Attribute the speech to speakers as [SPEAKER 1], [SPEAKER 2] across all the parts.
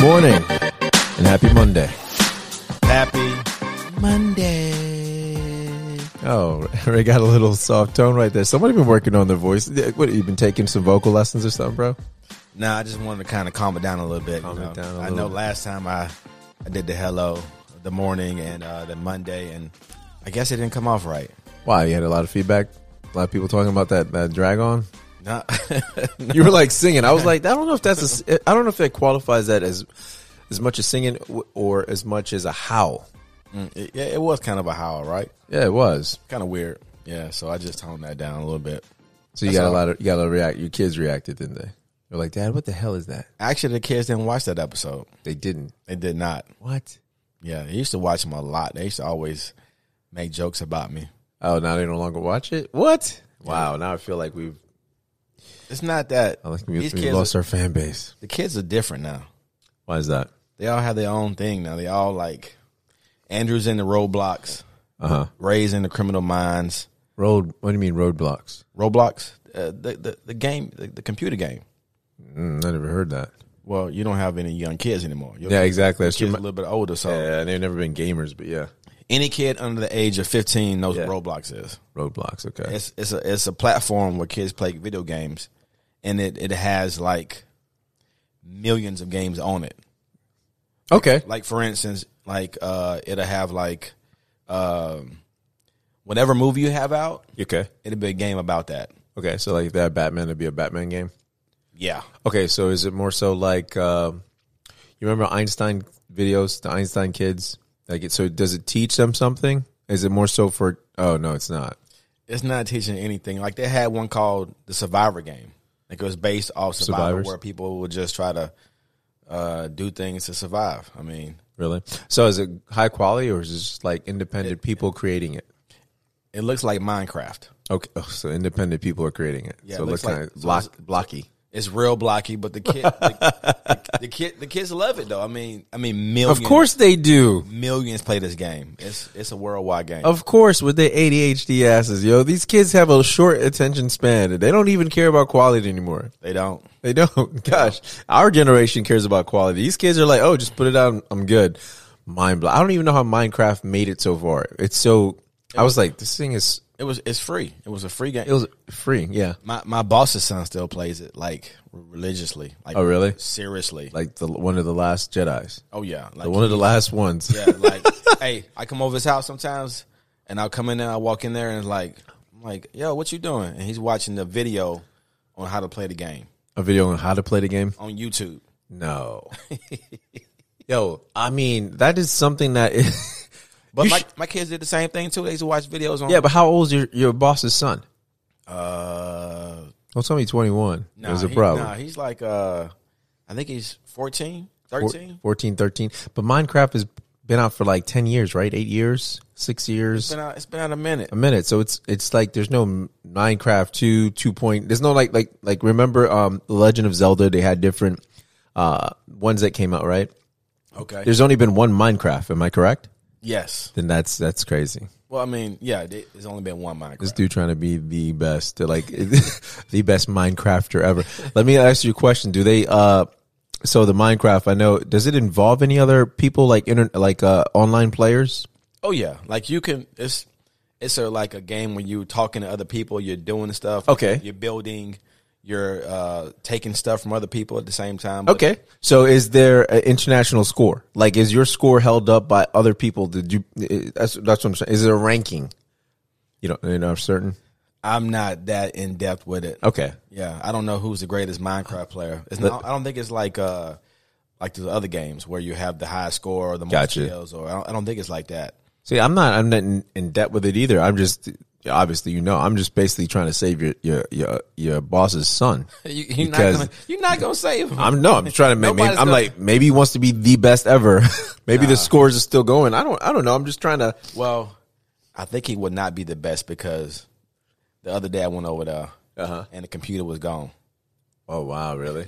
[SPEAKER 1] morning and happy Monday.
[SPEAKER 2] Happy
[SPEAKER 1] Monday. Oh, Ray got a little soft tone right there. Somebody been working on their voice. What you been taking some vocal lessons or something, bro?
[SPEAKER 2] No, I just wanted to kind of calm it down a little bit.
[SPEAKER 1] Calm
[SPEAKER 2] you
[SPEAKER 1] it
[SPEAKER 2] know.
[SPEAKER 1] down a
[SPEAKER 2] I
[SPEAKER 1] little
[SPEAKER 2] know
[SPEAKER 1] bit.
[SPEAKER 2] last time I, I did the hello, the morning, and uh, the Monday, and I guess it didn't come off right.
[SPEAKER 1] Why you had a lot of feedback. A lot of people talking about that that drag on.
[SPEAKER 2] No,
[SPEAKER 1] You were like singing. I was like, I don't know if that's a, I don't know if that qualifies that as as much as singing w- or as much as a howl. Hmm.
[SPEAKER 2] it, yeah, it was kind of a howl, right?
[SPEAKER 1] Yeah, it was.
[SPEAKER 2] Kind of weird. Yeah, so I just toned that down a little bit.
[SPEAKER 1] So you
[SPEAKER 2] That's
[SPEAKER 1] got a
[SPEAKER 2] all.
[SPEAKER 1] lot of you got a lot of react. Your kids reacted, didn't they? They're like, Dad, what the hell is that?
[SPEAKER 2] Actually, the kids didn't watch that episode.
[SPEAKER 1] They didn't.
[SPEAKER 2] They did not.
[SPEAKER 1] What?
[SPEAKER 2] Yeah, they used to watch them a lot. They used to always make jokes about me.
[SPEAKER 1] Oh, now they no longer watch it. What? Wow. Now I feel like we've
[SPEAKER 2] It's not that
[SPEAKER 1] I like we,
[SPEAKER 2] these
[SPEAKER 1] we've
[SPEAKER 2] kids.
[SPEAKER 1] lost our fan base.
[SPEAKER 2] the kids are different now.
[SPEAKER 1] Why is that?
[SPEAKER 2] They all have their own thing now. They all like Andrew's in the roadblocks.
[SPEAKER 1] Uh huh.
[SPEAKER 2] Raising the Criminal Minds,
[SPEAKER 1] Road. What do you mean roadblocks?
[SPEAKER 2] Roblox, uh, the, the the game, the, the computer game.
[SPEAKER 1] Mm, I never heard that.
[SPEAKER 2] Well, you don't have any young kids anymore. Your
[SPEAKER 1] Yeah, exactly. That's
[SPEAKER 2] kids
[SPEAKER 1] true.
[SPEAKER 2] a little bit older, so
[SPEAKER 1] Yeah, they've never been gamers, but yeah,
[SPEAKER 2] any kid under the age of fifteen knows
[SPEAKER 1] Yeah.
[SPEAKER 2] what Roblox is.
[SPEAKER 1] roadblocks. Okay.
[SPEAKER 2] It's it's a it's a platform where kids play video games, and it it has like millions of games on it.
[SPEAKER 1] okay.
[SPEAKER 2] Like for instance, like uh, it'll have like um, whatever movie you have out,
[SPEAKER 1] Okay.
[SPEAKER 2] it'll be a game about that.
[SPEAKER 1] Okay. So like if they had Batman, it'd be a Batman game.
[SPEAKER 2] Yeah,
[SPEAKER 1] Okay. So is it more so like um, you remember Einstein videos, the Einstein kids? Like, it, so does it teach them something? Is it more so for? Oh no, it's not.
[SPEAKER 2] it's not teaching anything. Like they had one called the Survivor Game. Like it was based off Survivor,
[SPEAKER 1] Survivors?
[SPEAKER 2] where people would just try to uh, do things to survive. I mean,
[SPEAKER 1] Really? So is it high quality or is it just like independent people creating it?
[SPEAKER 2] it looks like Minecraft.
[SPEAKER 1] Okay, oh, so independent people are creating it.
[SPEAKER 2] Yeah,
[SPEAKER 1] so
[SPEAKER 2] it
[SPEAKER 1] it looks
[SPEAKER 2] looks
[SPEAKER 1] kind
[SPEAKER 2] like-
[SPEAKER 1] of block, blocky.
[SPEAKER 2] It's real blocky, but the kid, the, the, kid, the kids love it though. I mean, I mean, millions,
[SPEAKER 1] Of course they do.
[SPEAKER 2] millions play this game. It's it's a worldwide game.
[SPEAKER 1] Of course, with their ADHD asses, yo, these kids have a short attention span. and They don't even care about quality anymore.
[SPEAKER 2] They don't.
[SPEAKER 1] They don't. Gosh, our generation cares about quality. These kids are like, oh, just put it out. I'm good. Mind blow. I don't even know how Minecraft made it so far. It's so. I was like, this thing is.
[SPEAKER 2] It was it's free. It was a free game.
[SPEAKER 1] It was free. Yeah.
[SPEAKER 2] my my boss's son still plays it like religiously. Like
[SPEAKER 1] Oh, really?
[SPEAKER 2] seriously.
[SPEAKER 1] Like the one of the last Jedi's.
[SPEAKER 2] oh yeah. Like
[SPEAKER 1] One of the last ones.
[SPEAKER 2] Yeah, like, hey, I come over his house sometimes, and I'll come in there, I walk in there, and it's like, I'm like, yo, what you doing? And he's watching the video on how to play the game
[SPEAKER 1] A video on how to play the game.
[SPEAKER 2] on YouTube.
[SPEAKER 1] No. Yo, I mean, that is something that is.
[SPEAKER 2] But
[SPEAKER 1] You
[SPEAKER 2] my,
[SPEAKER 1] sh-
[SPEAKER 2] my kids did the same thing too. They used to watch videos on.
[SPEAKER 1] yeah, but how old's your, your boss's son?
[SPEAKER 2] uh,
[SPEAKER 1] Don't tell me 21.
[SPEAKER 2] nah,
[SPEAKER 1] There's a
[SPEAKER 2] he-
[SPEAKER 1] problem.
[SPEAKER 2] Nah, he's like, uh, I think he's 14, 13.
[SPEAKER 1] Four- 14, 13. But Minecraft has been out for like 10 years, right? Eight years, six years,
[SPEAKER 2] It's been out, it's been out a minute.
[SPEAKER 1] a minute. So it's it's like there's no M- Minecraft 2, 2 point. There's no like, like, like remember um, The Legend of Zelda? They had different uh, ones that came out, right?
[SPEAKER 2] Okay.
[SPEAKER 1] There's only been one Minecraft. Am I correct?
[SPEAKER 2] yes.
[SPEAKER 1] Then that's that's crazy.
[SPEAKER 2] Well, I mean, yeah, they- there's only been one Minecraft.
[SPEAKER 1] This dude trying to be the best, They're like the best Minecrafter ever. Let me ask you a question: Do they? uh So the Minecraft, I know. Does it involve any other people like inter- like uh online players?
[SPEAKER 2] Oh yeah, like you can. It's it's a, like a game where you're talking to other people, you're doing stuff.
[SPEAKER 1] Okay.
[SPEAKER 2] you're building, you're uh, taking stuff from other people at the same time. but
[SPEAKER 1] Okay. So is there an international score? Like, is your score held up by other people? Did you? eh, That's that's what I'm saying. Is there a ranking? You don't. You're not certain.
[SPEAKER 2] I'm not that in depth with it.
[SPEAKER 1] Okay.
[SPEAKER 2] Yeah, I don't know who's the greatest Minecraft player. It's not, I don't think it's like uh like the other games where you have the high score or the most
[SPEAKER 1] Gotcha.
[SPEAKER 2] kills, or I don't, I don't think it's like that.
[SPEAKER 1] See, I'm not. I'm not in, in debt with it either. I'm just obviously, you know, I'm just basically trying to save your your your, your boss's son.
[SPEAKER 2] You, you're
[SPEAKER 1] Because-
[SPEAKER 2] not gonna you're not gonna save him.
[SPEAKER 1] I'm no, I'm trying to make. Maybe, I'm
[SPEAKER 2] Nobody's gonna-
[SPEAKER 1] like, maybe he wants to be the best ever. maybe the scores are still going. I don't. I don't know. I'm just trying to.
[SPEAKER 2] Well, I think he would not be the best because the other day I went over there
[SPEAKER 1] Uh-huh.
[SPEAKER 2] and the computer was gone.
[SPEAKER 1] Oh wow, really?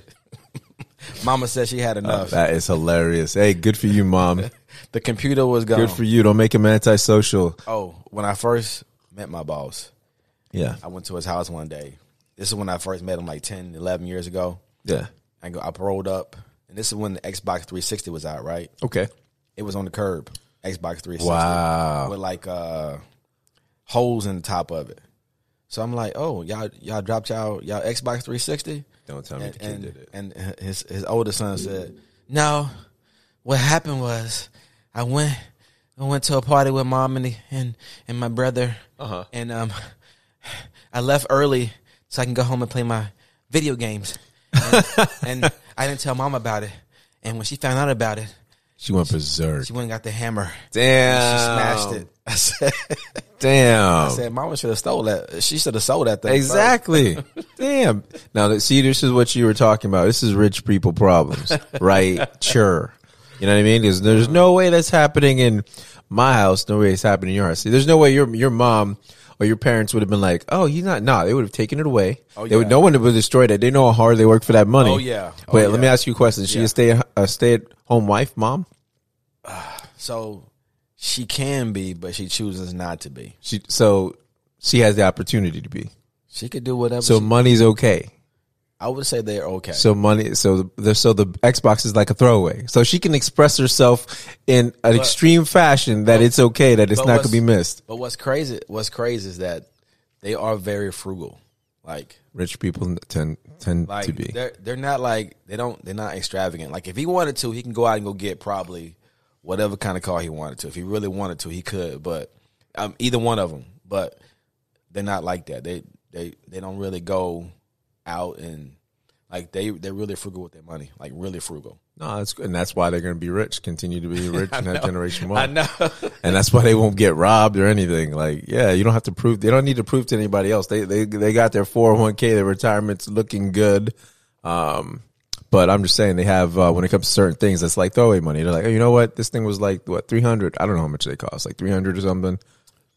[SPEAKER 2] Mama said she had enough.
[SPEAKER 1] That is hilarious. Hey, good for you, mom.
[SPEAKER 2] the computer was gone.
[SPEAKER 1] Good for you. Don't make him antisocial.
[SPEAKER 2] oh, when I first met my boss,
[SPEAKER 1] Yeah,
[SPEAKER 2] I went to his house one day. This is when I first met him like 10, 11 years ago.
[SPEAKER 1] yeah.
[SPEAKER 2] I go, I rolled up and this is when the Xbox 360 was out, right?
[SPEAKER 1] Okay.
[SPEAKER 2] It was on the curb, Xbox 360,
[SPEAKER 1] Wow.
[SPEAKER 2] with like uh, holes in the top of it. So I'm like, oh, y'all, y'all dropped y'all, y'all Xbox 360.
[SPEAKER 1] Don't tell me
[SPEAKER 2] and
[SPEAKER 1] the kid
[SPEAKER 2] and,
[SPEAKER 1] did it.
[SPEAKER 2] and his his older son said, "No, what happened was I went I went to a party with mom and and, and my brother,
[SPEAKER 1] Uh-huh.
[SPEAKER 2] and um, I left early so I can go home and play my video games, and, and I didn't tell mom about it. And when she found out about it,
[SPEAKER 1] She went berserk.
[SPEAKER 2] she went and got the hammer.
[SPEAKER 1] Damn.
[SPEAKER 2] She smashed it. I said,
[SPEAKER 1] Damn.
[SPEAKER 2] I said, Mama should have stole that. She should have sold that thing. first."
[SPEAKER 1] Exactly. Damn. Now, that- see, this is what you were talking about. This is rich people problems, right? Sure. You know what I mean? Because there's no way that's happening in my house. No way it's happening in your house. See, there's no way your your mom or your parents would have been like, "Oh, you not." Nah, they would have taken it away.
[SPEAKER 2] Oh,
[SPEAKER 1] They would,
[SPEAKER 2] yeah.
[SPEAKER 1] no one would have destroyed it. They know how hard they work for that money.
[SPEAKER 2] Oh, yeah. Oh,
[SPEAKER 1] Wait,
[SPEAKER 2] yeah.
[SPEAKER 1] let me ask you a question. Is She
[SPEAKER 2] Yeah.
[SPEAKER 1] a stay a stay at home wife, mom.
[SPEAKER 2] So she can be, but she chooses not to be.
[SPEAKER 1] She so she has the opportunity to be.
[SPEAKER 2] She could do whatever.
[SPEAKER 1] So
[SPEAKER 2] she,
[SPEAKER 1] money's okay.
[SPEAKER 2] I would say they're okay.
[SPEAKER 1] So money, so the so the Xbox is like a throwaway. So she can express herself in an extreme fashion that it's okay that it's
[SPEAKER 2] but
[SPEAKER 1] not
[SPEAKER 2] what's-
[SPEAKER 1] gonna be missed.
[SPEAKER 2] but what's crazy? What's crazy is that they are very frugal. Like,
[SPEAKER 1] Rich people tend tend
[SPEAKER 2] like
[SPEAKER 1] to be.
[SPEAKER 2] they're they're not like they don't they're not extravagant. Like if he wanted to, he can go out and go get probably whatever kind of car he wanted to. If he really wanted to, he could. But um, either one of them. But they're not like that. They they they don't really go out and like they they're really frugal with their money. Like really frugal.
[SPEAKER 1] No, that's good. and that's why they're gonna be rich. Continue to be rich in that generation
[SPEAKER 2] I
[SPEAKER 1] one,
[SPEAKER 2] know.
[SPEAKER 1] and that's why they won't get robbed or anything. Like, yeah, you don't have to prove. They don't need to prove to anybody else. They they they got their four hundred one k. Their retirement's looking good. Um, but I'm just saying they have uh, when it comes to certain things, that's like throwaway money. They're like, oh, you know what? This thing was like what three hundred. I don't know how much they cost, like three hundred or something.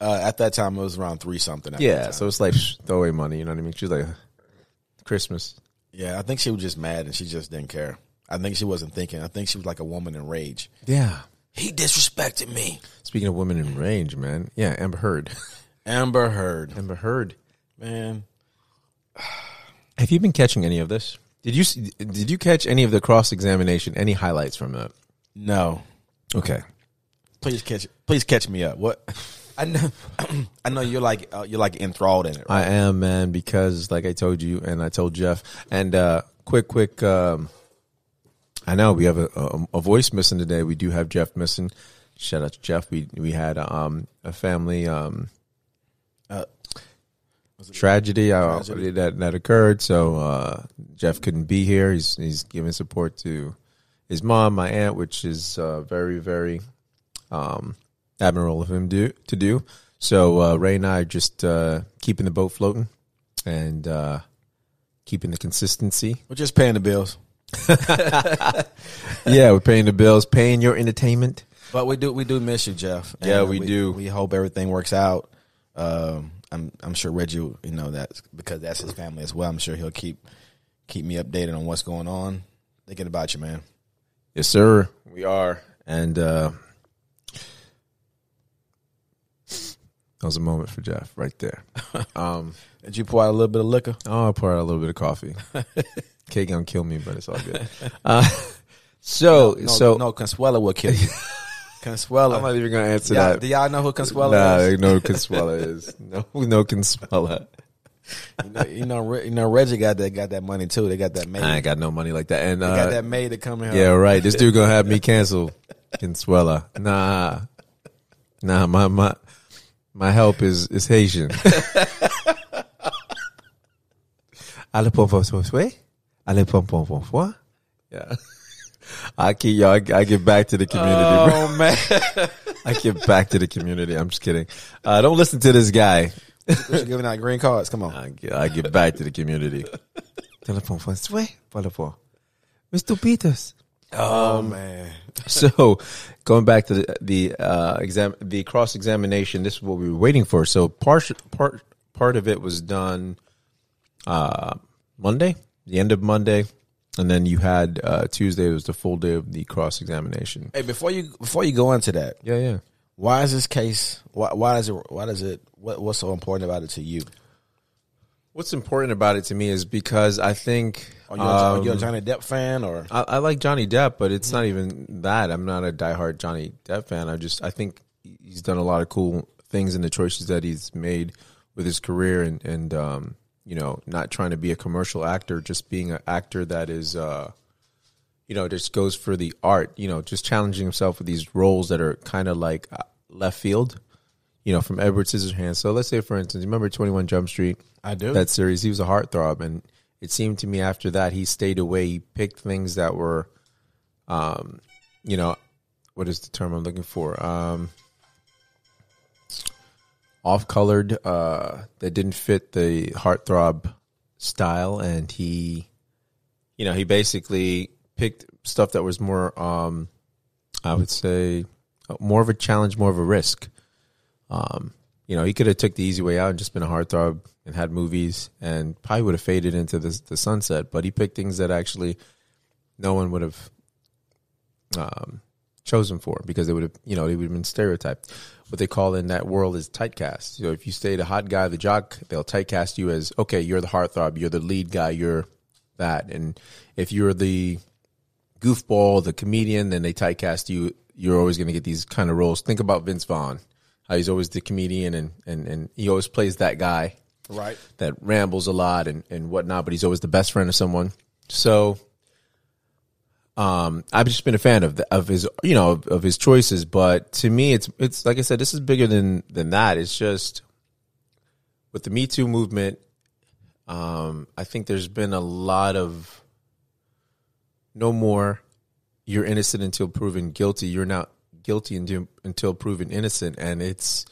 [SPEAKER 2] uh, at that time, it was around three something. at that
[SPEAKER 1] Yeah,
[SPEAKER 2] time.
[SPEAKER 1] so it's like psh, throwaway money. You know what I mean? She's like Christmas.
[SPEAKER 2] Yeah, I think she was just mad and she just didn't care. I think she wasn't thinking. I think she was like a woman in rage.
[SPEAKER 1] Yeah.
[SPEAKER 2] He disrespected me.
[SPEAKER 1] Speaking of women in range, man. Yeah, Amber Heard.
[SPEAKER 2] Amber Heard.
[SPEAKER 1] Amber Heard.
[SPEAKER 2] Man.
[SPEAKER 1] Have you been catching any of this? Did you s- did you catch any of the cross examination? Any highlights from that?
[SPEAKER 2] No.
[SPEAKER 1] Okay.
[SPEAKER 2] Please catch please catch me up. What I know I know you're like uh, you're like enthralled in it.
[SPEAKER 1] I
[SPEAKER 2] Right?
[SPEAKER 1] am, man, because like I told you and I told Jeff, and uh, quick, quick, um, I know we have a, a, a voice missing today. We do have Jeff missing. Shout out to Jeff. We we had um, a family um,
[SPEAKER 2] Uh,
[SPEAKER 1] tragedy, uh,
[SPEAKER 2] Tragedy.
[SPEAKER 1] that that occurred, so uh, Jeff couldn't be here. He's he's giving support to his mom, my aunt, which is uh, very very um, admirable of him do, to do. So uh, Ray and I are just uh, keeping the boat floating and uh, keeping the consistency.
[SPEAKER 2] We're just paying the bills.
[SPEAKER 1] yeah, we're paying the bills, paying your entertainment.
[SPEAKER 2] But we do we do miss you, Jeff.
[SPEAKER 1] Yeah,
[SPEAKER 2] And
[SPEAKER 1] we do.
[SPEAKER 2] We hope everything works out. Um I'm I'm sure Reggie, you know that's because that's his family as well. I'm sure he'll keep keep me updated on what's going on. Thinking about you, man.
[SPEAKER 1] Yes, sir. We are. And uh, that was a moment for Jeff right there. Um,
[SPEAKER 2] Did you pour out a little bit of liquor?
[SPEAKER 1] Oh, I'll pour out a little bit of coffee. Cake gonna kill me, but it's all good. Uh, so,
[SPEAKER 2] No,
[SPEAKER 1] so
[SPEAKER 2] no, Consuela will kill you. Consuela.
[SPEAKER 1] I'm not even gonna answer
[SPEAKER 2] Yeah,
[SPEAKER 1] that.
[SPEAKER 2] do y'all know who Consuela
[SPEAKER 1] nah,
[SPEAKER 2] is?
[SPEAKER 1] no Consuela is no, no Consuela.
[SPEAKER 2] You know, you know, Re- you know, Reggie got that got that money too. They got that maid.
[SPEAKER 1] I ain't got no money like that. And
[SPEAKER 2] they
[SPEAKER 1] uh,
[SPEAKER 2] got that maid to come in.
[SPEAKER 1] yeah, right. This dude gonna have me cancel Consuela. Nah, nah. My my my help is is Haitian. Allez, pom pom pom pom. Allez, pom pom pom pom. Yeah. I keep y'all. I, I give back to the community, bro.
[SPEAKER 2] Oh man,
[SPEAKER 1] I give back to the community. I'm just kidding. Uh, don't listen to this guy.
[SPEAKER 2] We should giving out green cards. Come on,
[SPEAKER 1] I give, I give back to the community. Telephone for sway, telephone. Mr. Peters.
[SPEAKER 2] oh man.
[SPEAKER 1] So, going back to the, the uh, exam, the cross examination. This is what we were waiting for. So, part part part of it was done uh, Monday, the end of Monday, and then you had uh, Tuesday was the full day of the cross examination.
[SPEAKER 2] Hey, before you before you go into that,
[SPEAKER 1] Yeah, yeah.
[SPEAKER 2] why is this case? Why why does it why does it what what's so important about it to you?
[SPEAKER 1] What's important about it to me is because I think
[SPEAKER 2] Are you, a-
[SPEAKER 1] um,
[SPEAKER 2] are you a Johnny Depp fan or
[SPEAKER 1] I, I like Johnny Depp, but it's not even that. I'm not a diehard Johnny Depp fan. I just I think he's done a lot of cool things in the choices that he's made with his career, and and um, you know, not trying to be a commercial actor, just being an actor that is, uh, you know, just goes for the art. You know, just challenging himself with these roles that are kind of like uh, left field. You know, from Edward Scissorhands. So let's say, for instance, you remember Twenty One Jump Street?
[SPEAKER 2] I do.
[SPEAKER 1] that series. He was a heartthrob, and it seemed to me after that he stayed away. He picked things that were, um, you know, what is the term I'm looking for? Um, off colored uh, that didn't fit the heartthrob style, and he, you know, he basically picked stuff that was more, um, I would say, uh, more of a challenge, more of a risk you know, he could have took the easy way out and just been a heartthrob and had movies and probably would have faded into the, the sunset. But he picked things that actually no one would have um, chosen for because they would have, you know, they would have been stereotyped. What they call in that world is typecast. So if you stayed a hot guy, the jock, they'll typecast you as, okay, you're the heartthrob, you're the lead guy, you're that. And if you're the goofball, the comedian, then they typecast you. You're always going to get these kind of roles. Think about Vince Vaughn, how he's always the comedian and, and, and he always plays that guy
[SPEAKER 2] right?
[SPEAKER 1] that rambles a lot and, and whatnot, but he's always the best friend of someone. So, um, I've just been a fan of the, of his, you know, of, of his choices. But to me, it's it's like I said, this is bigger than than that. It's just with the Me Too movement. Um, I think there's been a lot of no more. You're innocent until proven guilty. You're not guilty until until proven innocent, and it's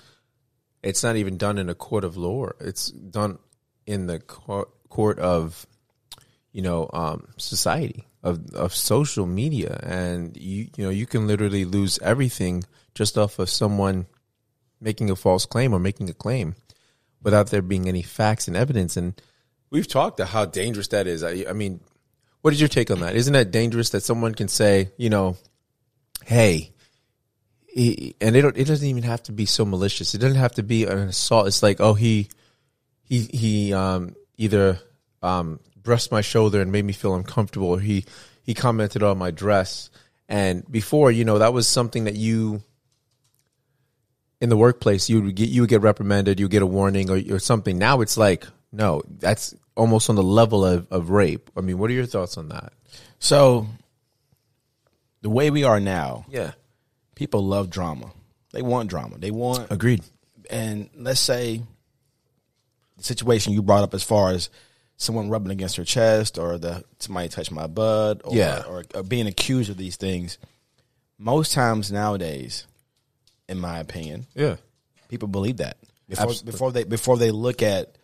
[SPEAKER 1] it's not even done in a court of law. It's done in the court, court of, you know, um, society of of social media, and you you know you can literally lose everything just off of someone making a false claim or making a claim without there being any facts and evidence. And we've talked to how dangerous that is. I, I mean, what is your take on that? Isn't that dangerous that someone can say, you know, hey, he, and it don't, it doesn't even have to be so malicious. It doesn't have to be an assault. It's like, oh, he he he um, either um, brushed my shoulder and made me feel uncomfortable, or he he commented on my dress. And before, you know, that was something that you in the workplace you would get you would get reprimanded, you would get a warning or, or something. Now it's like, no, that's almost on the level of, of rape. I mean, what are your thoughts on that?
[SPEAKER 2] So the way we are now,
[SPEAKER 1] Yeah,
[SPEAKER 2] people love drama. They want drama. They want
[SPEAKER 1] agreed.
[SPEAKER 2] and let's say the situation you brought up as far as someone rubbing against her chest or the somebody touched my butt or,
[SPEAKER 1] Yeah.
[SPEAKER 2] or, or being accused of these things most times nowadays in my opinion
[SPEAKER 1] Yeah,
[SPEAKER 2] people believe that before,
[SPEAKER 1] Absolutely.
[SPEAKER 2] before they before they look at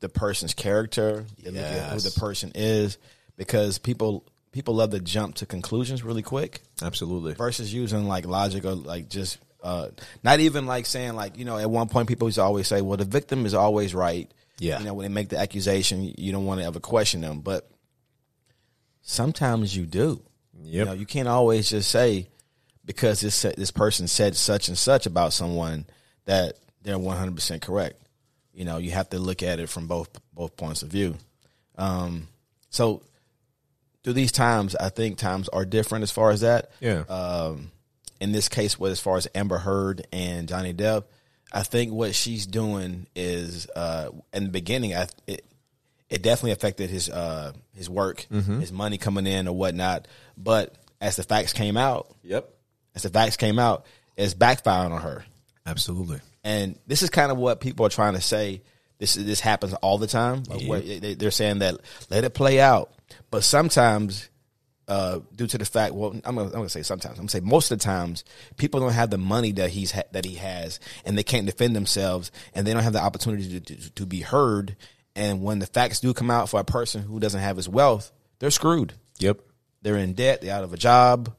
[SPEAKER 2] the person's character they look at who
[SPEAKER 1] Yes.
[SPEAKER 2] the person is because people people love to jump to conclusions really quick
[SPEAKER 1] absolutely.
[SPEAKER 2] versus using like logic or like just uh, not even like saying like you know at one point people used to always say well the victim is always right
[SPEAKER 1] Yeah.
[SPEAKER 2] you know when they make the accusation you don't want to ever question them but sometimes you do you
[SPEAKER 1] Yep.
[SPEAKER 2] know you can't always just say because this sa- this person said such and such about someone that they're one hundred percent correct you know you have to look at it from both both points of view um so through these times I think times are different as far as that
[SPEAKER 1] Yeah.
[SPEAKER 2] um, in this case, what as far as Amber Heard and Johnny Depp, I think what she's doing is uh, in the beginning, I it, it definitely affected his uh, his work, his money coming in or whatnot. But as the facts came out,
[SPEAKER 1] yep.
[SPEAKER 2] as the facts came out, it's backfiring on her.
[SPEAKER 1] Absolutely.
[SPEAKER 2] And this is kind of what people are trying to say. This is- this happens all the time. Like what- they, they're saying that let it play out, but sometimes, uh, due to the fact, well, I'm gonna, I'm gonna say sometimes. I'm gonna say most of the times, people don't have the money that he's ha- that he has, and they can't defend themselves, and they don't have the opportunity to, to, to be heard. And when the facts do come out for a person who doesn't have his wealth, they're screwed
[SPEAKER 1] Yep.
[SPEAKER 2] they're in debt, they're out of a job,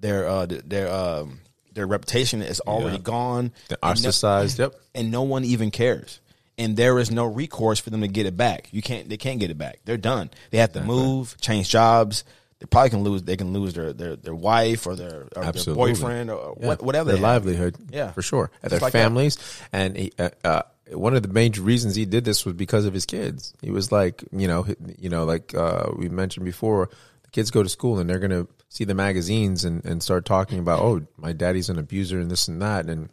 [SPEAKER 2] their uh, th- their um, their reputation is already
[SPEAKER 1] Yeah.
[SPEAKER 2] gone,
[SPEAKER 1] They're
[SPEAKER 2] and no,
[SPEAKER 1] ostracized. Yep.
[SPEAKER 2] and no one even cares. And there is no recourse for them to get it back. You can't. They can't get it back. They're done. They have to move, change jobs. They probably can lose. They can lose their their, their wife or their, or their
[SPEAKER 1] Absolutely.
[SPEAKER 2] boyfriend or or
[SPEAKER 1] Yeah,
[SPEAKER 2] what, whatever.
[SPEAKER 1] their
[SPEAKER 2] they have.
[SPEAKER 1] livelihood,
[SPEAKER 2] Yeah.
[SPEAKER 1] for sure, and
[SPEAKER 2] Just
[SPEAKER 1] their
[SPEAKER 2] like that.
[SPEAKER 1] families, and uh, uh, one of the major reasons he did this was because of his kids. He was like, you know, hi- you know, like uh, we mentioned before, the kids go to school and they're gonna see the magazines and, and start talking about, oh, my daddy's an abuser and this and that, and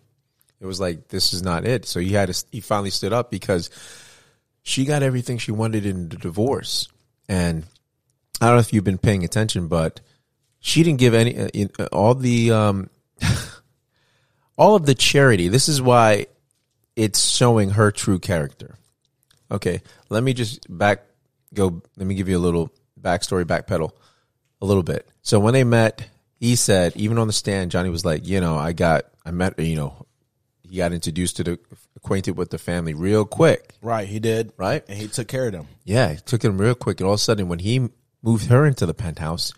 [SPEAKER 1] it was like this is not it. So he had to, he finally stood up because she got everything she wanted in the divorce, and I don't know if you've been paying attention, but she didn't give any uh, in- uh, all the um, all of the charity. This is why it's showing her true character. Okay, let me just back go. Let me give you a little backstory, backpedal a little bit. So when they met, he said, even on the stand, Johnny was like, you know, I got, I met, you know, he got introduced to the, acquainted with the family real quick,
[SPEAKER 2] Right, he did.
[SPEAKER 1] right?
[SPEAKER 2] And he took care of them.
[SPEAKER 1] Yeah, it took him real quick, and all of a sudden, when he moved her into the penthouse,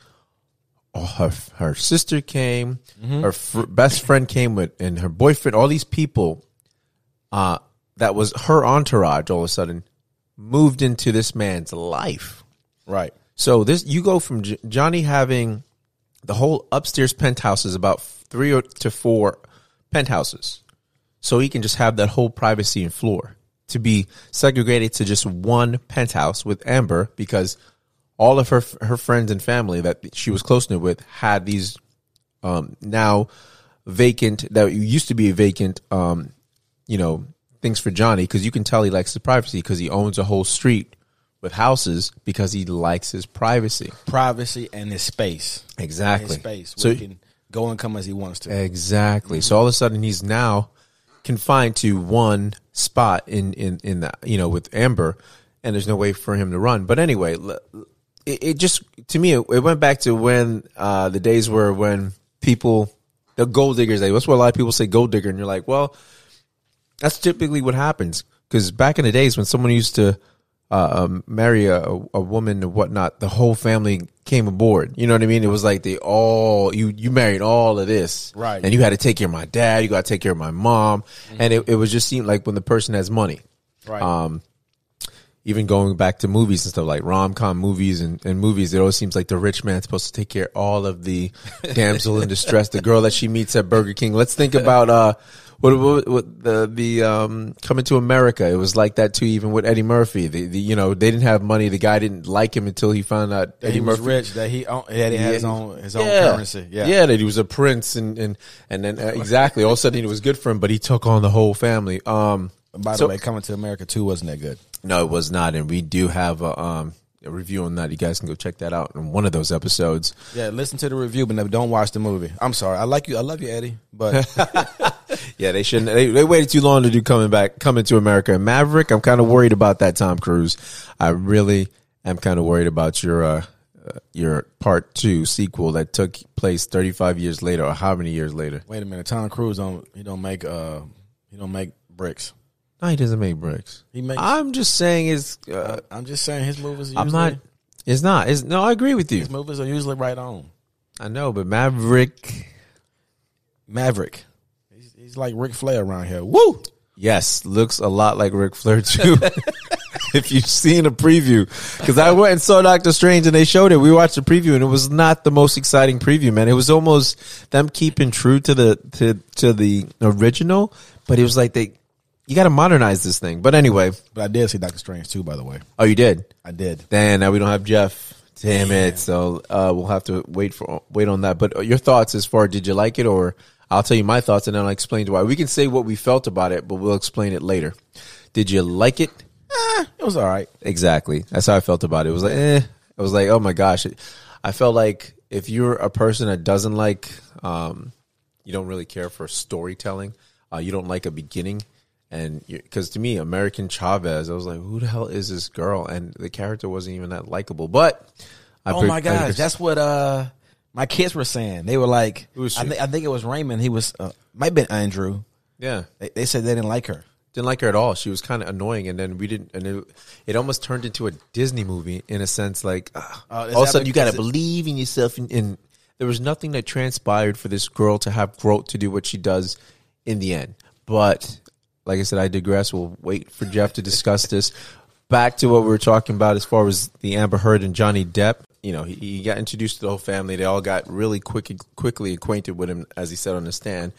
[SPEAKER 1] all her her sister came, her fr- best friend came with, and her boyfriend. All these people, uh, that was her entourage. All of a sudden, moved into this man's life.
[SPEAKER 2] Right.
[SPEAKER 1] So this you go from J- Johnny having the whole upstairs penthouse is about three or to four penthouses, so he can just have that whole privacy and floor to be segregated to just one penthouse with Amber because all of her her friends and family that she was close to with had these um, now vacant that used to be vacant um, you know things for Johnny because you can tell he likes the privacy because he owns a whole street with houses because he likes his privacy.
[SPEAKER 2] Privacy and his space. His
[SPEAKER 1] Exactly.
[SPEAKER 2] space. Mm-hmm. Where
[SPEAKER 1] So
[SPEAKER 2] he can go and come as he wants to.
[SPEAKER 1] exactly. So all of a sudden he's now confined to one spot in in in the you know with Amber, and there's no way for him to run. But anyway, l- it, it just to me it, it went back to when uh, the days were when people the gold diggers. They, that's what a lot of people say gold digger, and you're like, well, that's typically what happens because back in the days when someone used to uh, um, marry a, a woman and whatnot, the whole family came aboard. You know what I mean? It was like they all you you married all of this,
[SPEAKER 2] Right.
[SPEAKER 1] And you had to take care of my dad. You got to take care of my mom, and it, it was just seemed like when the person has money,
[SPEAKER 2] Right.
[SPEAKER 1] um, even going back to movies and stuff like rom com movies and, and movies, it always seems like the rich man's supposed to take care of all of the damsel in distress, the girl that she meets at Burger King. Let's think about uh, what, what, what the the um, coming to America. It was like that too, even with Eddie Murphy. The, the you know they didn't have money. The guy didn't like him until he found out
[SPEAKER 2] that he
[SPEAKER 1] Eddie
[SPEAKER 2] was
[SPEAKER 1] Murphy
[SPEAKER 2] rich, that he own, that he had his own his own currency. Yeah.
[SPEAKER 1] that he was a prince and and and then uh, exactly all of a sudden it was good for him, but he took on the whole family. Um,
[SPEAKER 2] By the
[SPEAKER 1] So-
[SPEAKER 2] way, coming to America too wasn't that good.
[SPEAKER 1] No, it was not, and we do have a, um, a review on that. You guys can go check that out in one of those episodes.
[SPEAKER 2] Yeah, listen to the review, but never, don't watch the movie. I'm sorry. I like you. I love you, Eddie. But
[SPEAKER 1] Yeah, they shouldn't. They, they waited too long to do coming back, coming to America. And Maverick, I'm kind of worried about that. Tom Cruise, I really am kind of worried about your uh, uh, your part two sequel that took place 35 years later, or how many years later?
[SPEAKER 2] wait a minute, Tom Cruise don't he don't make uh he don't make bricks.
[SPEAKER 1] No, he doesn't make bricks.
[SPEAKER 2] He makes.
[SPEAKER 1] I'm just saying, it's. Uh,
[SPEAKER 2] I'm just saying his movies. Are
[SPEAKER 1] I'm
[SPEAKER 2] usually,
[SPEAKER 1] not. It's not. It's no. I agree with you.
[SPEAKER 2] His movies are usually right on.
[SPEAKER 1] I know, but Maverick.
[SPEAKER 2] Maverick. He's, he's like Ric Flair around here. Woo!
[SPEAKER 1] Yes, looks a lot like Ric Flair too. if you've seen a preview, because I went and saw Doctor Strange and they showed it. We watched the preview and it was not the most exciting preview, man. It was almost them keeping true to the to to the original, but it was like they you got to modernize this thing. But anyway,
[SPEAKER 2] But I did see Doctor Strange too. By the way,
[SPEAKER 1] oh, you did.
[SPEAKER 2] I did.
[SPEAKER 1] Damn, now we don't have Jeff. Damn it! So uh, we'll have to wait for wait on that. But uh, your thoughts as far did you like it, or I'll tell you my thoughts and then I'll explain why. We can say what we felt about it, but we'll explain it later. Did you like it?
[SPEAKER 2] It was all right.
[SPEAKER 1] Exactly. That's how I felt about it. It was like, eh. It was like, oh my gosh. I felt like if you're a person that doesn't like, um, you don't really care for storytelling, uh, you don't like a beginning. And because to me, American Chavez, I was like, who the hell is this girl? And the character wasn't even that likable. But I
[SPEAKER 2] Oh my gosh, that's what uh my kids were saying. They were like,
[SPEAKER 1] Who was she?
[SPEAKER 2] I, thi- I think it was Raymond. He was uh, might have been Andrew.
[SPEAKER 1] yeah.
[SPEAKER 2] They, they said they didn't like her.
[SPEAKER 1] didn't like her at all. She was kind of annoying, and then we didn't, and it, it almost turned into a Disney movie in a sense. Like ah,
[SPEAKER 2] Oh, is
[SPEAKER 1] all of a
[SPEAKER 2] that
[SPEAKER 1] sudden, you got to
[SPEAKER 2] because
[SPEAKER 1] believe in yourself, and, and there was nothing that transpired for this girl to have growth to do what she does in the end. But like I said, I digress. We'll wait for Jeff to discuss this. Back to what we were talking about as far as the Amber Heard and Johnny Depp. You know, he, he got introduced to the whole family. They all got really quick, quickly acquainted with him, as he said on the stand,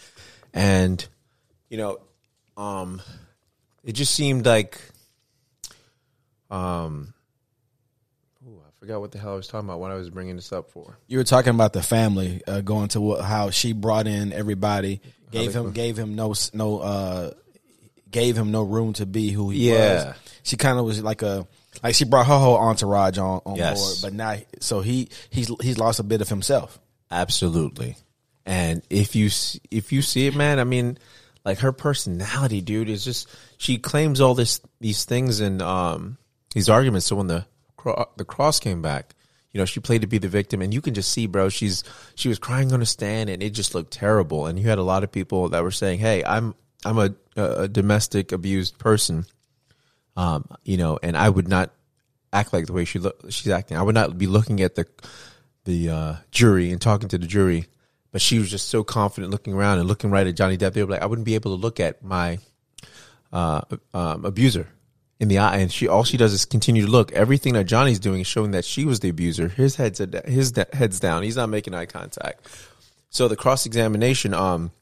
[SPEAKER 1] and you know, um, it just seemed like um ooh, I forgot what the hell I was talking about when I was bringing this up for.
[SPEAKER 2] You were talking about the family uh, going to what, how she brought in everybody, gave him gave him no s- no uh, gave him no room to be who he
[SPEAKER 1] Yeah.
[SPEAKER 2] was. She kind of was like a like she brought her whole entourage on on
[SPEAKER 1] Yes.
[SPEAKER 2] board, but now so he he's he's lost a bit of himself.
[SPEAKER 1] Absolutely. And if you s- if you see it, man, I mean, like her personality, dude, is just she claims all this these things and um these arguments. So when the cro- the cross came back, you know, she played to be the victim, and you can just see, bro, she's she was crying on a stand, and it just looked terrible. And you had a lot of people that were saying, "Hey, I'm I'm a a domestic abused person." um, you know, and I would not act like the way she look, she's acting. I would not be looking at the the uh, jury and talking to the jury, but she was just so confident, looking around and looking right at Johnny Depp. They were like, I wouldn't be able to look at my uh, um, abuser in the eye, and she all she does is continue to look. Everything that Johnny's doing is showing that she was the abuser. His head's a, his da- head's down. He's not making eye contact. So the cross examination, um,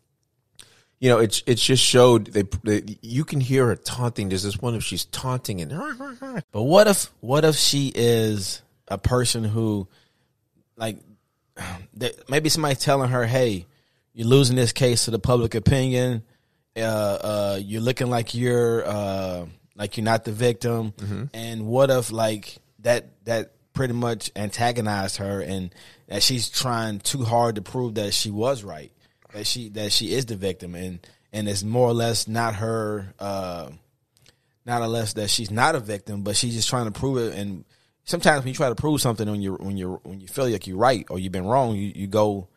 [SPEAKER 1] you know, it's it's just showed they, they you can hear her taunting. There's this one if she's taunting and
[SPEAKER 2] But what if what if she is a person who like that maybe somebody telling her, "Hey, you're losing this case to the public opinion. Uh, uh, you're looking like you're uh, like you're not the victim." And what if like that that pretty much antagonized her, and that she's trying too hard to prove that she was right, that she that she is the victim, and and it's more or less not her. Uh, not unless that she's not a victim, but she's just trying to prove it. And sometimes when you try to prove something when you when you when you feel like you're right or you've been wrong, you, you go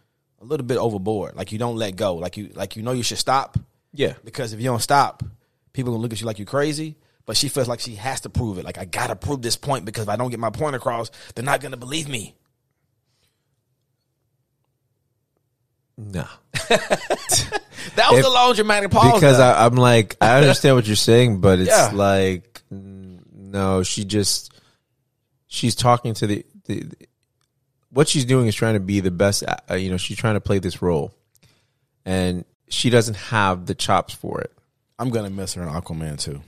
[SPEAKER 2] a little bit overboard. Like you don't let go. Like you like you know you should stop
[SPEAKER 1] yeah,
[SPEAKER 2] because if you don't stop, people gonna look at you like you're crazy. But she feels like she has to prove it. Like I gotta prove this point because if I don't get my point across, they're not gonna believe me.
[SPEAKER 1] no.
[SPEAKER 2] That was
[SPEAKER 1] If-
[SPEAKER 2] a long dramatic pause.
[SPEAKER 1] Because
[SPEAKER 2] though.
[SPEAKER 1] I, I'm like I understand what you're saying, but it's
[SPEAKER 2] Yeah.
[SPEAKER 1] like mm, no, she just she's talking to the, the what she's doing is trying to be the best. uh, You know, she's trying to play this role, and she doesn't have the chops for it.
[SPEAKER 2] I'm gonna miss her in Aquaman too.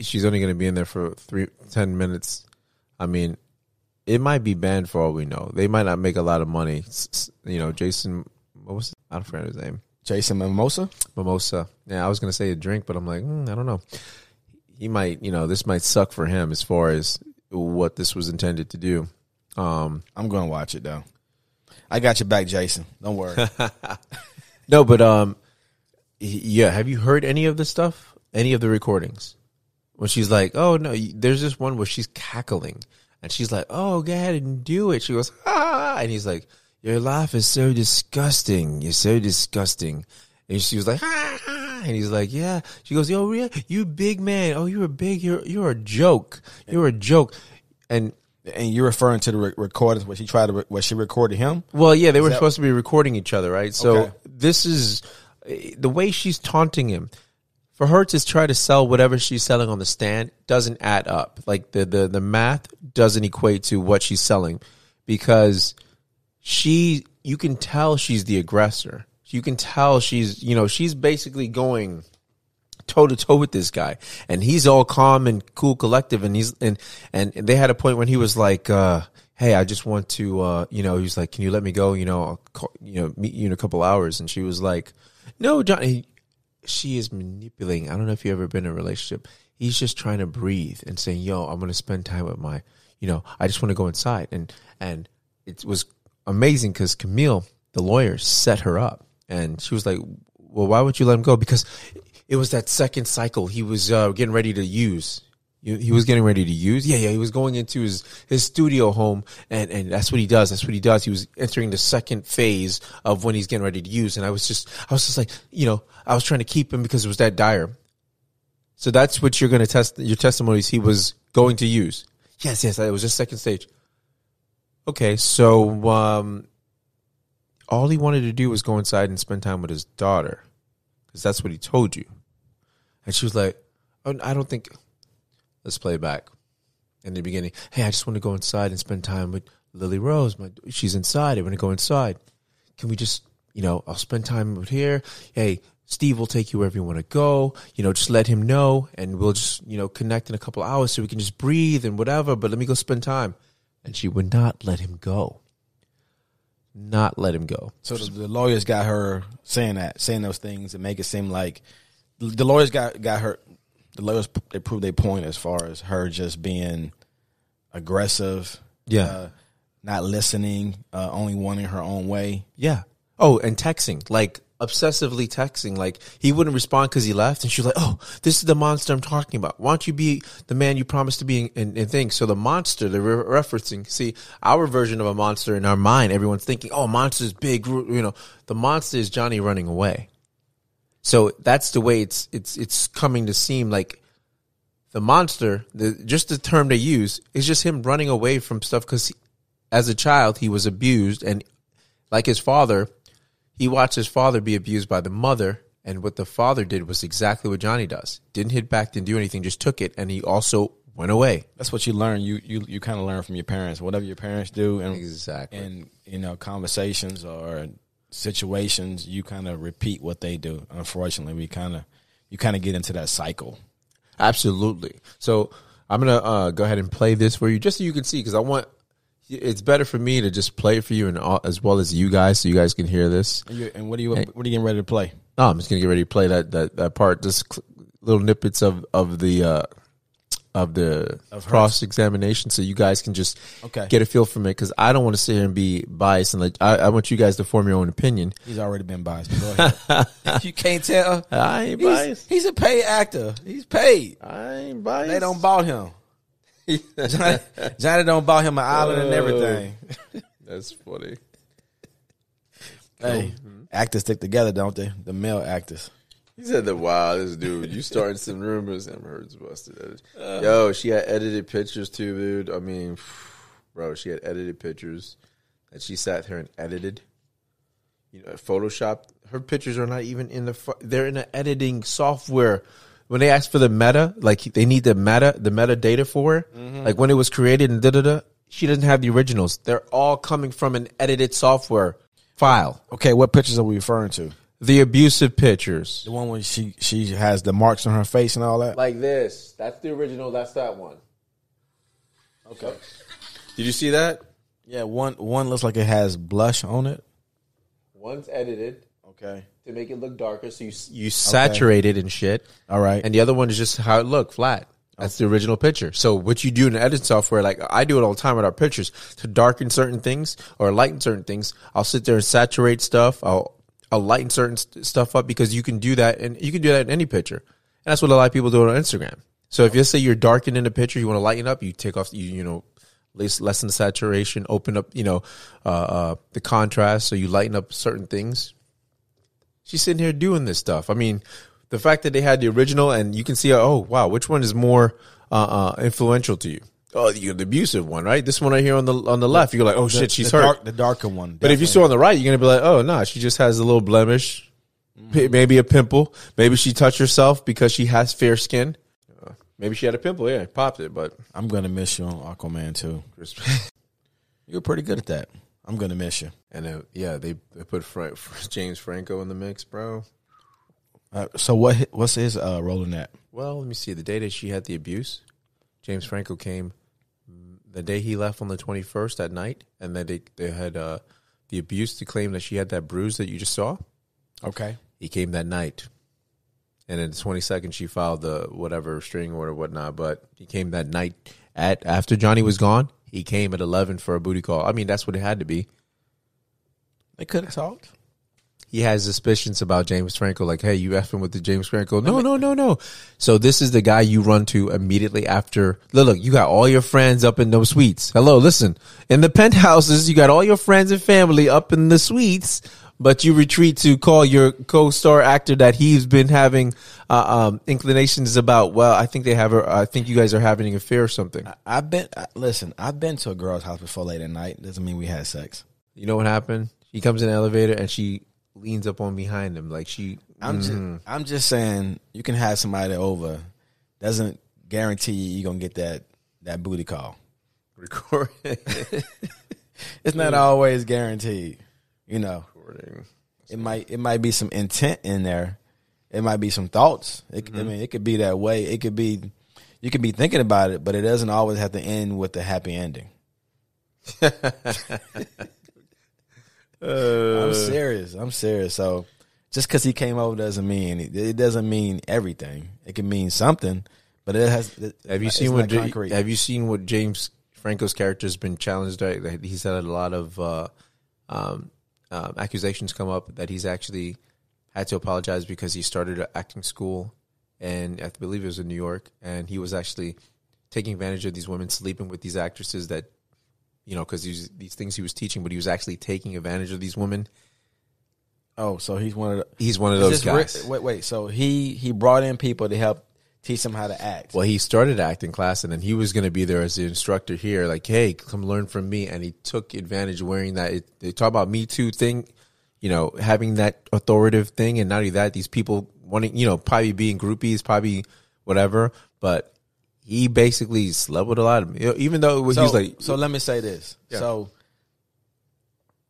[SPEAKER 1] she's only going to be in there for three ten minutes. I mean, it might be banned for all we know. They might not make a lot of money. S- s- You know, Jason, what was I don't forget his name,
[SPEAKER 2] Jason Mimosa.
[SPEAKER 1] Mimosa. Yeah, I was going to say a drink, but I'm like, mm, I don't know. He might, you know, this might suck for him as far as what this was intended to do. Um,
[SPEAKER 2] I'm gonna watch it though. I got your back, Jason. Don't worry.
[SPEAKER 1] no, but um, y- yeah. Have you heard any of the stuff? Any of the recordings? When she's like, "Oh no," y- there's this one where she's cackling, and she's like, "Oh, go ahead and do it." She goes, "Ah," and he's like, "Your laugh is so disgusting. You're so disgusting." And she was like, "Ah," and he's like, "Yeah." She goes, "Yo, Rhea, you big man. Oh, you're a big. You're you're a joke. You're a joke." And
[SPEAKER 2] And you're referring to the re- recordings where she tried to re- where she recorded him.
[SPEAKER 1] Well, yeah, they were supposed to be recording each other, right? So
[SPEAKER 2] Okay.
[SPEAKER 1] this is eh, the way she's taunting him. For her to try to sell whatever she's selling on the stand doesn't add up. Like the the, the math doesn't equate to what she's selling because she you can tell she's the aggressor. You can tell she's, you know, she's basically going toe to toe with this guy and he's all calm and cool collective and he's and and they had a point when he was like uh hey i just want to uh you know he was like can you let me go you know i'll call, you know meet you in a couple hours and she was like no johnny she is manipulating i don't know if you've ever been in a relationship he's just trying to breathe and saying yo i'm going to spend time with my you know i just want to go inside and and it was amazing because camille the lawyer set her up and she was like well why would you let him go because it was that second cycle he was uh, getting ready to use. You- He was getting ready to use. Yeah, yeah. He was going into his his studio home, and and that's what he does. That's what he does. He was entering the second phase of when he's getting ready to use. And I was just, I was just like, you know, I was trying to keep him because it was that dire. So that's what you're going to test your testimonies. He was going to use. Yes, yes. It was just second stage. Okay, so um, all he wanted to do was go inside and spend time with his daughter because that's what he told you. And she was like, oh, I don't think, let's play it back. In the beginning, hey, I just want to go inside and spend time with Lily Rose. My, she's inside. I want to go inside. Can we just, you know, I'll spend time with here. Hey, Steve will take you wherever you want to go. You know, just let him know, and we'll just you know connect in a couple hours so we can just breathe and whatever. But let me go spend time. And she would not let him go. Not let him go.
[SPEAKER 2] So the, the lawyers got her saying that, saying those things, and make it seem like the lawyers got got her. The lawyers p- they proved their point as far as her just being aggressive,
[SPEAKER 1] Yeah.
[SPEAKER 2] uh, not listening, uh, only wanting her own way.
[SPEAKER 1] Yeah. Oh, and texting, like obsessively texting. Like he wouldn't respond because he left, and she's like, "Oh, this is the monster I'm talking about. Why don't you be the man you promised to be?" And, and things. So the monster they're re- referencing. See, our version of a monster in our mind, everyone's thinking, "Oh, monster's big." ru- You know, the monster is Johnny running away. So that's the way it's it's it's coming to seem like the monster. The just the term they use is just him running away from stuff because as a child he was abused and like his father, he watched his father be abused by the mother, and what the father did was exactly what Johnny does. Didn't hit back, didn't do anything, just took it, and he also went away.
[SPEAKER 2] That's what you learn. You you you kind of learn from your parents. Whatever your parents do, and
[SPEAKER 1] Exactly.
[SPEAKER 2] and you know conversations or situations, you kind of repeat what they do. Unfortunately, we kind of you kind of get into that cycle.
[SPEAKER 1] Absolutely. So I'm gonna uh, go ahead and play this for you, just so you can see, because I want. It's better for me to just play it for you, and all, as well as you guys, so you guys can hear this.
[SPEAKER 2] And, you, and what are you what are you getting ready to play?
[SPEAKER 1] No, I'm just gonna get ready to play that that, that part. Just cl- little snippets of of the uh, of the cross examination, so you guys can just
[SPEAKER 2] Okay.
[SPEAKER 1] get a feel from it. Because I don't want to sit here and be biased, and like I, I want you guys to form your own opinion.
[SPEAKER 2] He's already been biased. Go ahead. you can't tell.
[SPEAKER 1] I ain't
[SPEAKER 2] He's, he's a paid actor. He's paid.
[SPEAKER 1] I ain't biased.
[SPEAKER 2] They don't bought him. Johnny, Johnny don't bought him an island and everything.
[SPEAKER 1] That's funny.
[SPEAKER 2] Hey, actors stick together, don't they? The male actors.
[SPEAKER 1] He said that wow, this dude, you starting some rumors. I'm heard busted. Yo, she had edited pictures too, dude. I mean, bro, she had edited pictures that she sat here and edited. You know, Photoshop. Her pictures are not even in the. pho- They're in the editing software. When they ask for the meta, like they need the meta, the metadata for it. Like when it was created and da da da. She doesn't have the originals. They're all coming from an edited software file.
[SPEAKER 2] Okay, what pictures are we referring to?
[SPEAKER 1] The abusive pictures.
[SPEAKER 2] The one where she she has the marks on her face and all that.
[SPEAKER 1] like this. That's the original. That's that one. Okay. Did you see that?
[SPEAKER 2] Yeah, one one looks like it has blush on it.
[SPEAKER 1] One's edited
[SPEAKER 2] Okay.
[SPEAKER 1] to make it look darker, so you you saturate it and shit.
[SPEAKER 2] All right.
[SPEAKER 1] And the other one is just how it looked flat. That's the original picture. So what you do in edit software, like I do it all the time with our pictures, to darken certain things or lighten certain things. I'll sit there and saturate stuff. I'll I'll lighten certain st- stuff up because you can do that, and you can do that in any picture. And that's what a lot of people do on Instagram. So if you say you're darkened in a picture, you want to lighten up, you take off, you you know, less- lessen the saturation, open up, you know, uh, uh, the contrast, so you lighten up certain things. She's sitting here doing this stuff. I mean, the fact that they had the original and you can see, oh wow, which one is more uh, uh, influential to you? Oh, you the abusive one, right? This one right here on the on the left, you're like, oh shit, she's
[SPEAKER 2] the
[SPEAKER 1] hurt.
[SPEAKER 2] Dark, the darker one.
[SPEAKER 1] but if you saw on the right, you're gonna be like, oh nah, she just has a little blemish, P-
[SPEAKER 2] Mm-hmm.
[SPEAKER 1] maybe a pimple, maybe she touched herself because she has fair skin. Uh, Maybe she had a pimple, yeah, popped it, but
[SPEAKER 2] I'm gonna miss you on Aquaman too. You're pretty good at that. I'm gonna miss you.
[SPEAKER 1] and uh, yeah, they, they put Fra- James Franco in the mix, bro.
[SPEAKER 2] Uh, so what? hi- What's his uh, role in that?
[SPEAKER 1] Well, let me see. The day that she had the abuse, James Franco came. The day he left on the twenty first at night, and then they they had uh, the abuse to claim that she had that bruise that you just saw.
[SPEAKER 2] Okay.
[SPEAKER 1] He came that night, and then the twenty second she filed the whatever restraining order whatnot. But he came that night at after Johnny was gone. He came at eleven for a booty call. I mean, that's what it had to be.
[SPEAKER 2] They could have talked.
[SPEAKER 1] he has suspicions about James Franco. Like, hey, you effing with the James Franco? No, no, no, no. So this is the guy you run to immediately after. Look, look, you got all your friends up in those suites. Hello, listen, in the penthouses, you got all your friends and family up in the suites, but you retreat to call your co-star actor that he's been having uh, um, inclinations about. Well, I think they have. A, I think you guys are having an affair or something.
[SPEAKER 2] I've been. I, listen, I've been to a girl's house before late at night. Doesn't mean we had sex.
[SPEAKER 1] You know what happened? She comes in the elevator and she leans up on behind him, like she.
[SPEAKER 2] I'm just. I'm just saying you can have somebody over. Doesn't guarantee you you're gonna get that that booty call.
[SPEAKER 1] recording.
[SPEAKER 2] It's not always guaranteed. You know, it might it might be some intent in there It might be some thoughts. It,
[SPEAKER 1] Mm-hmm.
[SPEAKER 2] I mean, it could be that way. It could be you could be thinking about it, but it doesn't always have to end with a happy ending.
[SPEAKER 1] Uh.
[SPEAKER 2] I'm serious. I'm serious. So just because he came over doesn't mean it, it doesn't mean everything. It can mean something, but it has. it-
[SPEAKER 1] Have you
[SPEAKER 2] it's
[SPEAKER 1] seen
[SPEAKER 2] not
[SPEAKER 1] what J-
[SPEAKER 2] concrete.
[SPEAKER 1] Have you seen what James Franco's character has been challenged? At? That He's had a lot of uh, um, um, accusations come up that he's actually had to apologize because he started an acting school, and I believe it was in New York, and he was actually taking advantage of these women, sleeping with these actresses that you know because these these things he was teaching, but he was actually taking advantage of these women.
[SPEAKER 2] oh, so he's one of the,
[SPEAKER 1] He's one of those
[SPEAKER 2] Is this Rick-
[SPEAKER 1] guys.
[SPEAKER 2] wait, wait. So he he brought in people to help teach them how to act.
[SPEAKER 1] Well, he started acting class, and then he was going to be there as the instructor here. Like, hey, come learn from me. And he took advantage of wearing that. It, they talk about Me Too thing, you know, having that authoritative thing, and not only that, these people wanting, you know, probably being groupies, probably whatever. But he basically slept with a lot of, you know, even though it was,
[SPEAKER 2] so,
[SPEAKER 1] he was like,
[SPEAKER 2] so let me say this.
[SPEAKER 1] Yeah.
[SPEAKER 2] So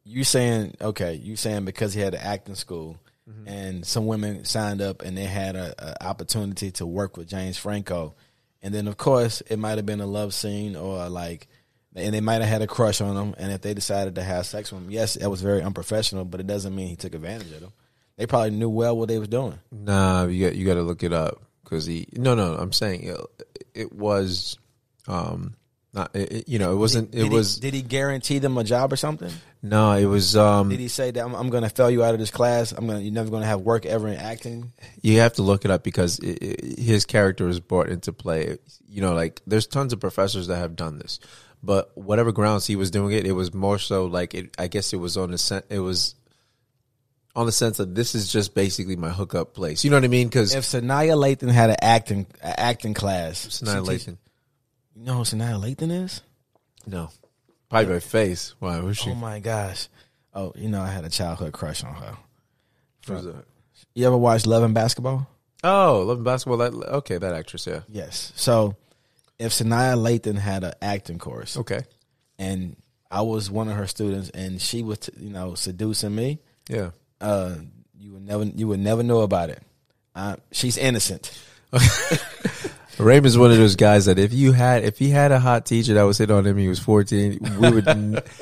[SPEAKER 2] you saying okay? You saying because he had to act in school, and some women signed up and they had a, a opportunity to work with James Franco, and then of course it might have been a love scene or like. And they might have had a crush on him, and if they decided to have sex with him, yes, that was very unprofessional. But it doesn't mean he took advantage of them. They probably knew well what they was doing.
[SPEAKER 1] nah, you got you got to look it up because he. No, no, I'm saying it, it was, um, not it, it- you know, it wasn't. It
[SPEAKER 2] Did he-
[SPEAKER 1] was
[SPEAKER 2] did he guarantee them a job or something?
[SPEAKER 1] no, it was. Um,
[SPEAKER 2] Did he say that I'm, I'm going to fail you out of this class? I'm going to you're never going to have work ever in acting.
[SPEAKER 1] you have to look it up because i i his character is brought into play. You know, like there's tons of professors that have done this, but whatever grounds he was doing it, it was more so like it. I guess it was on the sen- it was on the sense that this is just basically my hookup place. You know what I mean? Because
[SPEAKER 2] If Sanaya Lathan had an acting an acting class,
[SPEAKER 1] annihilation.
[SPEAKER 2] You know who Sanaya Lathan is?
[SPEAKER 1] No, probably by face. Why was she?
[SPEAKER 2] Oh my gosh! Oh, you know I had a childhood crush on her.
[SPEAKER 1] Who's that?
[SPEAKER 2] You ever watched Love and Basketball?
[SPEAKER 1] Oh, loving basketball. That okay, that actress. Yeah.
[SPEAKER 2] Yes. So if Sanaya Lathan had an acting course,
[SPEAKER 1] Okay.
[SPEAKER 2] and I was one of her students, and she was you know seducing me,
[SPEAKER 1] Yeah.
[SPEAKER 2] uh, you would never you would never know about it. Uh, she's innocent.
[SPEAKER 1] Raymond's one of those guys that if you had if he had a hot teacher that was hit on him, he was fourteen. We would n-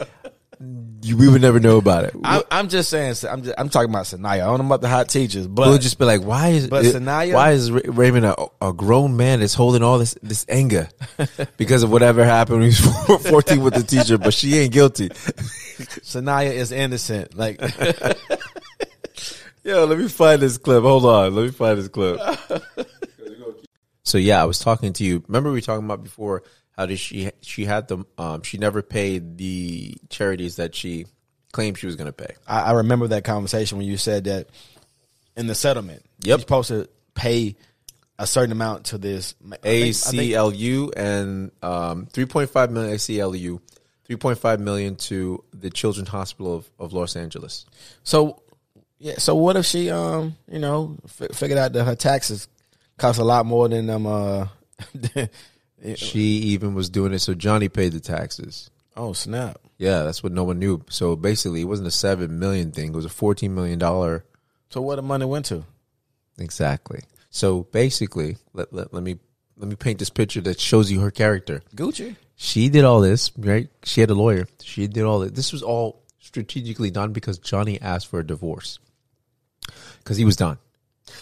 [SPEAKER 1] you- we would never know about it.
[SPEAKER 2] I'm, I'm just saying. I'm just, I'm talking about Sanaya. I don't know about the hot teachers, but
[SPEAKER 1] we'll just be like, why is
[SPEAKER 2] But
[SPEAKER 1] it-
[SPEAKER 2] Sanaya-
[SPEAKER 1] why is Ra- Raymond a, a grown man that's holding all this this anger because of whatever happened when he was fourteen with the teacher, but she ain't guilty.
[SPEAKER 2] Sanaya is innocent. Like
[SPEAKER 1] Yo, let me find this clip. Hold on, let me find this clip. so yeah, I was talking to you. Remember we were talking about before how did she she had the um she never paid the charities that she claimed she was going to pay.
[SPEAKER 2] I, I remember that conversation when you said that in the settlement,
[SPEAKER 1] Yep.
[SPEAKER 2] you're supposed to pay a certain amount to this I think- I think-
[SPEAKER 1] ACLU and um 3.5 million ACLU, 3.5 million to the Children's Hospital of, of Los Angeles.
[SPEAKER 2] So yeah. So what if she um you know f- figured out that her taxes cost a lot more than them uh.
[SPEAKER 1] She even was doing it so Johnny paid the taxes.
[SPEAKER 2] oh snap!
[SPEAKER 1] Yeah, that's what no one knew. So basically, it wasn't a 7 million thing, it was a 14 million dollar
[SPEAKER 2] So where the money went to?
[SPEAKER 1] Exactly. So basically, let, let, let me let me paint this picture that shows you her character.
[SPEAKER 2] Gucci.
[SPEAKER 1] She did all this, right? She had a lawyer. She did all this. This was all strategically done because Johnny asked for a divorce because he was done.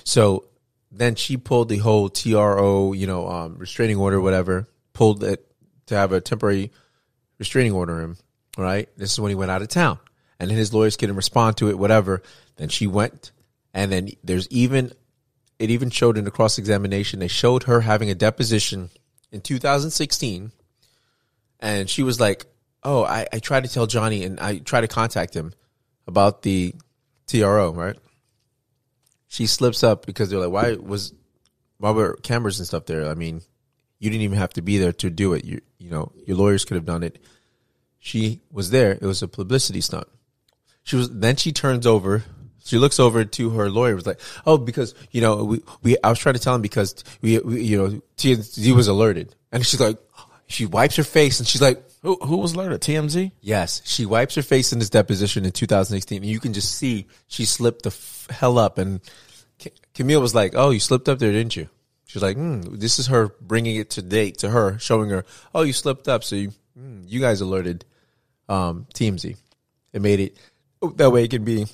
[SPEAKER 1] So then she pulled the whole TRO, you know, um, restraining order, whatever, pulled it to have a temporary restraining order him, right? This is when he went out of town. And then his lawyers couldn't respond to it, whatever. Then she went. And then there's even, it even showed in the cross examination, they showed her having a deposition in 2016. And she was like, Oh, I, I tried to tell Johnny and I tried to contact him about the TRO, right? She slips up because they're like, Why was, why were cameras and stuff there? I mean, you didn't even have to be there to do it. You, you know, your lawyers could have done it she was there. It was a publicity stunt. She was then she turns over. She looks over to her lawyer. Was like, oh, because you know we, we I was trying to tell him because we, we you know TMZ was alerted, and she's like, she wipes her face and she's like,
[SPEAKER 2] Who who was alerted? TMZ.
[SPEAKER 1] yes. She wipes her face in this deposition in 2016, and you can just see she slipped the f- hell up and Ca- Camille was like, "Oh, you slipped up there, didn't you?" She's like, mm, "This is her bringing it to date to her, showing her, oh, you slipped up, so you mm, you guys alerted um, TMZ. It made it oh, that way it can be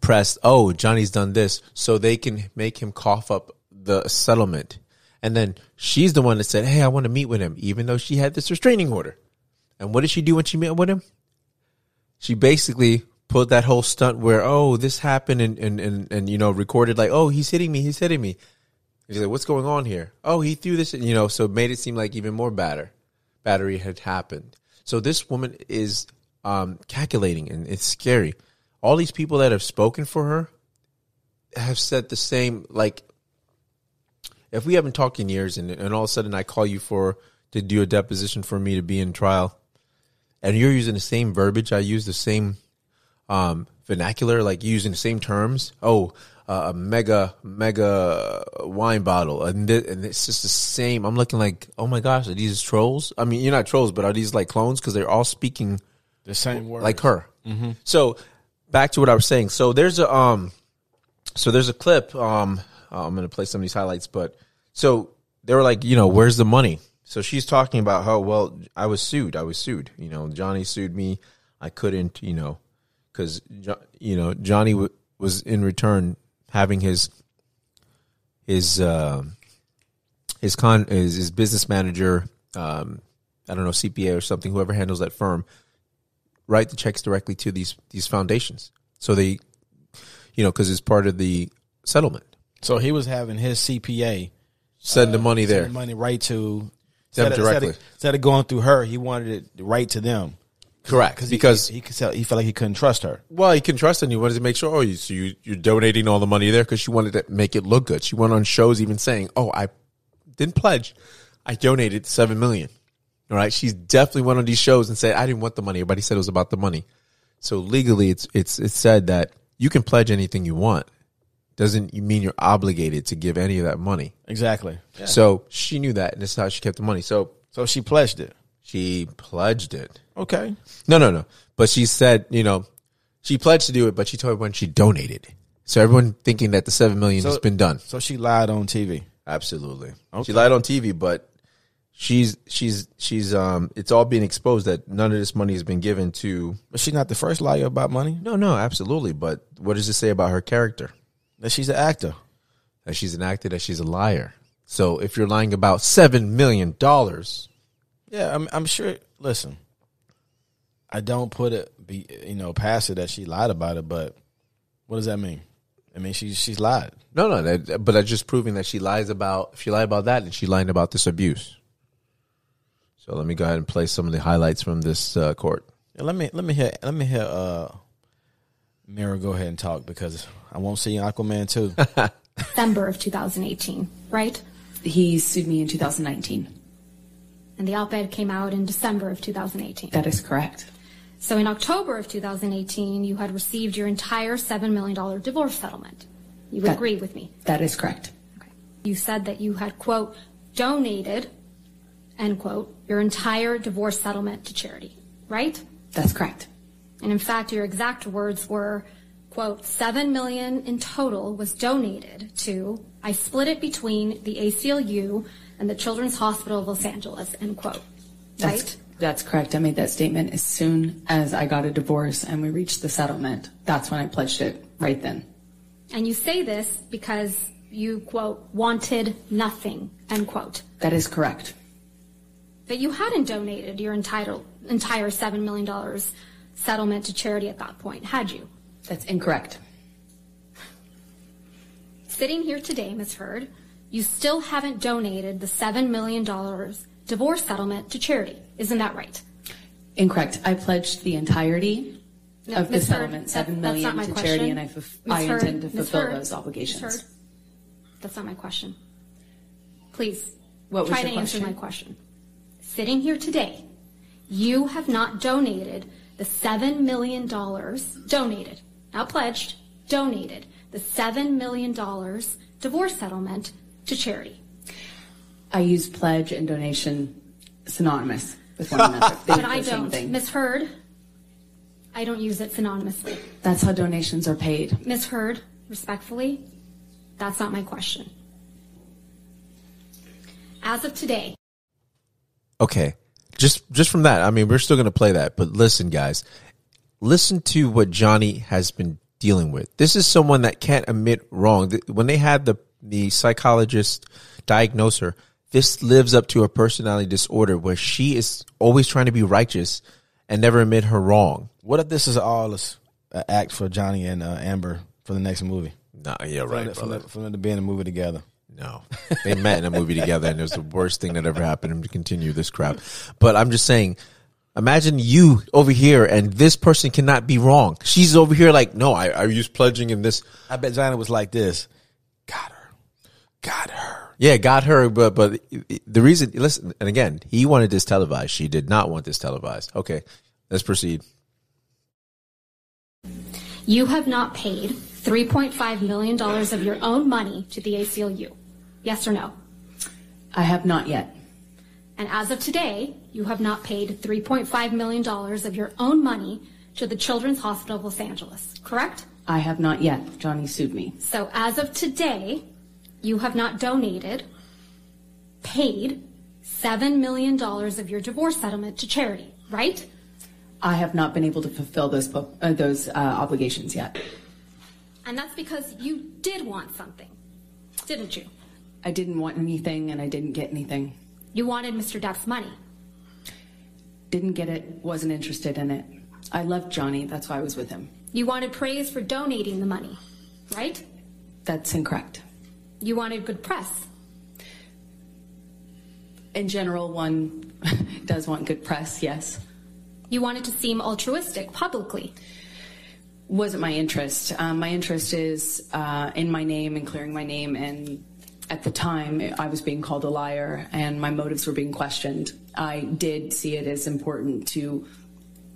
[SPEAKER 1] pressed. Oh, Johnny's done this, so they can make him cough up the settlement, and then she's the one that said, "Hey, I want to meet with him," even though she had this restraining order. And what did she do when she met with him? she basically put that whole stunt where oh this happened and and and, and you know recorded like oh he's hitting me he's hitting me and she's like what's going on here oh he threw this you know so it made it seem like even more batter battery had happened so this woman is um calculating and it's scary all these people that have spoken for her have said the same like if we haven't talked in years and, and all of a sudden i call you for to do a deposition for me to be in trial and you're using the same verbiage I use, the same um, vernacular, like using the same terms. Oh, uh, a mega, mega wine bottle, and, thi- and it's just the same. I'm looking like, oh my gosh, are these trolls? I mean, you're not trolls, but are these like clones? Because they're all speaking
[SPEAKER 2] The same word.
[SPEAKER 1] like her. Mm-hmm. So back to what I was saying. So there's a um, so there's a clip. Um, uh, I'm gonna play some of these highlights, but so they were like, you know, where's the money? So she's talking about how well I was sued. I was sued. You know, Johnny sued me. I couldn't. You know, because you know Johnny w- was in return having his his um his con his, his business manager. Um, I don't know CPA or something. Whoever handles that firm write the checks directly to these these foundations. So they, you know, because it's part of the settlement.
[SPEAKER 2] So he was having his CPA
[SPEAKER 1] Send the money
[SPEAKER 2] send
[SPEAKER 1] there.
[SPEAKER 2] the money right to instead of-
[SPEAKER 1] directly.
[SPEAKER 2] Instead of, instead of going through her, he wanted it right to them
[SPEAKER 1] Correct.
[SPEAKER 2] he-
[SPEAKER 1] because
[SPEAKER 2] he, could tell, he felt like he couldn't trust her.
[SPEAKER 1] well, you can trust and you wanted to make sure. Oh, you so you you're donating all the money there because she wanted to make it look good. She went on shows even saying, "Oh, I didn't pledge. I donated seven million. All right. She's definitely went on these shows and said, "I didn't want the money." Everybody said it was about the money. So legally, it's it's it's said that you can pledge anything you want. Doesn't mean you're obligated to give any of that money.
[SPEAKER 2] Exactly.
[SPEAKER 1] So she knew that, and this is how she kept the money. So
[SPEAKER 2] So she pledged it.
[SPEAKER 1] she pledged it.
[SPEAKER 2] Okay.
[SPEAKER 1] No, no, no. But she said, you know, she pledged to do it, but she told everyone she donated. So everyone thinking that the seven million has been done.
[SPEAKER 2] So she lied on TV.
[SPEAKER 1] Absolutely. She lied on TV, but she's she's she's um. It's all being exposed that none of this money has been given to.
[SPEAKER 2] But she's not the first liar about money.
[SPEAKER 1] No, no, absolutely. But what does it say about her character?
[SPEAKER 2] That she's an actor.
[SPEAKER 1] That she's an actor. That she's a liar. So if you're lying about seven million dollars,
[SPEAKER 2] Yeah, I'm, I'm sure. Listen, I don't put it, be, you know, past it that she lied about it, but what does that mean? I mean, she, she's lied.
[SPEAKER 1] No, no, that, but that's just proving that she lies about. If she lied about that, and she lied about this abuse. So let me go ahead and play some of the highlights from this uh, court.
[SPEAKER 2] Yeah, let me let me hear let me hear uh, Mira go ahead and talk because I won't see Aquaman too.
[SPEAKER 3] December of 2018, right?
[SPEAKER 4] He sued me in 2019.
[SPEAKER 3] And the op ed came out in December of 2018.
[SPEAKER 4] That is correct.
[SPEAKER 3] So in October of 2018, you had received your entire $7 million divorce settlement. You would
[SPEAKER 4] That-
[SPEAKER 3] agree with me.
[SPEAKER 4] That is correct.
[SPEAKER 3] Okay. You said that you had, quote, donated, end quote, your entire divorce settlement to charity, right?
[SPEAKER 4] That's correct.
[SPEAKER 3] And in fact, your exact words were, quote, seven million in total was donated to, I split it between the ACLU and the Children's Hospital of Los Angeles, end quote.
[SPEAKER 4] That's,
[SPEAKER 3] right?
[SPEAKER 4] That's correct. I made that statement as soon as I got a divorce and we reached the settlement. That's when I pledged it right then.
[SPEAKER 3] And you say this because you, quote, wanted nothing, end quote.
[SPEAKER 4] That is correct.
[SPEAKER 3] But you hadn't donated your entire, entire $7 million settlement to charity at that point, had you?
[SPEAKER 4] That's incorrect.
[SPEAKER 3] Sitting here today, Ms. Heard, you still haven't donated the $7 million divorce settlement to charity. Isn't that right?
[SPEAKER 4] Incorrect. I pledged the entirety
[SPEAKER 3] No,
[SPEAKER 4] of the
[SPEAKER 3] Ms. Hurd,
[SPEAKER 4] settlement,
[SPEAKER 3] that-
[SPEAKER 4] seven
[SPEAKER 3] that's
[SPEAKER 4] million
[SPEAKER 3] not my
[SPEAKER 4] to
[SPEAKER 3] question.
[SPEAKER 4] charity, and I, fulf-
[SPEAKER 3] Ms.
[SPEAKER 4] I
[SPEAKER 3] Hurd,
[SPEAKER 4] intend to
[SPEAKER 3] Ms.
[SPEAKER 4] fulfill
[SPEAKER 3] Hurd,
[SPEAKER 4] those
[SPEAKER 3] Ms.
[SPEAKER 4] obligations.
[SPEAKER 3] Hurd, That's not my question. Please,
[SPEAKER 4] What was
[SPEAKER 3] try
[SPEAKER 4] your
[SPEAKER 3] to answer
[SPEAKER 4] question?
[SPEAKER 3] my question. Sitting here today, you have not donated the $7 million donated, not pledged, donated the $7 million divorce settlement to charity.
[SPEAKER 4] I use pledge and donation synonymous with one another. They
[SPEAKER 3] But
[SPEAKER 4] do
[SPEAKER 3] I
[SPEAKER 4] the same
[SPEAKER 3] don't.
[SPEAKER 4] thing.
[SPEAKER 3] Ms. Heard, I don't use it synonymously.
[SPEAKER 4] That's how donations are paid.
[SPEAKER 3] Ms. Heard, respectfully, That's not my question. As of today,
[SPEAKER 1] Okay. Just just from that, I mean, we're still going to play that, but listen guys, listen to what Johnny has been dealing with. This is someone that can't admit wrong. Th- When they had the the psychologist diagnose her, this lives up to her personality disorder where she is always trying to be righteous and never admit her wrong.
[SPEAKER 2] What if this is all a, a act for Johnny and uh, Amber for the next movie?
[SPEAKER 1] Nah, yeah,
[SPEAKER 2] From the- from, the, from them to be in a movie together.
[SPEAKER 1] No, they met in a movie together, and it was the worst thing that ever happened. And to continue this crap, but I'm just saying, imagine you over here, and this person cannot be wrong. She's over here like, no, I, I use pledging in this.
[SPEAKER 2] I bet Johnny was like this. Got her. Got her.
[SPEAKER 1] Yeah, got her, but but the reason, listen, and again, he wanted this televised. She did not want this televised. Okay, let's proceed.
[SPEAKER 3] you have not paid $3.5 million of your own money to the ACLU. Yes or no?
[SPEAKER 4] I have not yet.
[SPEAKER 3] And as of today, you have not paid $3.5 million of your own money to the Children's Hospital of Los Angeles, correct?
[SPEAKER 4] I have not yet. Johnny sued me.
[SPEAKER 3] So as of today, you have not donated, paid $7 million of your divorce settlement to charity, right?
[SPEAKER 4] I have not been able to fulfill those bu- uh, those uh, obligations yet.
[SPEAKER 3] And that's because you did want something, didn't you?
[SPEAKER 4] I didn't want anything, and I didn't get anything.
[SPEAKER 3] You wanted Mr. Duff's money.
[SPEAKER 4] Didn't get it. Wasn't interested in it. I loved Johnny. That's why I was with him.
[SPEAKER 3] You wanted praise for donating the money, right?
[SPEAKER 4] That's incorrect.
[SPEAKER 3] You wanted good press.
[SPEAKER 4] In general, one does want good press. Yes.
[SPEAKER 3] You wanted to seem altruistic publicly.
[SPEAKER 4] wasn't my interest. Um, my interest is uh, in my name and clearing my name. And at the time, I was being called a liar, and my motives were being questioned. I did see it as important to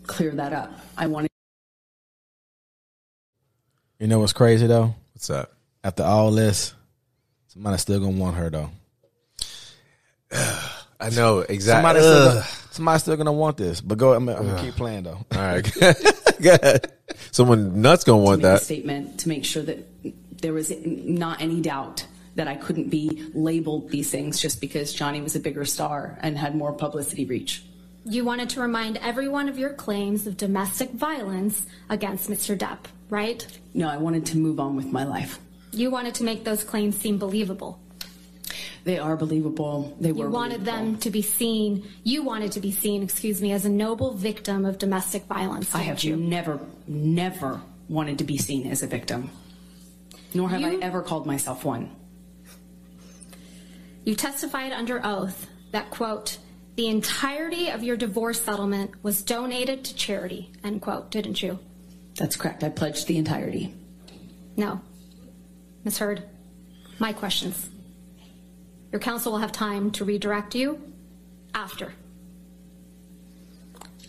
[SPEAKER 4] clear that up. I wanted.
[SPEAKER 2] You know what's crazy though?
[SPEAKER 1] What's up?
[SPEAKER 2] After all this, somebody's still gonna want her though.
[SPEAKER 1] I know
[SPEAKER 2] Somebody
[SPEAKER 1] exactly.
[SPEAKER 2] still gonna, somebody's still gonna want this. But go I'm, I'm gonna keep playing though.
[SPEAKER 1] All right, go ahead. Someone nuts gonna want
[SPEAKER 4] to make a
[SPEAKER 1] that.
[SPEAKER 4] statement to make sure that there was not any doubt that I couldn't be labeled these things just because Johnny was a bigger star and had more publicity reach.
[SPEAKER 3] You wanted to remind everyone of your claims of domestic violence against Mr. Depp, right?
[SPEAKER 4] No, I wanted to move on with my life.
[SPEAKER 3] You wanted to make those claims seem believable.
[SPEAKER 4] They are believable. They were
[SPEAKER 3] You wanted
[SPEAKER 4] believable.
[SPEAKER 3] them to be seen, you wanted to be seen, excuse me, as a noble victim of domestic violence.
[SPEAKER 4] I have never, never wanted to be seen as a victim, nor have I
[SPEAKER 3] You-
[SPEAKER 4] ever called myself one.
[SPEAKER 3] You testified under oath that, quote, the entirety of your divorce settlement was donated to charity, end quote, didn't you?
[SPEAKER 4] That's correct. I pledged the entirety.
[SPEAKER 3] No. Ms. Heard, my questions. Your counsel will have time to redirect you after.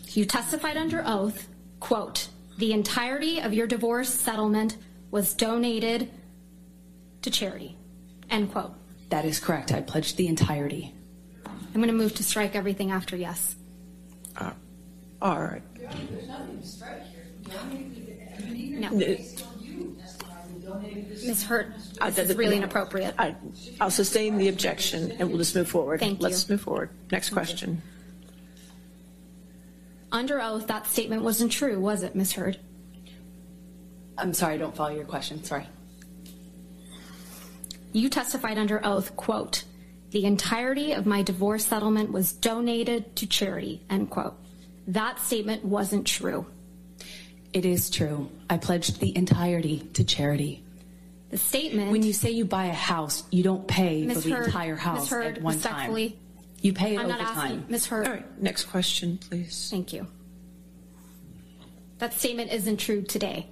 [SPEAKER 3] You testified under oath, quote, the entirety of your divorce settlement was donated to charity, end quote.
[SPEAKER 4] That is correct. I pledged the entirety.
[SPEAKER 3] I'm going to move to strike everything after yes.
[SPEAKER 4] All right.
[SPEAKER 3] No. Ms. Hurt,
[SPEAKER 5] I-
[SPEAKER 3] this is really inappropriate.
[SPEAKER 5] I- I'll sustain the objection, and we'll just move forward.
[SPEAKER 3] Thank you.
[SPEAKER 5] Let's move forward. Next question.
[SPEAKER 3] Under oath, that statement wasn't true, was it, Ms. Heard?
[SPEAKER 4] I'm sorry. I don't follow your question. Sorry.
[SPEAKER 3] You testified under oath, quote, the entirety of my divorce settlement was donated to charity, end quote. That statement wasn't true.
[SPEAKER 4] It is true. I pledged the entirety to charity.
[SPEAKER 3] The statement.
[SPEAKER 4] When you say you buy a house, you don't pay
[SPEAKER 3] Ms.
[SPEAKER 4] for the
[SPEAKER 3] Hurd,
[SPEAKER 4] entire
[SPEAKER 3] Ms.
[SPEAKER 4] house
[SPEAKER 3] Hurd,
[SPEAKER 4] at one
[SPEAKER 3] respectfully,
[SPEAKER 4] time. You pay it
[SPEAKER 3] I'm
[SPEAKER 4] over
[SPEAKER 3] not asking,
[SPEAKER 4] time.
[SPEAKER 3] Ms.
[SPEAKER 5] All
[SPEAKER 3] Heard,
[SPEAKER 5] right, next question, please.
[SPEAKER 3] thank you. That statement isn't true today,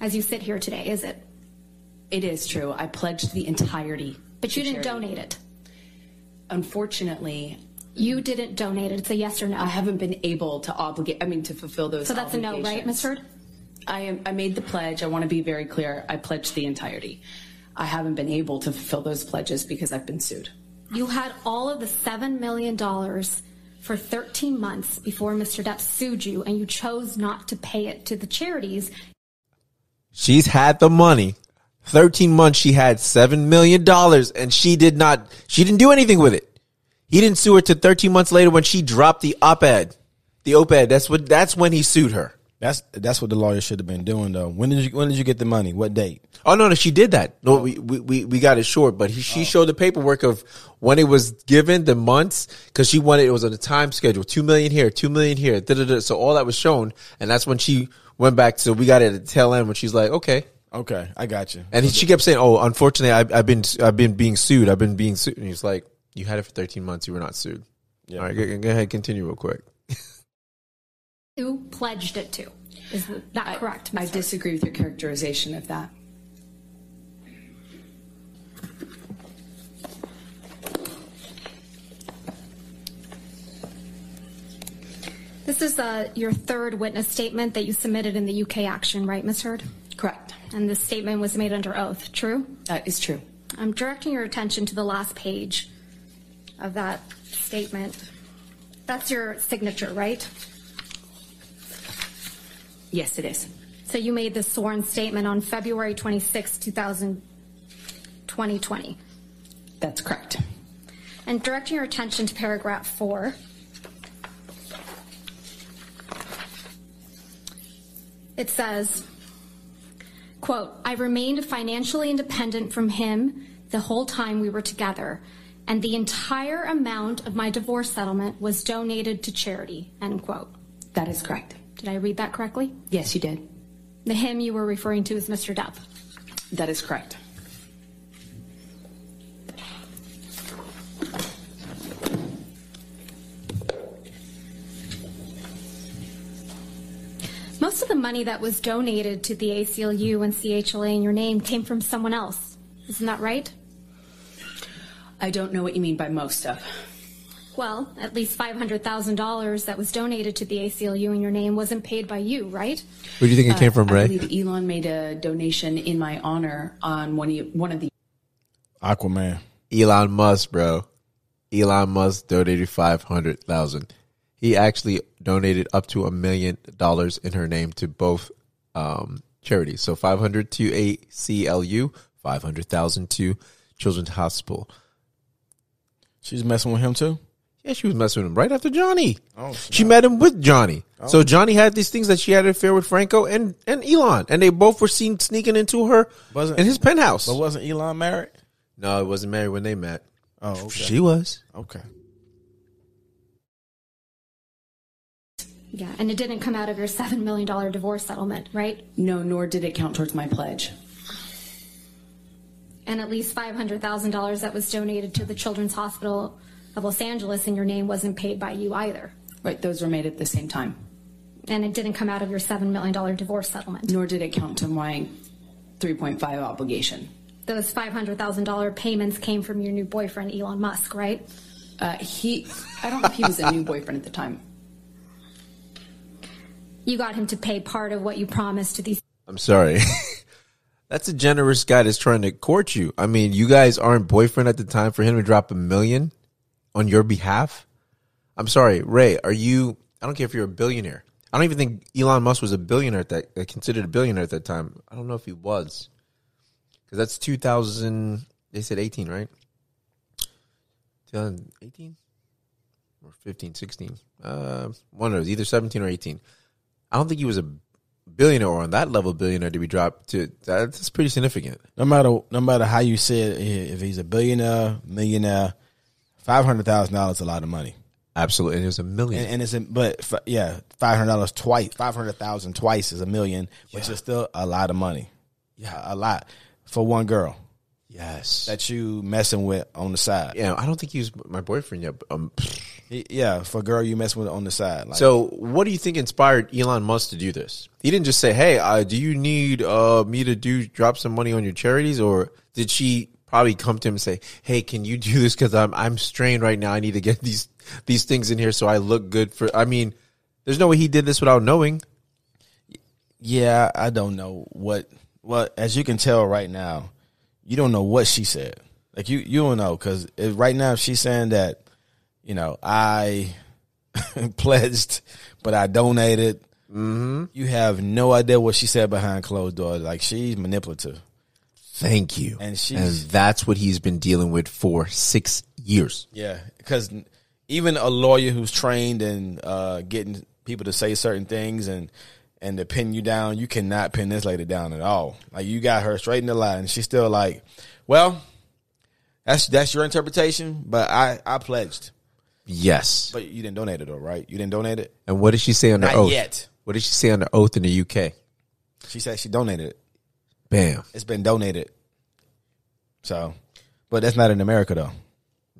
[SPEAKER 3] as you sit here today, is it?
[SPEAKER 4] It is true. I pledged the entirety.
[SPEAKER 3] But you
[SPEAKER 4] to
[SPEAKER 3] didn't
[SPEAKER 4] charity.
[SPEAKER 3] donate it.
[SPEAKER 4] Unfortunately,
[SPEAKER 3] You didn't donate it. It's a yes or no.
[SPEAKER 4] I haven't been able to obligate. I mean, to fulfill those.
[SPEAKER 3] So that's a no, right,
[SPEAKER 4] obligations.
[SPEAKER 3] Ms. Heard?
[SPEAKER 4] I am. I made the pledge. I want to be very clear. I pledged the entirety. I haven't been able to fulfill those pledges because I've been sued.
[SPEAKER 3] You had all of the $7 million for 13 months before Mr. Depp sued you, and you chose not to pay it to the charities
[SPEAKER 1] She's had the money. 13 months she had 7 million dollars and she did not she didn't do anything with it. He didn't sue her to 13 months later when she dropped the op-ed. The op-ed, that's what that's when he sued her.
[SPEAKER 2] That's that's what the lawyer should have been doing though. When did you when did you get the money? What date?
[SPEAKER 1] Oh no, no, she did that. No, we we, we, we got it short, but he, she showed the paperwork of when it was given, the months, because she wanted it was on a time schedule, two million here, two million here, da da da. So all that was shown, and that's when she went back to. We got it at the tail end when she's like, okay,
[SPEAKER 2] Okay, I got you.
[SPEAKER 1] and he, she kept saying, oh, unfortunately, I, I've been I've been being sued, I've been being sued, and he's like, you had it for thirteen months, you were not sued. All right, go, go ahead, continue real quick.
[SPEAKER 3] Who pledged it to? Is that
[SPEAKER 4] I-
[SPEAKER 3] correct?
[SPEAKER 4] I
[SPEAKER 3] Ms. Hurd?
[SPEAKER 4] disagree with your characterization of that.
[SPEAKER 3] This is uh, your third witness statement that you submitted in the UK action, right, Ms. Hurd?
[SPEAKER 4] Correct.
[SPEAKER 3] And this statement was made under oath, true?
[SPEAKER 4] That is true.
[SPEAKER 3] I'm directing your attention to the last page of that statement. That's your signature, right?
[SPEAKER 4] Yes, it is.
[SPEAKER 3] So you made this sworn statement on February 26, 2000 2020.
[SPEAKER 4] That's correct.
[SPEAKER 3] And directing your attention to paragraph four. It says, quote, I remained financially independent from him the whole time we were together, and the entire amount of my divorce settlement was donated to charity, end quote.
[SPEAKER 4] That is correct.
[SPEAKER 3] Did I read that correctly?
[SPEAKER 4] Yes, you did.
[SPEAKER 3] The him you were referring to is Mr. Depp.
[SPEAKER 4] That is correct.
[SPEAKER 3] Most of the money that was donated to the ACLU and CHLA in your name came from someone else. Isn't that right?
[SPEAKER 4] I don't know what you mean by most of.
[SPEAKER 3] Well, at least $500,000 that was donated to the ACLU in your name wasn't paid by you, right?
[SPEAKER 1] Where do you think it came from,
[SPEAKER 4] Uh, I
[SPEAKER 1] Ray?
[SPEAKER 4] believe Elon made a donation in my honor on one of, one of the
[SPEAKER 2] Aquaman.
[SPEAKER 1] Elon Musk, bro. Elon Musk donated five hundred thousand. He actually donated up to a million dollars in her name to both um, charities. So five hundred to ACLU, five hundred thousand to Children's Hospital.
[SPEAKER 2] She's messing with him too.
[SPEAKER 1] Yeah, she was messing with him right after Johnny.
[SPEAKER 2] Oh,
[SPEAKER 1] she met him with Johnny. So Johnny had these things that she had an affair with Franco and and Elon, and they both were seen sneaking into her
[SPEAKER 2] Wasn't-
[SPEAKER 1] in his penthouse.
[SPEAKER 2] But wasn't Elon married?
[SPEAKER 1] no, it wasn't married when they met.
[SPEAKER 2] Oh,
[SPEAKER 1] She was.
[SPEAKER 2] okay.
[SPEAKER 3] Yeah, and it didn't come out of your $7 million divorce settlement, right?
[SPEAKER 4] no, nor did it count towards my pledge.
[SPEAKER 3] And at least $500,000 that was donated to the Children's Hospital of Los Angeles in your name wasn't paid by you either.
[SPEAKER 4] Right, those were made at the same time.
[SPEAKER 3] And it didn't come out of your $7 million divorce settlement.
[SPEAKER 4] Nor did it count to my 3.5 obligation.
[SPEAKER 3] Those $500,000 payments came from your new boyfriend, Elon Musk, right?
[SPEAKER 4] Uh, he, I don't know if he was a new boyfriend at the time.
[SPEAKER 3] You got him to pay part of what you promised to these
[SPEAKER 1] I'm sorry. that's a generous guy that's trying to court you. I mean, you guys aren't boyfriend at the time for him to drop a million on your behalf. I'm sorry, Ray. Are you? I don't care if you're a billionaire. I don't even think Elon Musk was a billionaire at that uh, considered a billionaire at that time. I don't know if he was because that's 2000. They said 18, right? 2018 or 15, 16. Uh, one of those, either 17 or 18. I don't think he was a billionaire or on that level billionaire to be dropped to that's pretty significant.
[SPEAKER 2] No matter no matter how you say it, i- if he's a billionaire, millionaire, five hundred thousand dollars a lot of money.
[SPEAKER 1] Absolutely, and it was a million.
[SPEAKER 2] And, and it's in, but f- yeah, five hundred dollars twice, five hundred thousand twice is a million, which is still a lot of money. Yeah, a lot for one girl
[SPEAKER 1] yes,
[SPEAKER 2] that you messing with on the side.
[SPEAKER 1] yeah. I don't think he was my boyfriend yet. but, Um,
[SPEAKER 2] Y- Yeah, for a girl you messing with on the side. Like,
[SPEAKER 1] so, what do you think inspired Elon Musk to do this? He didn't just say, "Hey, uh, do you need uh, me to do drop some money on your charities?" Or did she probably come to him and say, "Hey, can you do this? Because I'm I'm strained right now. I need to get these these things in here so I look good for." I mean, there's no way he did this without knowing.
[SPEAKER 2] yeah, I don't know what. Well, as you can tell right now, you don't know what she said. Like you, you don't know because right now she's saying that, you know, I pledged, but I donated. Mm-hmm. You have no idea what she said behind closed doors. Like she's manipulative.
[SPEAKER 1] thank you.
[SPEAKER 2] And she's-
[SPEAKER 1] and that's what he's been dealing with for six years.
[SPEAKER 2] Yeah, because even a lawyer who's trained in uh, getting people to say certain things and and to pin you down, you cannot pin this lady down at all. Like you got her straight in the line, and she's still like, "Well, that's that's your interpretation, but I I pledged,
[SPEAKER 1] Yes.
[SPEAKER 2] but you didn't donate it though, right? You didn't donate it.
[SPEAKER 1] and what did she say under
[SPEAKER 2] Not
[SPEAKER 1] oath?
[SPEAKER 2] yet.
[SPEAKER 1] What did she say under oath in the UK?
[SPEAKER 2] She said she donated it.
[SPEAKER 1] Bam.
[SPEAKER 2] It's been donated. So, but that's not in America though.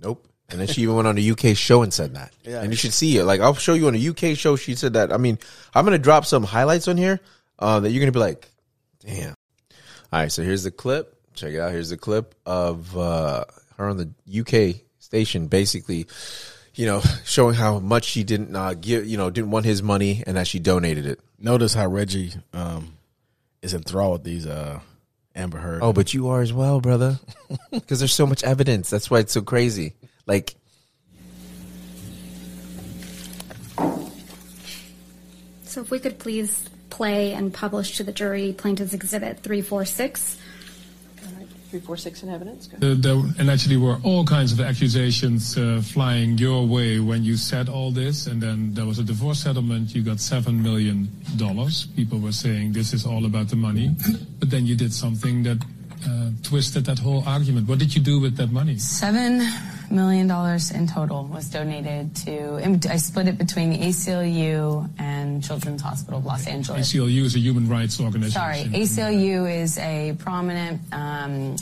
[SPEAKER 1] Nope. And then she even went on the UK show and said that.
[SPEAKER 2] Yeah.
[SPEAKER 1] And you should see it. Like I'll show you on the UK show. She said that. I mean, I'm gonna drop some highlights on here uh, that you're gonna be like, damn. All right. So here's the clip. Check it out. Here's the clip of uh, her on the UK station, basically, you know, showing how much she didn't uh, give, you know, didn't want his money and that she donated it.
[SPEAKER 2] Notice how Reggie um, is enthralled with these uh, Amber Heard.
[SPEAKER 1] Oh, but you are as well, brother. Because there's so much evidence. That's why it's so crazy. Like,
[SPEAKER 3] So if we could please play and publish to the jury plaintiff's exhibit 346.
[SPEAKER 5] Three, four, six in evidence. Go.
[SPEAKER 6] Uh, there and actually were all kinds of accusations uh, flying your way when you said all this, and then there was a divorce settlement. You got seven million dollars. People were saying this is all about the money, but then you did something that uh, twisted that whole argument. What did you do with that money?
[SPEAKER 7] Seven million dollars in total was donated to. I split it between the ACLU and Children's Hospital of Los Angeles.
[SPEAKER 6] ACLU is a human rights organization.
[SPEAKER 7] Sorry, ACLU is a prominent um,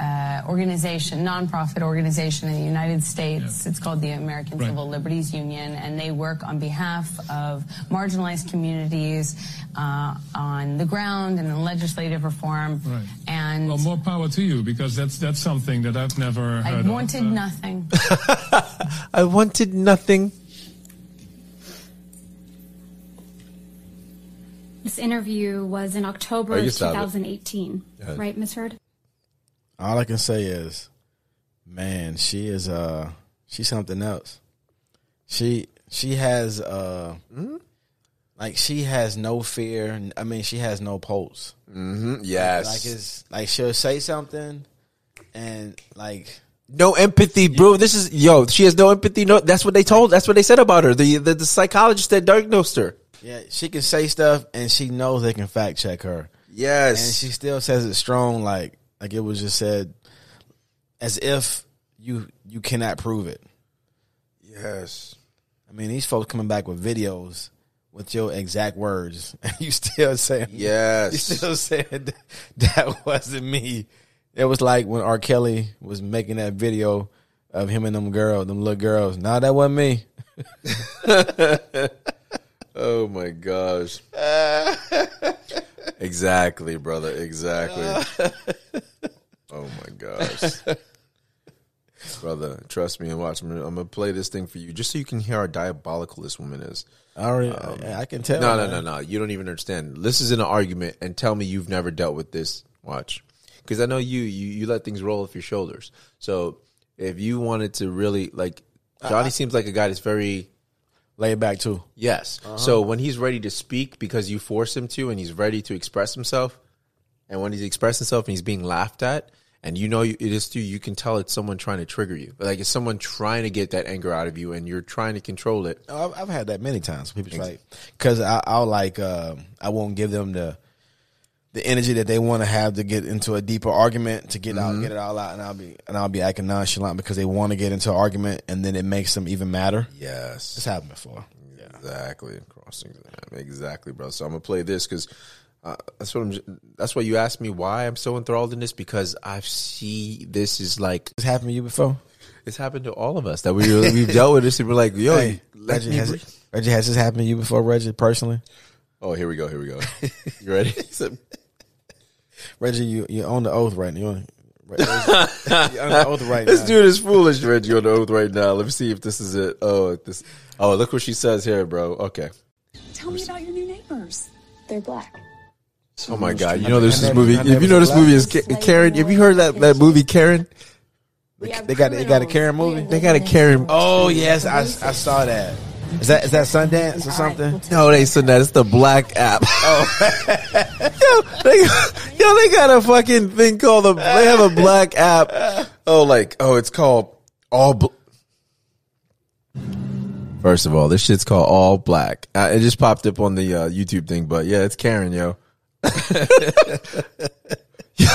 [SPEAKER 7] uh, organization, nonprofit organization in the United States.
[SPEAKER 6] Yeah.
[SPEAKER 7] It's called the American
[SPEAKER 6] Right.
[SPEAKER 7] Civil Liberties Union, and they work on behalf of marginalized communities uh, on the ground and in legislative reform.
[SPEAKER 6] Right.
[SPEAKER 7] And
[SPEAKER 6] Well, more power to you because that's that's something that I've never
[SPEAKER 7] I
[SPEAKER 6] heard
[SPEAKER 7] wanted
[SPEAKER 6] of. Uh,
[SPEAKER 7] nothing.
[SPEAKER 1] I wanted nothing.
[SPEAKER 3] This interview was in October
[SPEAKER 1] Oh, you
[SPEAKER 3] of
[SPEAKER 1] stop it.
[SPEAKER 3] 2018, right, Ms. Heard?
[SPEAKER 2] All I can say is, man, she is uh she's something else. She she has uh
[SPEAKER 1] Mm-hmm.
[SPEAKER 2] like she has no fear. I mean, she has no pulse. Like
[SPEAKER 1] Mm, Yes.
[SPEAKER 2] it's like she'll say something and like
[SPEAKER 1] no empathy, bro. This is yo. She has no empathy. No, that's what they told. That's what they said about her. The the, the psychologist that diagnosed her.
[SPEAKER 2] yeah, she can say stuff and she knows they can fact check her. and
[SPEAKER 1] Yes.
[SPEAKER 2] she still says it strong, like like it was just said, as if you you cannot prove it.
[SPEAKER 1] yes.
[SPEAKER 2] I mean, these folks coming back with videos with your exact words, and you still saying you
[SPEAKER 1] Yes.
[SPEAKER 2] still saying that, that wasn't me. It was like when R. Kelly was making that video of him and them girl, them little girls. Nah, that wasn't me.
[SPEAKER 1] Oh my gosh. exactly, brother. Exactly. oh my gosh. Brother, trust me and watch. I'm gonna, I'm gonna play this thing for you just so you can hear how diabolical this woman is.
[SPEAKER 2] I already, I can tell.
[SPEAKER 1] No, no,
[SPEAKER 2] man.
[SPEAKER 1] no, no. You don't even understand. This is an argument, and tell me you've never dealt with this. Watch, because I know you, you. You let things roll off your shoulders. So if you wanted to really like, Johnny seems like a guy that's very
[SPEAKER 2] Lay it back too.
[SPEAKER 1] yes.
[SPEAKER 2] Uh-huh.
[SPEAKER 1] So when he's ready to speak because you force him to, and he's ready to express himself, and when he's expressing himself and he's being laughed at. And you know you- it is too. You can tell it's someone trying to trigger you, like it's someone trying to get that anger out of you, and you're trying to control it.
[SPEAKER 2] Oh, I've, I've had that many times. People like because I'll like um, I won't give them the the energy that they want to have to get into a deeper argument to get
[SPEAKER 1] Mm-hmm.
[SPEAKER 2] out, get it all out, and I'll be and I'll be acting nonchalant because they want to get into an argument, and then it makes them even madder.
[SPEAKER 1] Yes,
[SPEAKER 2] It's happened before.
[SPEAKER 1] Exactly, crossing exam. Exactly, bro. So I'm gonna play this because uh, that's what I'm. j- That's why you asked me why I'm so enthralled in this because I see this is like
[SPEAKER 2] It's happened to you before.
[SPEAKER 1] it's happened to all of us that we we've dealt with this and we're like, yo,
[SPEAKER 2] Hey,
[SPEAKER 1] let
[SPEAKER 2] Reggie,
[SPEAKER 1] me
[SPEAKER 2] has
[SPEAKER 1] bre-
[SPEAKER 2] it, Reggie, has this happened to you before, Reggie? Personally,
[SPEAKER 1] Oh, here we go. Here we go. You ready?
[SPEAKER 2] Reggie, you you on the oath right now. You're on, Reggie, you're on the oath right
[SPEAKER 1] this
[SPEAKER 2] now.
[SPEAKER 1] dude is foolish, Reggie, on the oath right now. Let me see if this is it. Oh, this. Oh, look what she says here, bro. Okay.
[SPEAKER 8] Tell me about your new neighbors. They're black.
[SPEAKER 1] Oh my God! You know there's this
[SPEAKER 2] never-
[SPEAKER 1] movie.
[SPEAKER 2] I
[SPEAKER 1] If
[SPEAKER 2] never
[SPEAKER 1] you know this
[SPEAKER 2] laughed.
[SPEAKER 1] movie is Ka- Karen. Have you heard that that movie Karen?
[SPEAKER 2] They got they got a Karen movie.
[SPEAKER 1] They got a Karen.
[SPEAKER 2] Oh yes, I I saw that. Is that is that Sundance or something?
[SPEAKER 1] No, they said that it's the black app. yo, they, yo, they got a fucking thing called the. They have a black app. Oh, like oh, it's called all. Bl- First of all, this shit's called all black. Uh, it just popped up on the uh, YouTube thing, but yeah, it's Karen, yo. yo,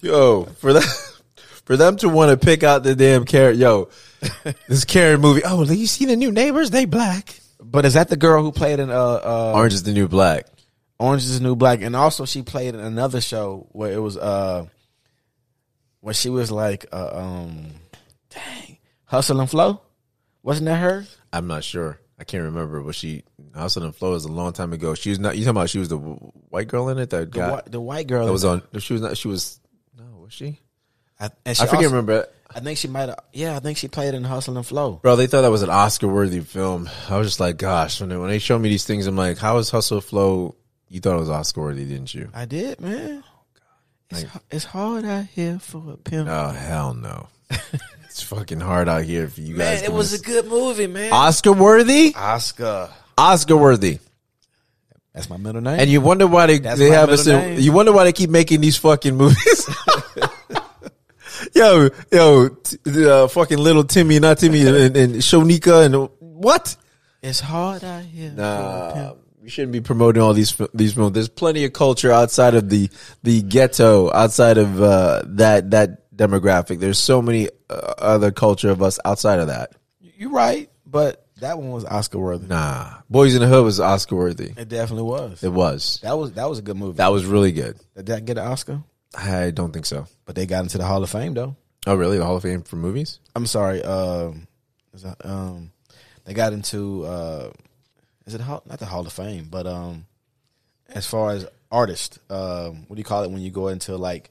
[SPEAKER 1] yo, for that, for them to want to pick out the damn Karen, yo, this Karen movie. Oh, you see the new neighbors? They black.
[SPEAKER 2] But is that the girl who played in uh, uh
[SPEAKER 1] Orange is the new black.
[SPEAKER 2] Orange is the New Black, and also she played in another show where it was uh where she was like uh, um dang hustle and flow, wasn't that her?
[SPEAKER 1] I'm not sure. I can't remember, but she Hustle and Flow is a long time ago. She was not. You talking about she was the w- white girl in it that
[SPEAKER 2] The,
[SPEAKER 1] got
[SPEAKER 2] whi- the white girl
[SPEAKER 1] that was on. She was not. She was no. Was she?
[SPEAKER 2] I, and she
[SPEAKER 1] I forget.
[SPEAKER 2] also-
[SPEAKER 1] remember,
[SPEAKER 2] I think she might. have Yeah, I think she played in Hustle and Flow.
[SPEAKER 1] bro. They thought that was an Oscar worthy film. I was just like, gosh. When they, when they show me these things, I'm like, how is Hustle and Flow? You thought it was Oscar worthy, didn't you?
[SPEAKER 2] I did, man. It's, h- it's hard out here for a pimp.
[SPEAKER 1] Oh hell no. it's fucking hard out here for you guys.
[SPEAKER 2] man, it was a good movie, man.
[SPEAKER 1] Oscar worthy.
[SPEAKER 2] Oscar.
[SPEAKER 1] Oscar worthy.
[SPEAKER 2] That's my middle name.
[SPEAKER 1] And you wonder why they,
[SPEAKER 2] That's
[SPEAKER 1] they
[SPEAKER 2] my
[SPEAKER 1] have us.
[SPEAKER 2] middle
[SPEAKER 1] In,
[SPEAKER 2] name.
[SPEAKER 1] you wonder why they keep making these fucking movies. yo, yo, t- the, uh, fucking little Timmy, not Timmy, and, and Shonika, and what?
[SPEAKER 2] it's hard out here. for a
[SPEAKER 1] Nah,
[SPEAKER 2] pimp.
[SPEAKER 1] we shouldn't be promoting all these fi- these films. There's plenty of culture outside of the the ghetto, outside of uh, that that demographic. There's so many uh, other culture of us outside of that.
[SPEAKER 2] You're right, but that one was Oscar worthy.
[SPEAKER 1] Nah, Boys in the Hood was Oscar worthy.
[SPEAKER 2] It definitely was.
[SPEAKER 1] It was.
[SPEAKER 2] That was that was a good movie.
[SPEAKER 1] That was really good.
[SPEAKER 2] Did that get an Oscar?
[SPEAKER 1] I don't think so.
[SPEAKER 2] But they got into the Hall of Fame though.
[SPEAKER 1] Oh, really? The Hall of Fame for movies?
[SPEAKER 2] I'm sorry. Um, is that, um, they got into uh, is it Hall, not the Hall of Fame, but um, as far as artist, um, what do you call it when you go into like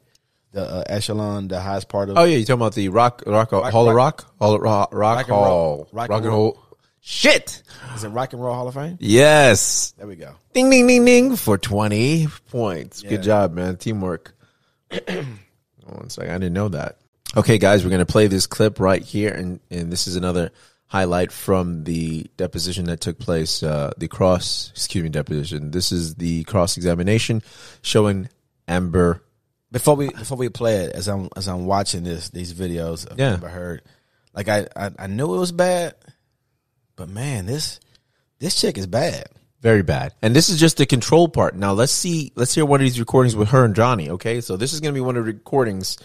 [SPEAKER 2] the uh, echelon, the highest part of
[SPEAKER 1] Oh yeah, you talking about the rock, rock, Hall of Rock, Hall of Rock, Rock
[SPEAKER 2] Rock and roll.
[SPEAKER 1] Hall,
[SPEAKER 2] Rock
[SPEAKER 1] Rock
[SPEAKER 2] and
[SPEAKER 1] and Roll. Shit.
[SPEAKER 2] is it Rock and Roll Hall of Fame?
[SPEAKER 1] Yes.
[SPEAKER 2] There we go.
[SPEAKER 1] Ding ding ding ding for twenty points.
[SPEAKER 2] Yeah.
[SPEAKER 1] Good job, man. Teamwork. One second, I didn't know that. Okay, guys, we're gonna play this clip right here, and and this is another highlight from the deposition that took place. Uh, the cross, excuse me, deposition. This is the cross examination showing Amber.
[SPEAKER 2] Before we before we play it, as I'm as I'm watching this these videos, I've
[SPEAKER 1] Yeah.
[SPEAKER 2] never heard. Like I, I I knew it was bad, but man, this this chick is bad.
[SPEAKER 1] Very bad. And this is just the control part. Now let's see, let's hear one of these recordings with her and Johnny. Okay. So this is going to be one of the recordings.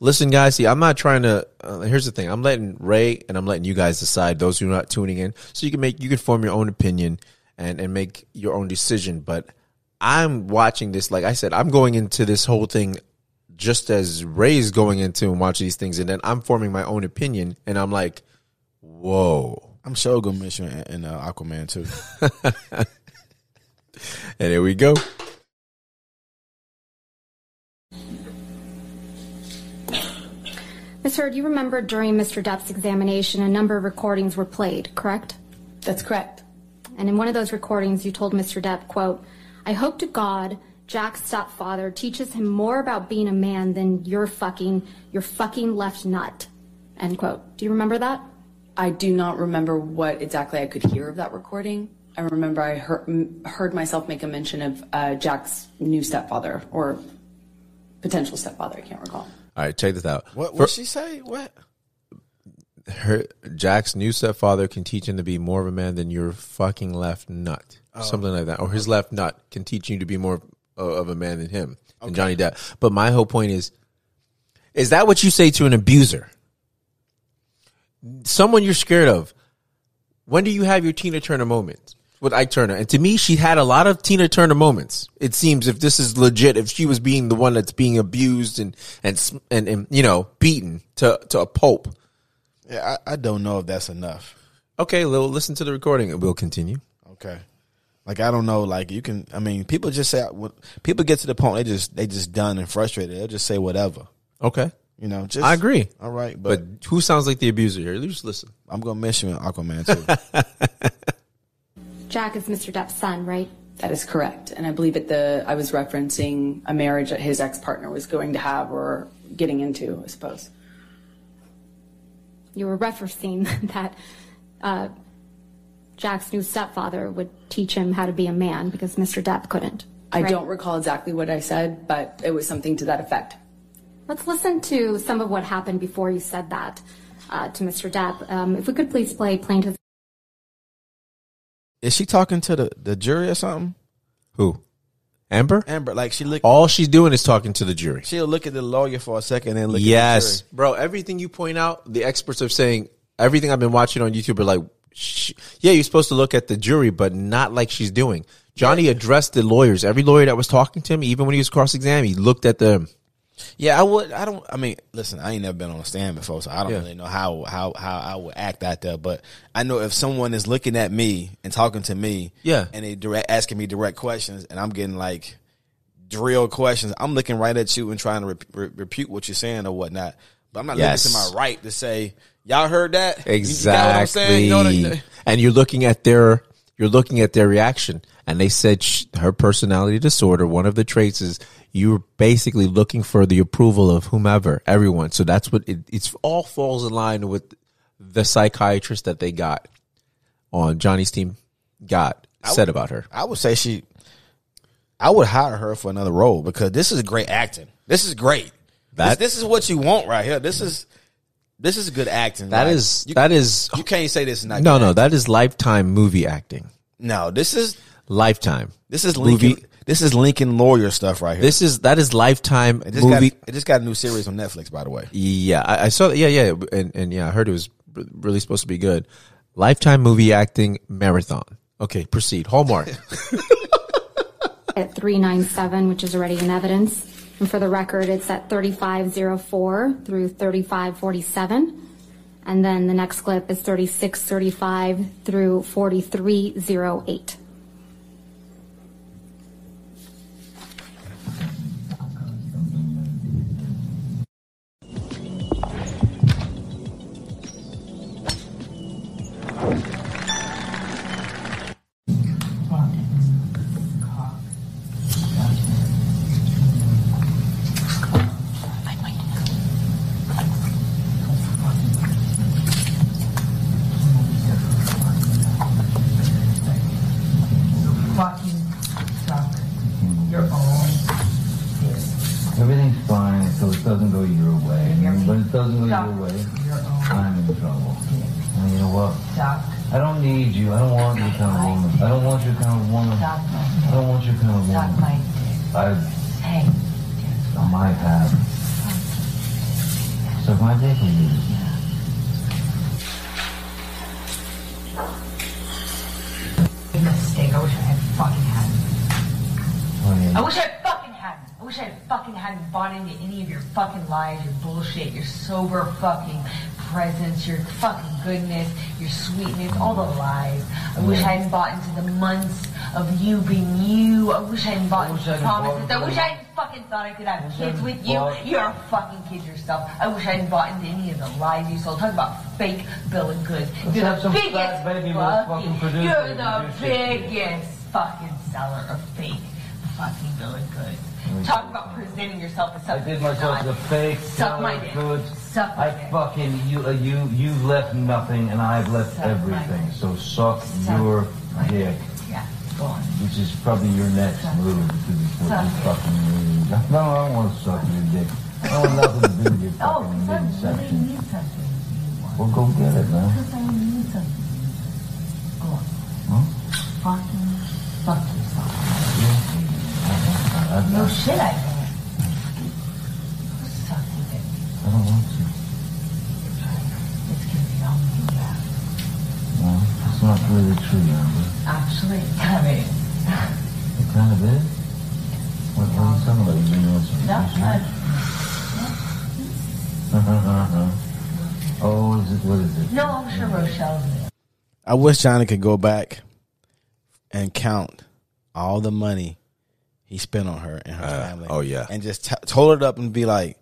[SPEAKER 1] Listen, guys, see, I'm not trying to, uh, here's the thing. I'm letting Ray and I'm letting you guys decide those who are not tuning in. So you can make, you can form your own opinion and, and make your own decision. But I'm watching this. Like I said, I'm going into this whole thing just as Ray's going into and watching these things. And then I'm forming my own opinion and I'm like, whoa.
[SPEAKER 2] I'm sure gonna miss you in, in uh, Aquaman too.
[SPEAKER 1] And here we go.
[SPEAKER 3] Ms. Heard, you remember during Mr. Depp's examination, a number of recordings were played, correct?
[SPEAKER 4] That's correct.
[SPEAKER 3] And in one of those recordings, you told Mr. Depp, quote, I hope to God Jack's stepfather teaches him more about being a man than your fucking, your fucking left nut, end quote. Do you remember that?
[SPEAKER 4] I do not remember what exactly I could hear of that recording. I remember I heard, m- heard myself make a mention of uh, Jack's new stepfather or potential stepfather. I can't recall.
[SPEAKER 1] All right, check this out.
[SPEAKER 2] What
[SPEAKER 1] For-
[SPEAKER 2] what she say? What?
[SPEAKER 1] her Jack's new stepfather can teach him to be more of a man than your fucking left nut, something like that, or his left nut can teach you to be more uh, of a man than him, than Johnny Depp. But my whole point is, is that what you say to an abuser, someone you're scared of? When do you have your Tina Turner moment with Ike Turner? And to me, she had a lot of Tina Turner moments. It seems if this is legit, if she was being the one that's being abused and and sm- and, and you know beaten to to a pulp.
[SPEAKER 2] Yeah, I, I don't know if that's enough.
[SPEAKER 1] Okay, Lil, listen to the recording and we'll continue.
[SPEAKER 2] Okay. Like I don't know. Like you can. I mean, people just say when people get to the point they just they just done and frustrated. They'll just say whatever.
[SPEAKER 1] Okay.
[SPEAKER 2] You know. Just
[SPEAKER 1] I agree.
[SPEAKER 2] All right, but,
[SPEAKER 1] But who sounds like the abuser here? Just listen.
[SPEAKER 2] I'm gonna miss you in Aquaman too.
[SPEAKER 3] Jack is Mr. Depp's son, right?
[SPEAKER 4] That is correct. And I believe at the I was referencing a marriage that his ex partner was going to have or getting into, I suppose.
[SPEAKER 3] You were referencing that uh, Jack's new stepfather would teach him how to be a man because Mr. Depp couldn't.
[SPEAKER 4] I
[SPEAKER 3] right?
[SPEAKER 4] don't recall exactly what I said, but it was something to that effect.
[SPEAKER 3] Let's listen to some of what happened before you said that uh, to Mr. Depp. Um, if we could please play plaintiff
[SPEAKER 2] Is she talking to the, the jury or something?
[SPEAKER 1] Who? Amber?
[SPEAKER 2] Amber, like she look,
[SPEAKER 1] All she's doing is talking to the jury.
[SPEAKER 2] she'll look at the lawyer for a second and look.
[SPEAKER 1] Yes,
[SPEAKER 2] at
[SPEAKER 1] bro. Everything you point out, the experts are saying everything I've been watching on YouTube are like, sh- yeah, you're supposed to look at the jury, but not like she's doing. Johnny addressed the lawyers. Every lawyer that was talking to him, even when he was cross examined, he looked at them.
[SPEAKER 2] the jury. Yeah, I would. I don't. I mean, listen, I ain't never been on a stand before, so I don't
[SPEAKER 1] Yeah.
[SPEAKER 2] really know how how how I would act out there. But I know if someone is looking at me and talking to me,
[SPEAKER 1] Yeah.
[SPEAKER 2] and they direct asking me direct questions, and I'm getting like drill questions. I'm looking right at you and trying to rep- re- repute what you're saying or whatnot. But I'm not
[SPEAKER 1] Yes.
[SPEAKER 2] looking to my right to say, "Y'all heard that You- you got what I'm
[SPEAKER 1] Exactly.
[SPEAKER 2] saying? You know what I'm-
[SPEAKER 1] and you're looking at their you're looking at their reaction, and they said sh- her personality disorder. One of the traits is you're basically looking for the approval of whomever, everyone. So that's what it, it's all falls in line with the psychiatrist that they got on Johnny's team got said about her.
[SPEAKER 2] I would say she. I would hire her for another role because this is great acting. This is great.
[SPEAKER 1] That-
[SPEAKER 2] this, this is what you want right here. This is this is good acting.
[SPEAKER 1] That
[SPEAKER 2] Like,
[SPEAKER 1] is
[SPEAKER 2] you,
[SPEAKER 1] that is
[SPEAKER 2] you can't say this is not
[SPEAKER 1] no
[SPEAKER 2] good
[SPEAKER 1] no
[SPEAKER 2] acting.
[SPEAKER 1] that is lifetime movie acting
[SPEAKER 2] no. This is
[SPEAKER 1] lifetime.
[SPEAKER 2] this is Lincoln.
[SPEAKER 1] Movie-
[SPEAKER 2] This is Lincoln lawyer stuff right here.
[SPEAKER 1] This is that is lifetime
[SPEAKER 2] it just
[SPEAKER 1] movie.
[SPEAKER 2] got it just got a new series on Netflix by the way.
[SPEAKER 1] Yeah, I, I saw that. Yeah, yeah, and and yeah, I heard it was r- really supposed to be good. Lifetime movie acting marathon. Okay, proceed. Hallmark.
[SPEAKER 3] at 397, which is already in evidence. And for the record, it's at 3504 through 3547. And then the next clip is 3635 through 4308.
[SPEAKER 9] walking chocolate. Your own.
[SPEAKER 10] Everything's fine until it doesn't go your way. And when it doesn't go your way,
[SPEAKER 9] Your own
[SPEAKER 10] I'm in trouble. And you know what?
[SPEAKER 9] chocolate.
[SPEAKER 10] I don't need you. I don't want your kind of woman. I don't want your kind of woman.
[SPEAKER 9] Stop
[SPEAKER 10] I
[SPEAKER 9] my dick.
[SPEAKER 10] don't want your kind of
[SPEAKER 9] Stop
[SPEAKER 10] woman.
[SPEAKER 9] my dick.
[SPEAKER 10] I,
[SPEAKER 9] Hey.
[SPEAKER 10] I might have. So my dick in you.
[SPEAKER 9] Big mistake. I wish I had fucking had.
[SPEAKER 10] Oh, yeah.
[SPEAKER 9] I wish I fucking hadn't. I wish I fucking hadn't bought into any of your fucking lies, your bullshit, your sober fucking presence, your fucking goodness, your sweetness, all the lies. I wish I hadn't bought into the months of you being you. I wish I hadn't bought
[SPEAKER 10] I wish
[SPEAKER 9] into
[SPEAKER 10] I
[SPEAKER 9] the
[SPEAKER 10] hadn't bought
[SPEAKER 9] promises. I
[SPEAKER 10] into-
[SPEAKER 9] wish I hadn't fucking thought I could have
[SPEAKER 10] wish I
[SPEAKER 9] kids
[SPEAKER 10] hadn't
[SPEAKER 9] with you.
[SPEAKER 10] bought-
[SPEAKER 9] You're a fucking kid yourself. I wish I hadn't bought into any of the lies you sold. Talk about fake bill of goods.
[SPEAKER 10] Let's
[SPEAKER 9] You're
[SPEAKER 10] have
[SPEAKER 9] the
[SPEAKER 10] some
[SPEAKER 9] biggest
[SPEAKER 10] fat
[SPEAKER 9] fucking-
[SPEAKER 10] baby motherfucking producer
[SPEAKER 9] You're
[SPEAKER 10] and
[SPEAKER 9] the
[SPEAKER 10] do shit.
[SPEAKER 9] biggest fucking seller of fake fucking bill of goods. Talk about presenting yourself as
[SPEAKER 10] I
[SPEAKER 9] something
[SPEAKER 10] did
[SPEAKER 9] you're
[SPEAKER 10] myself the
[SPEAKER 9] not.
[SPEAKER 10] fake
[SPEAKER 9] Suck my
[SPEAKER 10] salad
[SPEAKER 9] dick.
[SPEAKER 10] goods.
[SPEAKER 9] Suck my
[SPEAKER 10] I
[SPEAKER 9] dick.
[SPEAKER 10] fucking you uh, you you've left nothing and I've left
[SPEAKER 9] Suck my
[SPEAKER 10] everything.
[SPEAKER 9] dick.
[SPEAKER 10] So suck
[SPEAKER 9] Suck
[SPEAKER 10] your
[SPEAKER 9] my
[SPEAKER 10] dick,
[SPEAKER 9] Yeah, go on.
[SPEAKER 10] which is probably your next
[SPEAKER 9] Suck.
[SPEAKER 10] move to before
[SPEAKER 9] Suck
[SPEAKER 10] you
[SPEAKER 9] it.
[SPEAKER 10] fucking leave. No, I don't want to suck your dick. I want nothing to do with your
[SPEAKER 9] Oh,
[SPEAKER 10] fucking
[SPEAKER 9] because I
[SPEAKER 10] mid
[SPEAKER 9] really
[SPEAKER 10] section.
[SPEAKER 9] need something.
[SPEAKER 10] Well, go get it, man.
[SPEAKER 9] Because I need something. Go on. Fucking fuck yourself.
[SPEAKER 10] I, I,
[SPEAKER 9] No shit, I don't. Go Suck your dick.
[SPEAKER 10] I don't want to.
[SPEAKER 9] It's gonna be all you got.
[SPEAKER 10] No, it's not really true, Amber.
[SPEAKER 9] Actually, I mean,
[SPEAKER 10] It kind of is. What, what are you talking about? You mean what's-
[SPEAKER 9] that's not.
[SPEAKER 10] Oh, is it? What is it?
[SPEAKER 9] No, I'm sure Rochelle's in it.
[SPEAKER 2] I wish Johnny could go back and count all the money he spent on her and her family.
[SPEAKER 1] oh, yeah.
[SPEAKER 2] and just t- total it up and be like,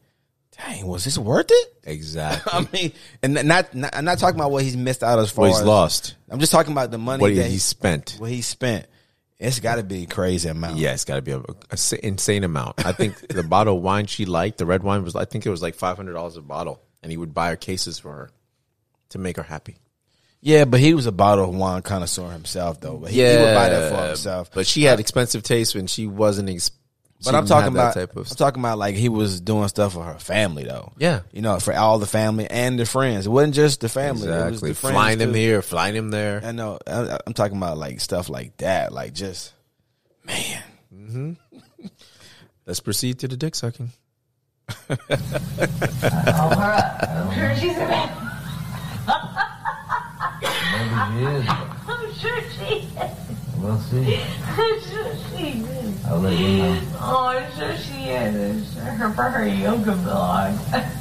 [SPEAKER 2] "Dang, was this worth it?"
[SPEAKER 1] exactly.
[SPEAKER 2] I mean, and not, not I'm not talking about what he's missed out as far
[SPEAKER 1] What he's
[SPEAKER 2] as-
[SPEAKER 1] lost.
[SPEAKER 2] I'm just talking about the money
[SPEAKER 1] What he,
[SPEAKER 2] that
[SPEAKER 1] he spent.
[SPEAKER 2] what he spent. It's got to be a crazy amount.
[SPEAKER 1] Yeah, it's got to be an insane amount. I think the bottle of wine she liked, the red wine was, I think it was like five hundred dollars a bottle, and he would buy her cases for her to make her happy.
[SPEAKER 2] Yeah, but he was a bottle of wine connoisseur himself, though. But he, he would buy that for himself.
[SPEAKER 1] But she had expensive taste when she wasn't. Ex- she
[SPEAKER 2] But I'm
[SPEAKER 1] didn't
[SPEAKER 2] talking
[SPEAKER 1] have that
[SPEAKER 2] about
[SPEAKER 1] type of
[SPEAKER 2] I'm talking about like he was doing stuff for her family though.
[SPEAKER 1] Yeah.
[SPEAKER 2] you know, for all the family and the friends. It wasn't just the family. It was
[SPEAKER 1] exactly
[SPEAKER 2] the friends
[SPEAKER 1] flying them
[SPEAKER 2] too.
[SPEAKER 1] here, flying them there.
[SPEAKER 2] I know. I, I'm talking about like stuff like that. Like just
[SPEAKER 1] Let's proceed to the dick sucking.
[SPEAKER 9] Call her up. I'm sure she's available.
[SPEAKER 10] Maybe she is.
[SPEAKER 9] I'm Oh, sure she is.
[SPEAKER 10] We'll see.
[SPEAKER 9] I'm sure she is.
[SPEAKER 10] I'll let you know.
[SPEAKER 9] Oh, I'm sure she is. I'm sure for her yoga vlog.
[SPEAKER 10] That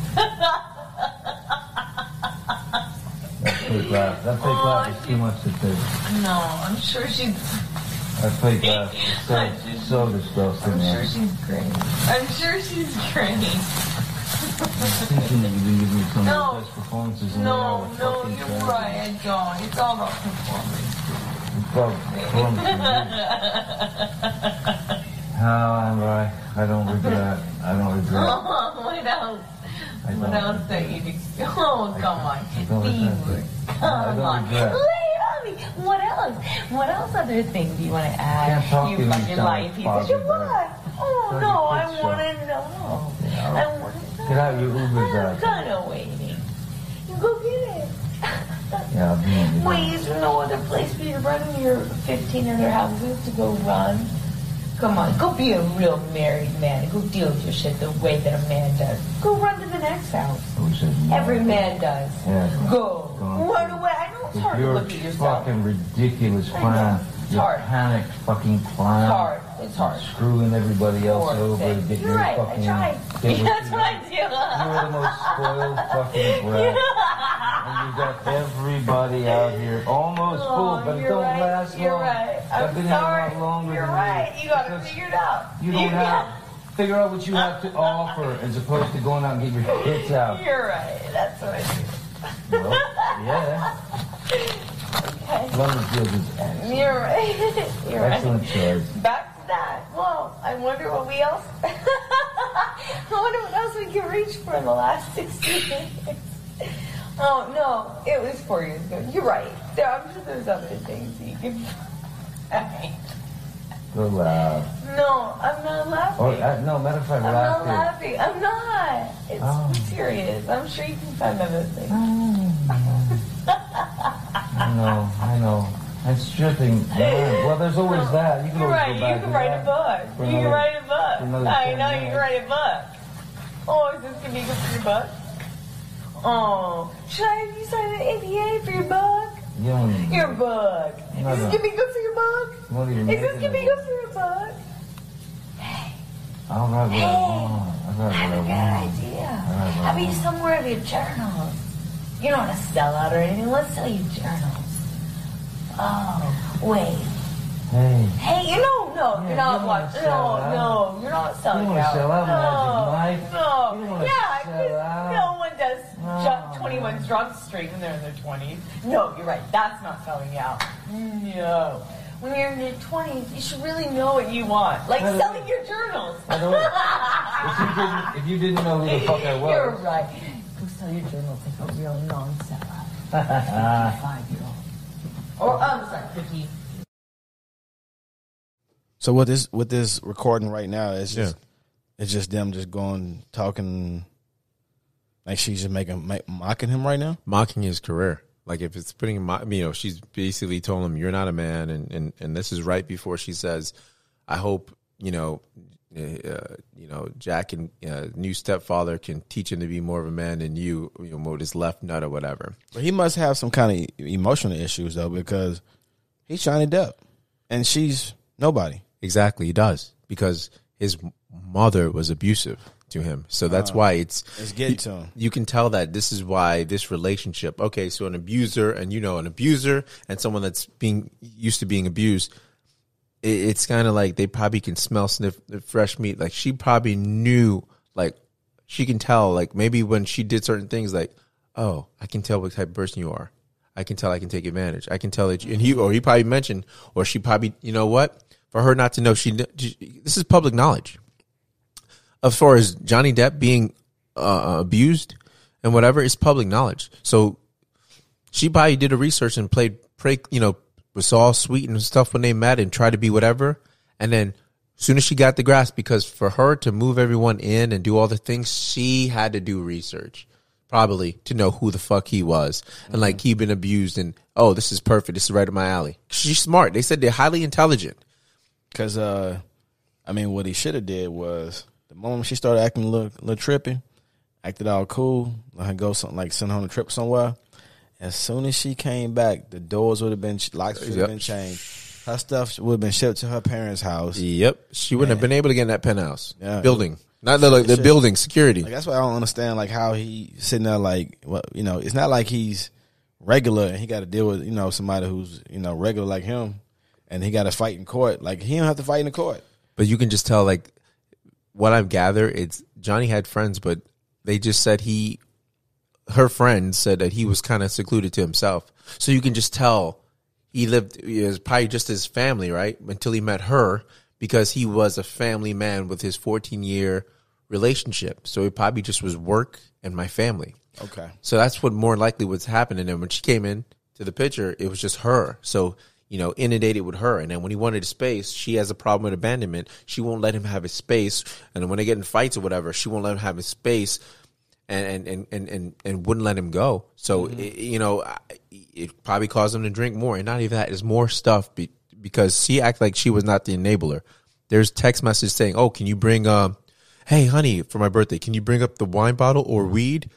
[SPEAKER 10] fake laugh. That fake
[SPEAKER 9] Oh,
[SPEAKER 10] laugh is too much to take.
[SPEAKER 9] No, I'm sure she's.
[SPEAKER 10] That fake laugh is so, so disgusting.
[SPEAKER 9] I'm sure
[SPEAKER 10] man.
[SPEAKER 9] she's great. I'm sure she's great.
[SPEAKER 10] Thinking that you can give me some
[SPEAKER 9] No.
[SPEAKER 10] of the best performances in
[SPEAKER 9] No,
[SPEAKER 10] the
[SPEAKER 9] no,
[SPEAKER 10] world.
[SPEAKER 9] you're right. I don't. It's all about performance.
[SPEAKER 10] How am I? I don't regret. I don't regret.
[SPEAKER 9] Oh, what else?
[SPEAKER 10] I don't
[SPEAKER 9] What else that you do? Oh, come on.
[SPEAKER 10] don't regret
[SPEAKER 9] Steve.
[SPEAKER 10] it. I
[SPEAKER 9] Come
[SPEAKER 10] don't
[SPEAKER 9] on.
[SPEAKER 10] regret.
[SPEAKER 9] Lay it on me. What else? What else other thing do you want to add?
[SPEAKER 10] Can't talk
[SPEAKER 9] you
[SPEAKER 10] to me,
[SPEAKER 9] fucking
[SPEAKER 10] John.
[SPEAKER 9] life. He said,
[SPEAKER 10] Fuck
[SPEAKER 9] you
[SPEAKER 10] you,
[SPEAKER 9] what? Oh,
[SPEAKER 10] Fuck
[SPEAKER 9] no,
[SPEAKER 10] you,
[SPEAKER 9] I
[SPEAKER 10] fuck
[SPEAKER 9] want to know.
[SPEAKER 10] Yeah,
[SPEAKER 9] I want to know.
[SPEAKER 10] Get out your Uber
[SPEAKER 9] I'm
[SPEAKER 10] driver.
[SPEAKER 9] kind of waiting. You go get it.
[SPEAKER 10] Yeah, I'll be on your
[SPEAKER 9] Wait, is there no other place for you to run your 15 other houses to go run? Come on, go be a real married man. and Go deal with your shit the way that a man does. Go run to the next house.
[SPEAKER 10] We should know.
[SPEAKER 9] Every man does.
[SPEAKER 10] Yeah.
[SPEAKER 9] Go.
[SPEAKER 10] Go on.
[SPEAKER 9] What do I? I know it's hard to
[SPEAKER 10] You're
[SPEAKER 9] look at yourself.
[SPEAKER 10] fucking ridiculous
[SPEAKER 9] I know.
[SPEAKER 10] clown.
[SPEAKER 9] It's
[SPEAKER 10] You
[SPEAKER 9] hard.
[SPEAKER 10] panicked fucking clown.
[SPEAKER 9] It's hard. It's hard.
[SPEAKER 10] Screwing everybody else
[SPEAKER 9] Poor
[SPEAKER 10] over. to
[SPEAKER 9] thing.
[SPEAKER 10] get
[SPEAKER 9] You're
[SPEAKER 10] your
[SPEAKER 9] right.
[SPEAKER 10] fucking-
[SPEAKER 9] I tried.
[SPEAKER 10] get what
[SPEAKER 9] That's
[SPEAKER 10] you
[SPEAKER 9] what I do.
[SPEAKER 10] You're the most spoiled fucking brat. And you got everybody out here almost
[SPEAKER 9] Oh,
[SPEAKER 10] full, but it
[SPEAKER 9] you're
[SPEAKER 10] don't
[SPEAKER 9] right.
[SPEAKER 10] last
[SPEAKER 9] You're
[SPEAKER 10] long.
[SPEAKER 9] right.
[SPEAKER 10] I've
[SPEAKER 9] I'm
[SPEAKER 10] been
[SPEAKER 9] sorry.
[SPEAKER 10] here a lot longer
[SPEAKER 9] You're
[SPEAKER 10] than
[SPEAKER 9] right. You got to
[SPEAKER 10] because
[SPEAKER 9] figure it out.
[SPEAKER 10] You don't
[SPEAKER 9] got-
[SPEAKER 10] have figure out what you have to offer as opposed to going out and getting your hits out.
[SPEAKER 9] You're right. That's what I do.
[SPEAKER 10] Well, yeah. London Fields is excellent.
[SPEAKER 9] You're right. You're right.
[SPEAKER 10] Excellent choice.
[SPEAKER 9] Back to that. Well, I wonder what we else. I wonder what else we can reach for in the last sixteen years. Oh no, it was four years ago. You're right. There, I'm sure there's other things that you can.
[SPEAKER 10] Go loud.
[SPEAKER 9] No, I'm not laughing.
[SPEAKER 10] Or, uh, no, matter of fact,
[SPEAKER 9] I'm not
[SPEAKER 10] laugh
[SPEAKER 9] laughing. I'm not. It's
[SPEAKER 10] Oh.
[SPEAKER 9] serious. I'm sure you can find other things.
[SPEAKER 10] here. I know, Oh, I know. And stripping. man. Well, there's always that. You can
[SPEAKER 9] You're right. You
[SPEAKER 10] always go back
[SPEAKER 9] can
[SPEAKER 10] to
[SPEAKER 9] write
[SPEAKER 10] that.
[SPEAKER 9] a book.
[SPEAKER 10] For
[SPEAKER 9] you can
[SPEAKER 10] another-
[SPEAKER 9] write a book.
[SPEAKER 10] for another
[SPEAKER 9] I
[SPEAKER 10] ten
[SPEAKER 9] know you can
[SPEAKER 10] years.
[SPEAKER 9] write a book. Oh, is this gonna be good for your book? Oh, should I have you signed an APA for your book?
[SPEAKER 10] You don't even-
[SPEAKER 9] Your book.
[SPEAKER 10] No,
[SPEAKER 9] is
[SPEAKER 10] no.
[SPEAKER 9] this gonna be good for your book?
[SPEAKER 10] you won't even
[SPEAKER 9] Is
[SPEAKER 10] make
[SPEAKER 9] this gonna be
[SPEAKER 10] it.
[SPEAKER 9] good for your book?
[SPEAKER 10] I'll write what I want. I'll
[SPEAKER 9] I
[SPEAKER 10] write
[SPEAKER 9] have a
[SPEAKER 10] what
[SPEAKER 9] good
[SPEAKER 10] I want.
[SPEAKER 9] idea.
[SPEAKER 10] right, well,
[SPEAKER 9] I mean, somewhere of your journals. You don't want to sell out or anything. Let's sell you journals. Oh, wait.
[SPEAKER 10] Hey.
[SPEAKER 9] Hey, you know, no,
[SPEAKER 10] Yeah,
[SPEAKER 9] you're
[SPEAKER 10] you
[SPEAKER 9] not watching.
[SPEAKER 10] don't wanna sell
[SPEAKER 9] No,
[SPEAKER 10] out.
[SPEAKER 9] no, you're not selling
[SPEAKER 10] You don't wanna
[SPEAKER 9] out.
[SPEAKER 10] sell out,
[SPEAKER 9] no,
[SPEAKER 10] Magic Mike.
[SPEAKER 9] no,
[SPEAKER 10] You don't wanna
[SPEAKER 9] yeah,
[SPEAKER 10] sell
[SPEAKER 9] 'cause
[SPEAKER 10] out. Oh,
[SPEAKER 9] no one does jump
[SPEAKER 10] No.
[SPEAKER 9] 21 strong straight when they're in their 20s. No, you're right. That's not selling out. No, when you're in your 20s, you should really know what you want. Like
[SPEAKER 10] I don't-
[SPEAKER 9] selling your journals.
[SPEAKER 10] uh, I don't know. If you didn't, if you didn't know who the fuck I was,
[SPEAKER 9] You're right. Go sell your journals like a real non-seller. Five-year-old. Or I'm sorry, Vicky.
[SPEAKER 2] So what this what this recording right now is just
[SPEAKER 1] Yeah.
[SPEAKER 2] it's just them just going talking like she's just making ma- mocking him right now.
[SPEAKER 1] Mocking his career. Like if it's putting him, mo- you know, she's basically told him, you're not a man. And, and, and this is right before she says, I hope, you know, uh, uh, you know, Jack and uh, new stepfather can teach him to be more of a man than you, you know, with his left nut or whatever.
[SPEAKER 2] But he must have some kind of emotional issues though because he's Johnny Depp and she's nobody.
[SPEAKER 1] Exactly, he does because his mother was abusive to him. So that's why it's
[SPEAKER 2] It's getting
[SPEAKER 1] you,
[SPEAKER 2] to him.
[SPEAKER 1] You can tell that this is why this relationship. Okay, so an abuser and you know an abuser and someone that's being used to being abused. It, it's kind of like they probably can smell sniff fresh meat. Like she probably knew. Like she can tell. Like maybe when she did certain things, like oh, I can tell what type of person you are. I can tell I can take advantage. I can tell that, you, and he or he probably mentioned, or she probably, you know what? For her not to know, she kn- she- this is public knowledge. As far as Johnny uh, Depp being uh, abused and whatever, it's public knowledge. So She probably did a research and played, pray, you know, was all sweet and stuff when they met and tried to be whatever. And then soon as she got the grasp, because for her to move everyone in and do all the things, she had to do research probably to know who the fuck he was and like he been abused and oh this is perfect this is right up my alley she's smart they said they're highly intelligent
[SPEAKER 2] Cause uh, I mean, what he should have did was the moment she started acting a little, little trippy, acted all cool, let her go something like send her on a trip somewhere. As soon as she came back, the doors would have been locks would have
[SPEAKER 1] Yep.
[SPEAKER 2] been changed. Her stuff would have been shipped to her parents' house.
[SPEAKER 1] yep she wouldn't have been able to get in that penthouse
[SPEAKER 2] Yeah.
[SPEAKER 1] building not the, like, the
[SPEAKER 2] Shit.
[SPEAKER 1] building security
[SPEAKER 2] Like that's why I don't understand like how he sitting there like well, you know, it's not like he's regular and he gotta deal with, you know, somebody who's, you know, regular like him and he gotta fight in court. Like he don't have to fight in the court.
[SPEAKER 1] but you can just tell like what I've gathered it's Johnny had friends but they just said he her friend said that he was kind of secluded to himself so you can just tell he lived it was probably just his family right until he met her because he was a family man with his 14 year relationship so it probably just was work and my family
[SPEAKER 2] Okay.
[SPEAKER 1] so that's what more likely was happening. And when she came in to the picture, it was just her. So, you know, inundated with her. And then when he wanted a space, she has a problem with abandonment. She won't let him have his space. And when they get in fights or whatever, she won't let him have his space and, and, and, and, and, and wouldn't let him go. So, it, you know, I- it probably caused him to drink more. And not even that, it's more stuff be, because she acted like she was not the enabler. There's text message saying, oh, can you bring, um, hey, honey, for my birthday, can you bring up the wine bottle or weed?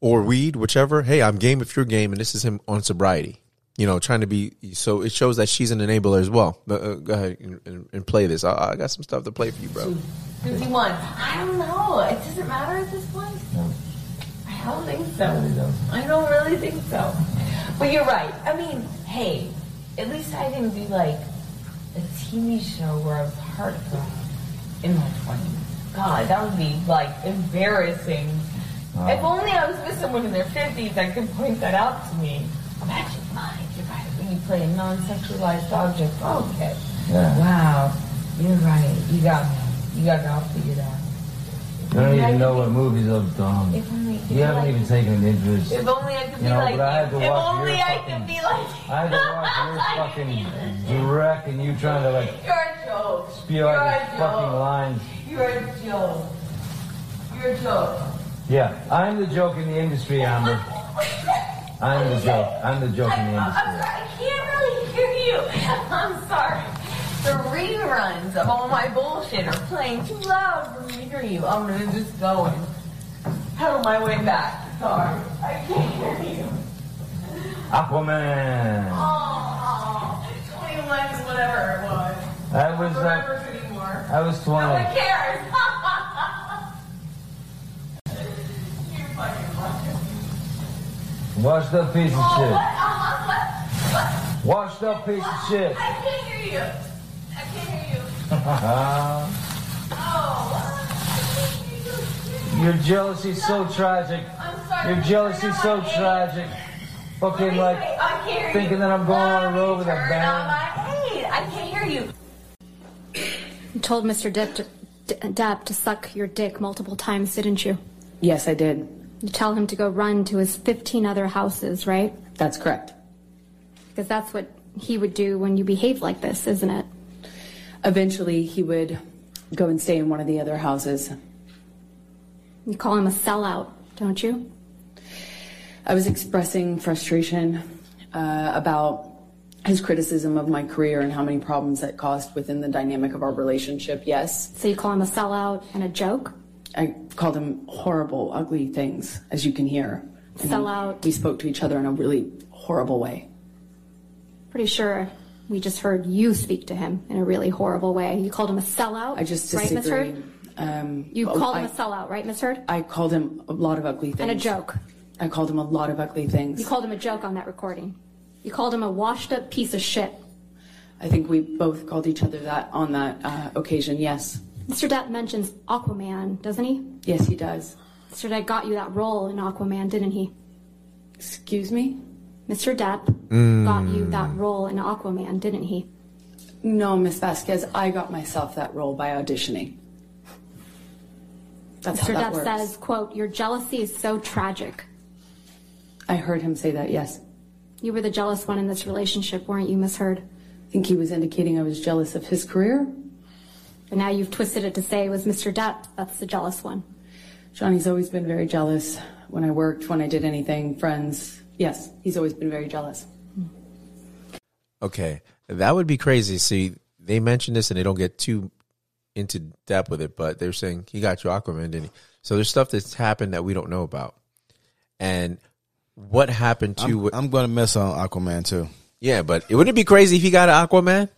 [SPEAKER 1] or weed, whichever. Hey, I'm game if you're game, and this is him on sobriety. You know, trying to be so it shows that she's an enabler as well. But uh, go ahead and, and, and play this. I, I got some stuff to play for you, bro.
[SPEAKER 9] 51. I don't know. It doesn't matter at this point. I don't think so. I don't really think so. But you're right. I mean, hey, at least I didn't do like a TV show where I was heartthrob in my 20s. God, that would be like embarrassing.
[SPEAKER 10] Oh,
[SPEAKER 9] If only I was with someone in their 50s that could point that out to me. Imagine mine. You're right. When you play a non-sexualized object. Okay.
[SPEAKER 10] Yeah.
[SPEAKER 9] Wow. You're right. You got me. You got it all figured out.
[SPEAKER 10] You don't even know what movies I've done.
[SPEAKER 9] If only-
[SPEAKER 10] You haven't even taken an interest.
[SPEAKER 9] If only I could be
[SPEAKER 10] You know,
[SPEAKER 9] like
[SPEAKER 10] but I
[SPEAKER 9] you.
[SPEAKER 10] had to
[SPEAKER 9] if
[SPEAKER 10] watch
[SPEAKER 9] only
[SPEAKER 10] your
[SPEAKER 9] I
[SPEAKER 10] fucking-
[SPEAKER 9] could be like
[SPEAKER 10] I had to watch your fucking wreck and you trying to like
[SPEAKER 9] You're a joke.
[SPEAKER 10] spew
[SPEAKER 9] You're
[SPEAKER 10] out
[SPEAKER 9] a
[SPEAKER 10] your fucking
[SPEAKER 9] joke.
[SPEAKER 10] lines.
[SPEAKER 9] You're a joke. You're a joke.
[SPEAKER 10] Yeah, I'm the joke in the industry, Amber. I'm the joke. I'm the joke in
[SPEAKER 9] I'm,
[SPEAKER 10] the
[SPEAKER 9] I'm
[SPEAKER 10] industry.
[SPEAKER 9] sorry. I can't really hear you. I'm sorry. The reruns of all my bullshit are playing too loud for me to hear you. I'm gonna just go and pedal my way back. Sorry. I can't hear you.
[SPEAKER 10] Aquaman.
[SPEAKER 9] Oh, 21 is whatever it was.
[SPEAKER 10] That was
[SPEAKER 9] Remember
[SPEAKER 10] like,
[SPEAKER 9] it anymore.
[SPEAKER 10] I was
[SPEAKER 9] No one
[SPEAKER 10] 20.
[SPEAKER 9] cares.
[SPEAKER 10] Washed up piece of
[SPEAKER 9] Oh,
[SPEAKER 10] shit.
[SPEAKER 9] what? Uh-huh, what? What?
[SPEAKER 10] Washed up piece of shit.
[SPEAKER 9] I can't hear you. I can't hear you. Oh, what? I can't hear you.
[SPEAKER 10] Your jealousy's so tragic.
[SPEAKER 9] I'm sorry.
[SPEAKER 10] Your jealousy's
[SPEAKER 9] Turn
[SPEAKER 10] so
[SPEAKER 9] on my
[SPEAKER 10] tragic.
[SPEAKER 9] aid.
[SPEAKER 10] Fucking
[SPEAKER 9] Wait,
[SPEAKER 10] like,
[SPEAKER 9] wait, I can't hear you.
[SPEAKER 10] thinking that I'm going on a
[SPEAKER 9] Let
[SPEAKER 10] road
[SPEAKER 9] me
[SPEAKER 10] with a
[SPEAKER 9] turn
[SPEAKER 10] band.
[SPEAKER 9] on my aid. I can't hear you.
[SPEAKER 3] You told Mr. Depp to, D- Depp to suck your dick multiple times, didn't you?
[SPEAKER 4] Yes, I did.
[SPEAKER 3] You tell him to go run to his 15 other houses, right?
[SPEAKER 4] That's correct.
[SPEAKER 3] Because that's what he would do when you behave like this, isn't it?
[SPEAKER 4] Eventually, he would go and stay in one of the other houses.
[SPEAKER 3] You call him a sellout, don't you?
[SPEAKER 4] I was expressing frustration uh, about his criticism of my career and how many problems that caused within the dynamic of our relationship. Yes,
[SPEAKER 3] So you call him a sellout and a joke?
[SPEAKER 4] I called him horrible, ugly things, as you can hear. And
[SPEAKER 3] Sellout.
[SPEAKER 4] We spoke to each other in a really horrible way.
[SPEAKER 3] Pretty sure we just heard you speak to him in a really horrible way. You called him a sellout.
[SPEAKER 4] I just
[SPEAKER 3] right, Miss
[SPEAKER 4] disagree.
[SPEAKER 3] Heard?
[SPEAKER 4] um,
[SPEAKER 3] You called him
[SPEAKER 4] I-
[SPEAKER 3] a sellout, right, Miss Heard?
[SPEAKER 4] I called him a lot of ugly things.
[SPEAKER 3] And a joke.
[SPEAKER 4] I called him a lot of ugly things.
[SPEAKER 3] You called him a joke on that recording. You called him a washed up piece of shit.
[SPEAKER 4] I think we both called each other that on that uh, occasion. Yes,
[SPEAKER 3] Mr. Depp mentions Aquaman, doesn't he?
[SPEAKER 4] yes, he does.
[SPEAKER 3] Mr. Depp got you that role in Aquaman, didn't he?
[SPEAKER 4] Excuse me?
[SPEAKER 3] Mr. Depp got you that role in Aquaman, didn't he?
[SPEAKER 4] No, Miss Vasquez. I got myself that role by auditioning. That's
[SPEAKER 3] Mr.
[SPEAKER 4] how that
[SPEAKER 3] Depp
[SPEAKER 4] works.
[SPEAKER 3] says, quote, your jealousy is so tragic.
[SPEAKER 4] I heard him say that. Yes.
[SPEAKER 3] You were the jealous one in this relationship, weren't you, Miss Heard? I
[SPEAKER 4] think he was indicating I was jealous of his career.
[SPEAKER 3] But now you've twisted it to say it was Mr. Depp that's the jealous one.
[SPEAKER 4] Johnny's always been very jealous when I worked, when I did anything, friends. Yes, he's always been very jealous.
[SPEAKER 1] Okay, that would be crazy. See, they mentioned this and they don't get too into depth with it, but they're saying he got you Aquaman, didn't he? So there's stuff that's happened that we don't know about, and what happened to?
[SPEAKER 2] I'm, I'm going to miss on Aquaman too.
[SPEAKER 1] yeah, but it wouldn't it be crazy if he got an Aquaman.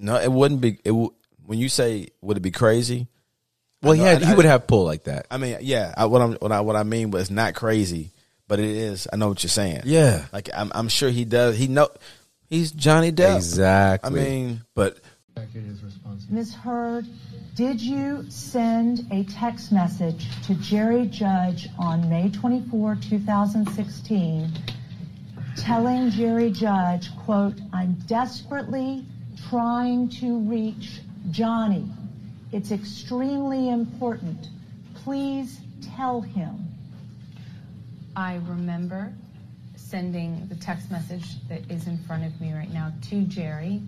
[SPEAKER 2] No, it wouldn't be. It w- when you say would it be crazy?
[SPEAKER 1] Well, he
[SPEAKER 2] No,
[SPEAKER 1] had,
[SPEAKER 2] I-
[SPEAKER 1] he
[SPEAKER 2] I-
[SPEAKER 1] would have pull like that.
[SPEAKER 2] I mean, yeah. I, what I'm what I what I mean was not crazy, but it is. I know what you're saying.
[SPEAKER 1] Yeah.
[SPEAKER 2] like I'm I'm sure he does. He know he's Johnny Depp.
[SPEAKER 1] Exactly.
[SPEAKER 2] I mean,
[SPEAKER 1] but
[SPEAKER 10] Ms. Heard, did you send a text message to Jerry Judge on May 24, 2016, telling Jerry Judge, quote, I'm desperately trying to reach Johnny. It's extremely important. Please tell him.
[SPEAKER 11] I remember sending the text message that is in front of me right now to Jerry,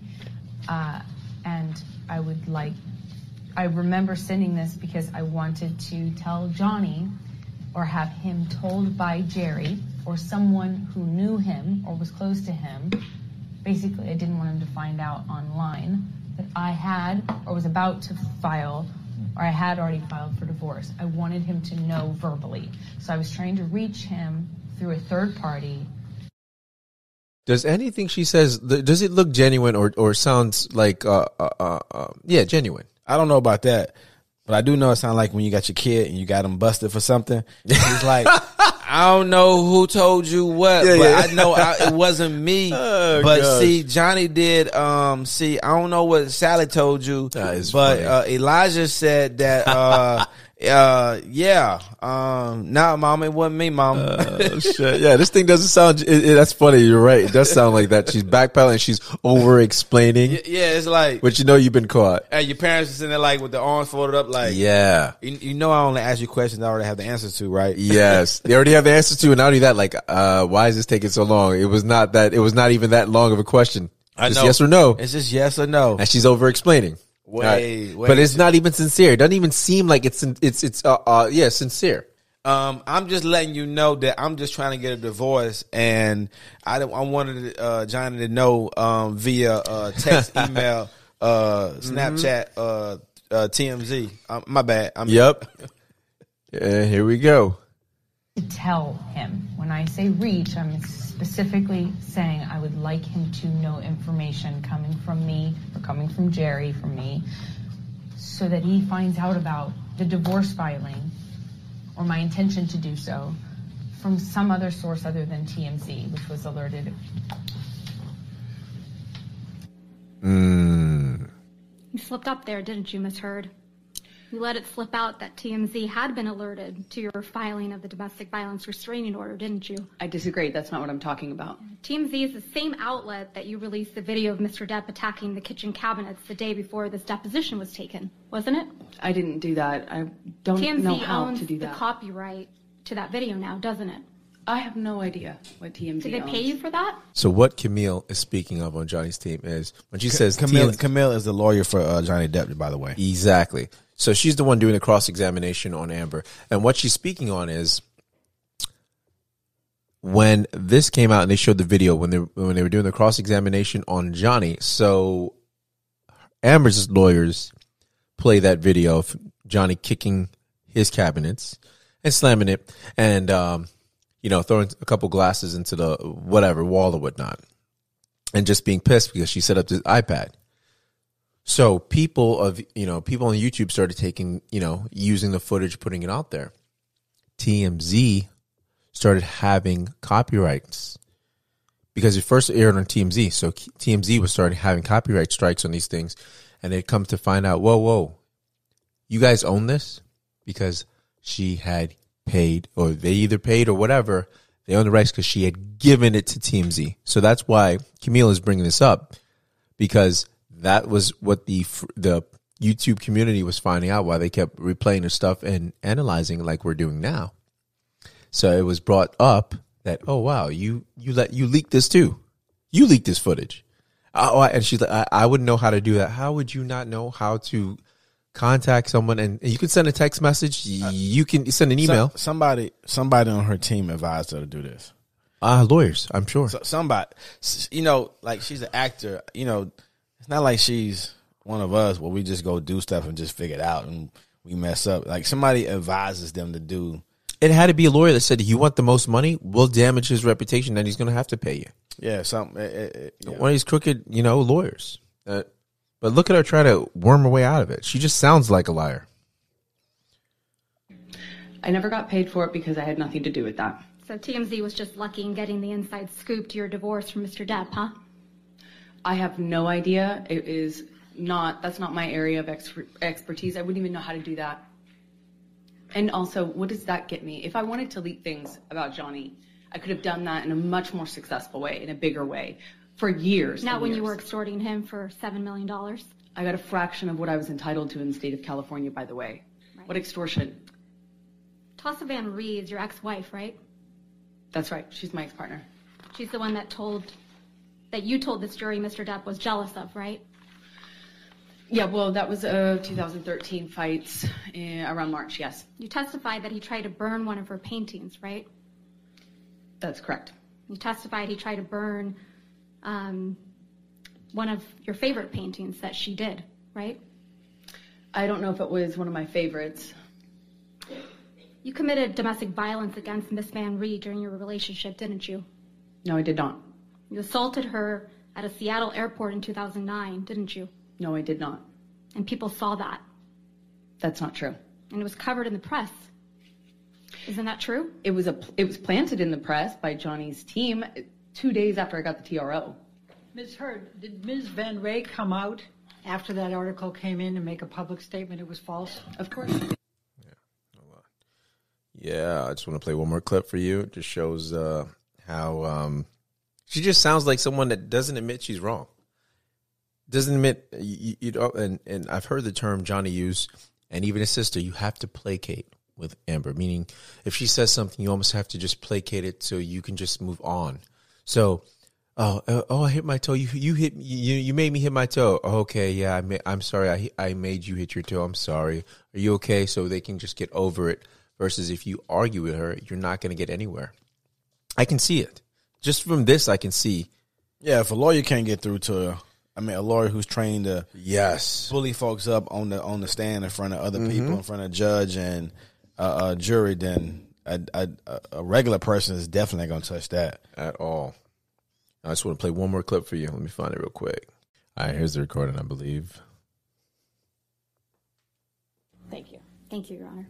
[SPEAKER 11] uh, and I would like. I remember sending this because I wanted to tell Johnny, or have him told by Jerry, or someone who knew him or was close to him. Basically, I didn't want him to find out online that I had or was about to file or I had already filed for divorce. I wanted him to know verbally. So I was trying to reach him through a third party.
[SPEAKER 1] Does anything she says th- does it look genuine or or sounds like uh uh, uh, uh yeah genuine?
[SPEAKER 2] I don't know about that, but I do know it sounds like when you got your kid and you got him busted for something. He's like, I don't know who told you what,
[SPEAKER 1] Yeah,
[SPEAKER 2] but
[SPEAKER 1] yeah.
[SPEAKER 2] I know I, it wasn't me.
[SPEAKER 1] Oh,
[SPEAKER 2] but
[SPEAKER 1] gosh.
[SPEAKER 2] see, Johnny did. Um, see, I don't know what Sally told you,
[SPEAKER 1] is
[SPEAKER 2] but
[SPEAKER 1] funny.
[SPEAKER 2] uh, Elijah said that. Uh, uh, yeah. Um, nah, mom, it wasn't me, mom.
[SPEAKER 1] Oh shit! Yeah, this thing doesn't sound. It, it- that's funny. You're right. It does sound like that. She's backpedaling. She's over explaining,
[SPEAKER 2] yeah, it's like.
[SPEAKER 1] but you know you've been caught.
[SPEAKER 2] Hey, your parents is in there like with the arms folded up, like
[SPEAKER 1] Yeah.
[SPEAKER 2] You, you know, I only ask you questions I already have the answers to, right?
[SPEAKER 1] Yes, they already have the answers to, and not only that, like, uh, why is this taking so long? It was not that. It was not even that long of a question.
[SPEAKER 2] I
[SPEAKER 1] Just
[SPEAKER 2] know.
[SPEAKER 1] yes or no,
[SPEAKER 2] It's just yes or no.
[SPEAKER 1] and she's over explaining.
[SPEAKER 2] Way- way
[SPEAKER 1] but it's not even sincere. It doesn't even seem like it's sin- it's it's uh, uh yeah sincere.
[SPEAKER 2] Um, I'm just letting you know that I'm just trying to get a divorce, and I don't- I wanted uh, Johnny to know um, via uh, text, email, uh,
[SPEAKER 1] Mm-hmm.
[SPEAKER 2] Snapchat, uh, uh, TMZ. Um, my bad. I'm,
[SPEAKER 1] Yep. yeah, here we go.
[SPEAKER 11] to tell him. When I say reach, I'm specifically saying I would like him to know information coming from me or coming from Jerry from me so that he finds out about the divorce filing or my intention to do so from some other source other than TMZ, which was alerted.
[SPEAKER 1] Mm.
[SPEAKER 3] You slipped up there, didn't you, Miss Heard? You let it slip out that TMZ had been alerted to your filing of the domestic violence restraining order, didn't you?
[SPEAKER 4] I disagree. That's not what I'm talking about.
[SPEAKER 3] TMZ is the same outlet that you released the video of Mr. Depp attacking the kitchen cabinets the day before this deposition was taken, wasn't it?
[SPEAKER 4] I didn't do that. I don't know
[SPEAKER 3] TMZ
[SPEAKER 4] how
[SPEAKER 3] owns
[SPEAKER 4] to do
[SPEAKER 3] the
[SPEAKER 4] that.
[SPEAKER 3] copyright to that video now, doesn't it?
[SPEAKER 4] I have no idea what TMZ
[SPEAKER 3] Did they
[SPEAKER 4] owns.
[SPEAKER 3] pay you for that?
[SPEAKER 1] So what Camille is speaking of on Johnny's team is when she says
[SPEAKER 2] Camille,
[SPEAKER 1] TNT
[SPEAKER 2] Camille is the lawyer for uh, Johnny Depp, by the way.
[SPEAKER 1] Exactly. So she's the one doing the cross examination on Amber. And what she's speaking on is when this came out and they showed the video when they when they were doing the cross examination on Johnny. So Amber's lawyers play that video of Johnny kicking his cabinets and slamming it and um, you know throwing a couple glasses into the whatever wall or whatnot and just being pissed because she set up this iPad. So people of you know people on YouTube started taking you know using the footage, putting it out there. TMZ started having copyrights because it first aired on TMZ, so K- TMZ was started having copyright strikes on these things, and it comes to find out, whoa, whoa, you guys own this because she had paid, or they either paid or whatever. They own the rights because she had given it to TMZ. So that's why Camille is bringing this up because that was what the fr- the YouTube community was finding out why they kept replaying the stuff and analyzing it like we're doing now. So it was brought up that oh wow you you let you leak this too, you leaked this footage. Oh, I- and she's like, I, I wouldn't know how to do that. How would you not know how to contact someone? And you can send a text message. You can send an email.
[SPEAKER 2] Some- somebody, somebody on her team advised her to do this.
[SPEAKER 1] Ah, lawyers, I'm sure.
[SPEAKER 2] So, somebody, s- you know, like she's an actor. You know, it's not like she's one of us where we just go do stuff and just figure it out and we mess up. Like somebody advises them to do.
[SPEAKER 1] it had to be a lawyer that said, "You want the most money? We'll damage his reputation, and he's going to have to pay you."
[SPEAKER 2] Yeah, something. eh, eh, eh, yeah.
[SPEAKER 1] One of these crooked, you know, lawyers. Uh, but look at her try to worm her way out of it. She just sounds like a liar.
[SPEAKER 4] I never got paid for it because I had nothing to do with that.
[SPEAKER 3] So TMZ was just lucky in getting the inside scoop to your divorce from Mr. Depp, huh?
[SPEAKER 4] I have no idea. It is not, that's not my area of exper- expertise. I wouldn't even know how to do that. And also, what does that get me? If I wanted to leak things about Johnny, I could have done that in a much more successful way, in a bigger way, for years.
[SPEAKER 3] Not
[SPEAKER 4] and
[SPEAKER 3] when you
[SPEAKER 4] years.
[SPEAKER 3] were extorting him for $7 million.
[SPEAKER 4] I got a fraction of what I was entitled to in the state of California, by the way. What extortion?
[SPEAKER 3] Tossa Van Reeves, your ex-wife, right?
[SPEAKER 4] That's right. She's my ex partner.
[SPEAKER 3] She's the one that told, that you told this jury Mr. Depp was jealous of, right?
[SPEAKER 4] Yeah, well, that was a 2013 fights eh, around March, yes.
[SPEAKER 3] You testified that he tried to burn one of her paintings, right?
[SPEAKER 4] That's correct.
[SPEAKER 3] You testified he tried to burn um, one of your favorite paintings that she did, right?
[SPEAKER 4] I don't know if it was one of my favorites.
[SPEAKER 3] You committed domestic violence against Miss Van Reed during your relationship, didn't you?
[SPEAKER 4] No, I did not.
[SPEAKER 3] You assaulted her at a Seattle airport in 2009, didn't you?
[SPEAKER 4] No, I did not.
[SPEAKER 3] And people saw that,
[SPEAKER 4] That's not true.
[SPEAKER 3] and it was covered in the press. Isn't that true?
[SPEAKER 4] It was a it was planted in the press by Johnny's team eh, two days after I got the TRO.
[SPEAKER 12] Ms. Heard, did Ms. Van Ray come out after that article came in and make a public statement it was false?
[SPEAKER 4] Of course.
[SPEAKER 1] Yeah, I just want to play one more clip for you. It just shows uh, how um, she just sounds like someone that doesn't admit she's wrong. Doesn't admit you, you know, and and I've heard the term Johnny use, and even his sister. You have to placate with Amber, meaning if she says something, you almost have to just placate it so you can just move on. So, oh, uh, oh, I hit my toe. You you hit you you made me hit my toe. Okay, yeah, I ma- I'm sorry. I hit- I made you hit your toe. I'm sorry. Are you okay? So they can just get over it. Versus if you argue with her, you're not going to get anywhere. I can see it just from this. I can see.
[SPEAKER 2] Yeah, if a lawyer can't get through to, her, I mean, a lawyer who's trained to
[SPEAKER 1] yes
[SPEAKER 2] bully folks up on the on the stand in front of other people,
[SPEAKER 1] Mhm.
[SPEAKER 2] in front of judge and uh, a jury, then a, a, a- a regular person is definitely going to touch that
[SPEAKER 1] at all. I just want to play one more clip for you. Let me find it real quick. All right, here's the recording, I believe.
[SPEAKER 3] Thank you. Thank you, Your Honor.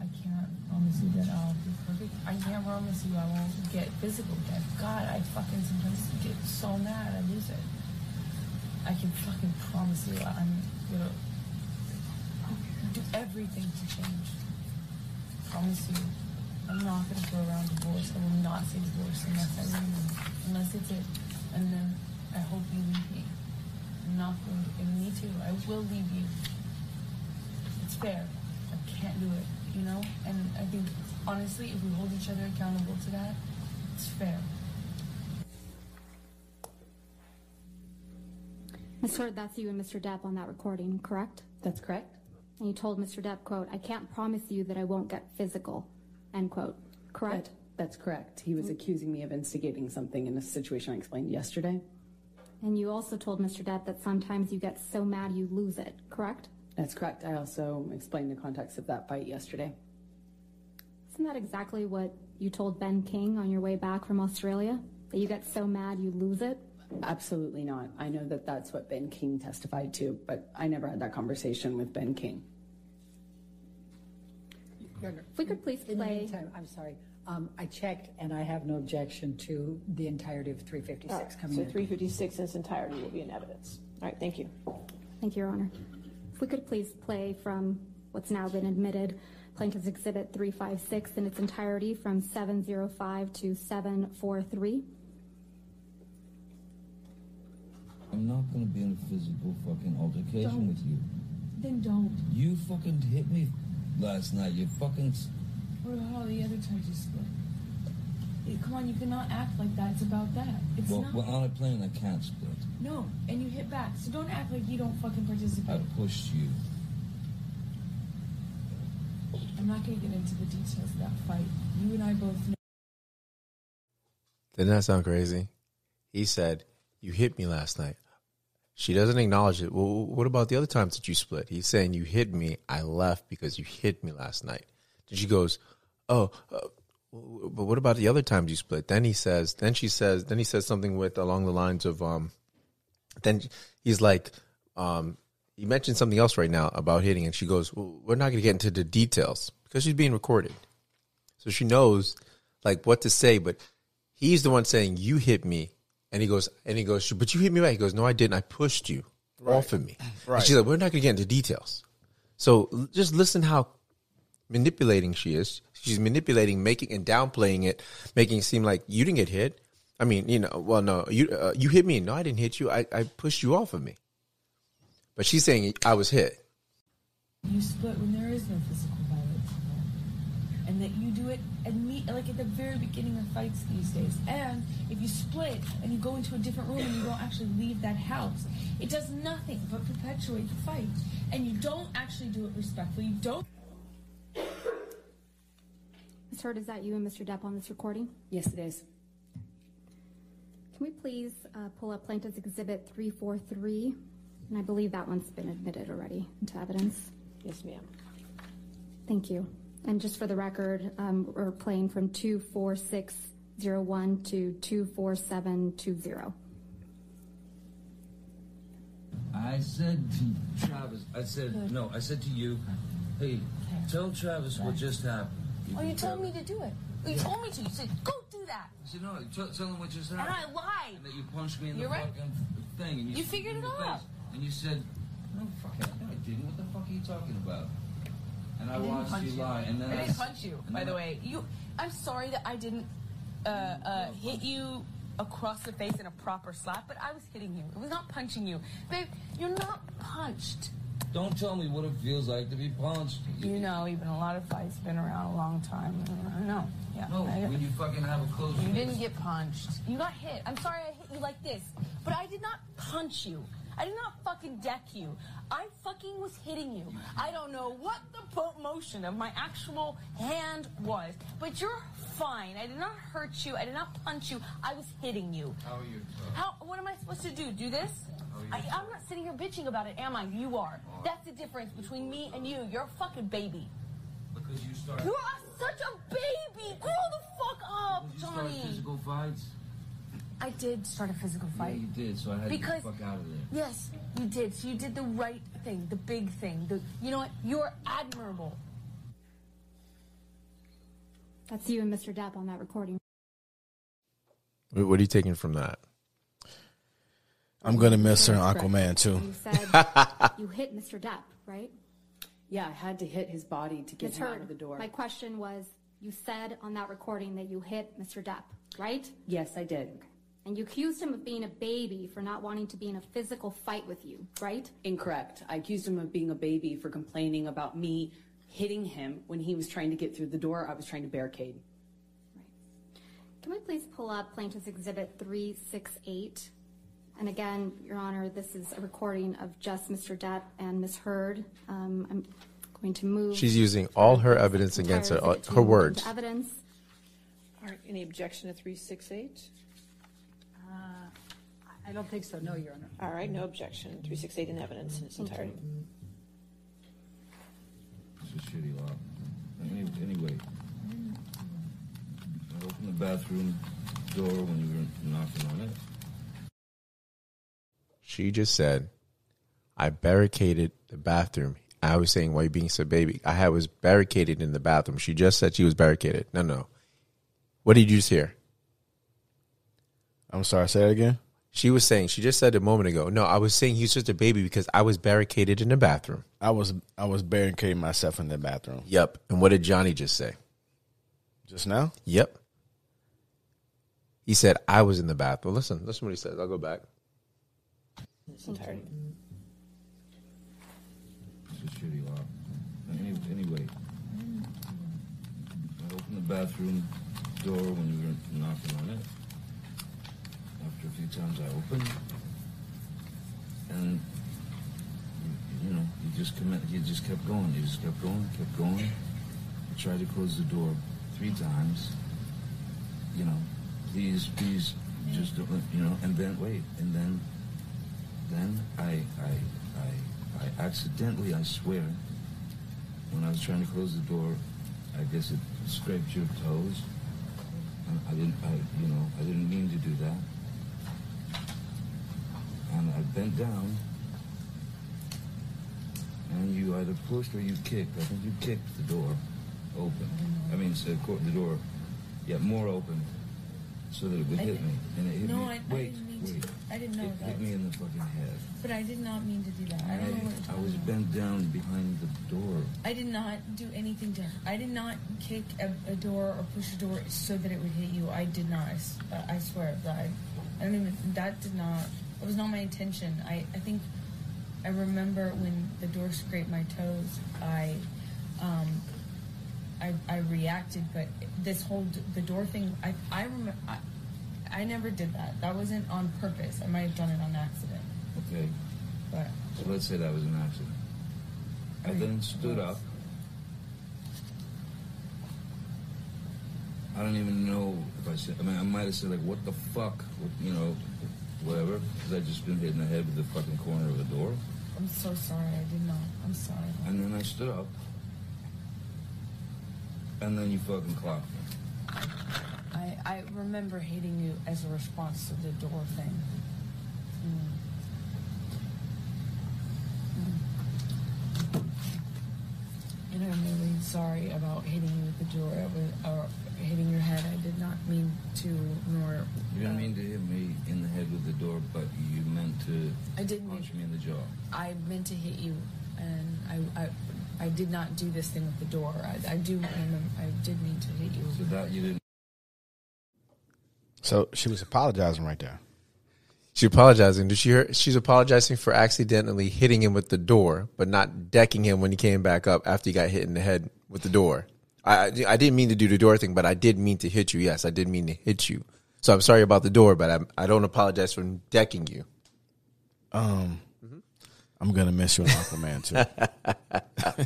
[SPEAKER 7] I can't promise you that I'll be perfect. I can't promise you I won't get physical again. God, I fucking sometimes get so mad I lose it. I can fucking promise you I'm gonna do everything to change. Promise you, I'm not gonna go around divorce. I will not say divorce unless I win, unless it's it, and then I hope you leave me. I'm not going to, and me too. I will leave you it's fair. I can't do it, you know? And I think, honestly, if we hold each other accountable to that, it's fair.
[SPEAKER 3] Ms. Heard, that's you and Mr. Depp on that recording, correct?
[SPEAKER 4] That's correct.
[SPEAKER 3] And you told Mr. Depp, quote, I can't promise you that I won't get physical, end quote, correct?
[SPEAKER 4] That's correct. He was accusing me of instigating something in a situation I explained yesterday.
[SPEAKER 3] And you also told Mr. Depp that sometimes you get so mad you lose it, correct?
[SPEAKER 4] That's correct. I also explained the context of that fight yesterday.
[SPEAKER 3] Isn't that exactly what you told Ben King on your way back from Australia? That you get so mad you lose it?
[SPEAKER 4] Absolutely not. I know that that's what Ben King testified to, but I never had that conversation with Ben King.
[SPEAKER 3] If we could please
[SPEAKER 12] In the
[SPEAKER 3] play-
[SPEAKER 12] meantime, I'm sorry, um, I checked and I have no objection to the entirety of three
[SPEAKER 5] All
[SPEAKER 12] fifty-six
[SPEAKER 5] right,
[SPEAKER 12] coming
[SPEAKER 5] so
[SPEAKER 12] in.
[SPEAKER 5] 356 in its entirety will be in evidence. All right, thank you.
[SPEAKER 3] Thank you, Your Honor. If we could please play from what's now been admitted, Plaintiff's Exhibit 356 in its entirety from 705 to 743.
[SPEAKER 13] I'm not gonna be in a physical fucking altercation
[SPEAKER 12] Don't.
[SPEAKER 13] with you.
[SPEAKER 11] Then don't.
[SPEAKER 10] You fucking hit me last night. You fucking. s-
[SPEAKER 11] What about all the other times you split? Yeah, come on, you cannot act like that. It's about that. It's
[SPEAKER 10] Well,
[SPEAKER 11] not.
[SPEAKER 10] well, on a plane, I can't split.
[SPEAKER 11] no, and you hit back. So don't act like you don't fucking
[SPEAKER 10] I
[SPEAKER 11] participate.
[SPEAKER 10] pushed you.
[SPEAKER 11] I'm not gonna get into the details of that fight. You and I both know.
[SPEAKER 1] Didn't that sound crazy? He said, "You hit me last night." She doesn't acknowledge it. Well, what about the other times that you split? He's saying, "You hit me. I left because you hit me last night." Then she goes, "Oh, uh, w- w- but what about the other times you split?" Then he says, then she says, then he says something with along the lines of, um, then he's like, um, he mentioned something else right now about hitting, and she goes, well, "We're not going to get into the details because she's being recorded." So she knows like what to say, but he's the one saying, You hit me. And he goes, and he goes, But you hit me right. He goes, No, I didn't. I pushed you off of me.
[SPEAKER 2] Right.
[SPEAKER 1] And she's like, We're not gonna get into details. So l- just listen how manipulating she is. She's manipulating, making and downplaying it, making it seem like you didn't get hit. I mean, you know, well, no, you uh, you hit me. No, I didn't hit you. I, I pushed you off of me. But she's saying I was hit.
[SPEAKER 11] You split when there is no physical violence involved. And that you do it imme- like at the very beginning of fights these days. And if you split and you go into a different room and you don't actually leave that house, it does nothing but perpetuate the fight. And you don't actually do it respectfully. You don't.
[SPEAKER 3] Ms. Hurd, is that you and Mr. Depp on this recording?
[SPEAKER 4] Yes, it is.
[SPEAKER 3] Can we please uh, pull up Plaintiff's Exhibit 343? And I believe that one's been admitted already into evidence.
[SPEAKER 5] Yes, ma'am.
[SPEAKER 3] Thank you. And just for the record, um, we're playing from 24601 to 24720.
[SPEAKER 10] I said to Travis, I said, no, I said to you, hey, tell Travis what just happened.
[SPEAKER 11] Oh, you told me to do it. You told me to. You said, go do that.
[SPEAKER 10] I said, no, tell, tell him what just
[SPEAKER 11] And I
[SPEAKER 10] happened.
[SPEAKER 11] lied.
[SPEAKER 10] that you punched me in the
[SPEAKER 11] You're right.
[SPEAKER 10] fucking thing. And you,
[SPEAKER 11] You figured
[SPEAKER 10] in
[SPEAKER 11] it
[SPEAKER 10] the
[SPEAKER 11] out.
[SPEAKER 10] face. And you said, no, fuck it. No, I didn't. What the fuck are you talking about? And I,
[SPEAKER 11] didn't
[SPEAKER 10] watched
[SPEAKER 11] punch
[SPEAKER 10] you
[SPEAKER 11] you.
[SPEAKER 10] lie. And then
[SPEAKER 11] I
[SPEAKER 10] I,
[SPEAKER 11] didn't
[SPEAKER 10] s-
[SPEAKER 11] punch you,
[SPEAKER 10] and
[SPEAKER 11] by
[SPEAKER 10] then
[SPEAKER 11] the
[SPEAKER 10] I-
[SPEAKER 11] way. You, I'm sorry that I didn't uh, uh, hit you across the face in a proper slap, but I was hitting you. It was not punching you, babe. You're not punched.
[SPEAKER 10] Don't tell me what it feels like to be punched.
[SPEAKER 4] You know, even a lot of fights been around a long time. I know. Yeah.
[SPEAKER 10] No,
[SPEAKER 4] I-
[SPEAKER 10] when you fucking have a close
[SPEAKER 4] You
[SPEAKER 10] fist.
[SPEAKER 4] didn't get punched.
[SPEAKER 11] You got hit. I'm sorry I hit you like this, but I did not punch you. I did not fucking deck you. I fucking was hitting you. I don't know what the po- motion of my actual hand was, but you're fine. I did not hurt you. I did not punch you. I was hitting you.
[SPEAKER 10] How are you?
[SPEAKER 11] How? What am I supposed to do? Do this? I, I'm not sitting here bitching about it, am I? You are. That's the difference between me and you. You're a fucking baby.
[SPEAKER 10] Because you start.
[SPEAKER 11] You are such a baby. Grow the fuck up,
[SPEAKER 10] You start
[SPEAKER 11] Johnny.
[SPEAKER 10] physical fights.
[SPEAKER 11] I did start a physical
[SPEAKER 10] Yeah,
[SPEAKER 11] fight.
[SPEAKER 10] you did. So I had
[SPEAKER 11] Because-
[SPEAKER 10] to get the fuck out of there.
[SPEAKER 11] Yes, you did. So you did the right thing, the big thing. The, you know what? You're admirable.
[SPEAKER 3] That's you and Mr. Depp on that recording.
[SPEAKER 1] What what are you taking from that?
[SPEAKER 2] I'm gonna miss her in
[SPEAKER 3] Correct.
[SPEAKER 2] Aquaman too.
[SPEAKER 3] You said you hit Mr. Depp, right?
[SPEAKER 4] Yeah, I had to hit his body to get
[SPEAKER 3] Ms.
[SPEAKER 4] him out
[SPEAKER 3] Hurd,
[SPEAKER 4] of the door.
[SPEAKER 3] My question was, you said on that recording that you hit Mr. Depp, right?
[SPEAKER 4] Yes, I did.
[SPEAKER 3] And you accused him of being a baby for not wanting to be in a physical fight with you, right?
[SPEAKER 4] Incorrect. I accused him of being a baby for complaining about me hitting him when he was trying to get through the door. I was trying to barricade.
[SPEAKER 3] Can we please pull up Plaintiff's Exhibit 368? And again, Your Honor, this is a recording of just Mr. Depp and Ms. Hurd. Um, I'm going to move.
[SPEAKER 1] She's using all her evidence against her,
[SPEAKER 3] entire
[SPEAKER 1] all-
[SPEAKER 3] exhibit
[SPEAKER 1] her
[SPEAKER 3] two into
[SPEAKER 1] words.
[SPEAKER 3] Evidence.
[SPEAKER 5] All right, any objection to 368?
[SPEAKER 12] I don't think so, no, Your Honor.
[SPEAKER 5] All right, no objection. 368 in evidence in its entirety.
[SPEAKER 10] It's a shitty lot. Any- Anyway, I opened the bathroom door when you were knocking on it.
[SPEAKER 1] She just said, I barricaded the bathroom. I was saying, why you being so baby? I had was barricaded in the bathroom. She just said she was barricaded. No, no. What did you just hear?
[SPEAKER 2] I'm sorry, say that again.
[SPEAKER 1] She was saying, she just said a moment ago, no, I was saying he's just a baby because I was barricaded in the bathroom.
[SPEAKER 2] I was I was barricading myself in the bathroom
[SPEAKER 1] Yep. And what did Johnny just say?
[SPEAKER 2] just now.
[SPEAKER 1] Yep. He said, I was in the bathroom. Listen, listen what he says. I'll go back.
[SPEAKER 5] In its entirety.
[SPEAKER 10] it's a shitty law. Any, anyway, I opened the bathroom door when you were knocking on it. After a few times, I opened, and you, you know, he just commit, he just kept going, he just kept going, kept going. I tried to close the door three times. You know, please, please, just don't, you know, and then wait, and then, then I, I, I, I accidentally, I swear, when I was trying to close the door, I guess it scraped your toes. And I didn't, I, you know, I didn't mean to do that. And I bent down, and you either pushed or you kicked. I think you kicked the door open. I mean, so of course, the door, yeah, more open, so that it would
[SPEAKER 11] I
[SPEAKER 10] hit
[SPEAKER 11] didn't-
[SPEAKER 10] me. And it hit
[SPEAKER 11] No,
[SPEAKER 10] me.
[SPEAKER 11] I- I
[SPEAKER 10] wait,
[SPEAKER 11] didn't mean to.
[SPEAKER 10] wait.
[SPEAKER 11] I didn't know
[SPEAKER 10] It
[SPEAKER 11] that.
[SPEAKER 10] hit me in the fucking head.
[SPEAKER 11] But I did not mean to do that. I don't know what you're
[SPEAKER 10] I,
[SPEAKER 11] talking
[SPEAKER 10] was
[SPEAKER 11] about.
[SPEAKER 10] bent down behind the door.
[SPEAKER 11] I did not do anything to her. I did not kick a, a door or push a door so that it would hit you. I did not. I, s- uh, I swear that I, I don't even. That did not. It was not my intention. I, I think I remember when the door scraped my toes. I, um, I, I reacted, but this whole d- the door thing. I I remember. I, I never did that. That wasn't on purpose. I might have done it on accident.
[SPEAKER 10] Okay.
[SPEAKER 11] But
[SPEAKER 10] So let's say that was an accident. I then stood up. I don't even know if I said. I mean, I might have said like, "What the fuck?" What, you know, whatever. Because I just been hit in the head with the fucking corner of a door.
[SPEAKER 11] I'm so sorry. I did not. I'm sorry.
[SPEAKER 10] And then I stood up. And then you fucking clocked me.
[SPEAKER 7] I, I remember hating you as a response to the door thing.
[SPEAKER 11] Mm. And I'm really sorry about hitting you with the door it was- or hitting your head. I did not mean to, nor. uh,
[SPEAKER 10] You didn't mean to hit me in the head with the door, but you meant to
[SPEAKER 11] I didn't mean.
[SPEAKER 10] punch me in the jaw.
[SPEAKER 11] I meant to hit you, and I, I, I did not do this thing with the door. I, I do. remem- I did mean to hit you.
[SPEAKER 10] So that you didn't.
[SPEAKER 13] So she was apologizing right there.
[SPEAKER 1] She's apologizing. Did she hear? She's apologizing for accidentally hitting him with the door, but not decking him when he came back up after he got hit in the head with the door. I, I I didn't mean to do the door thing, but I did mean to hit you. Yes, I did mean to hit you. So I'm sorry about the door, but I'm, I don't apologize for decking you.
[SPEAKER 13] Um, I'm gonna miss you in Aquaman too,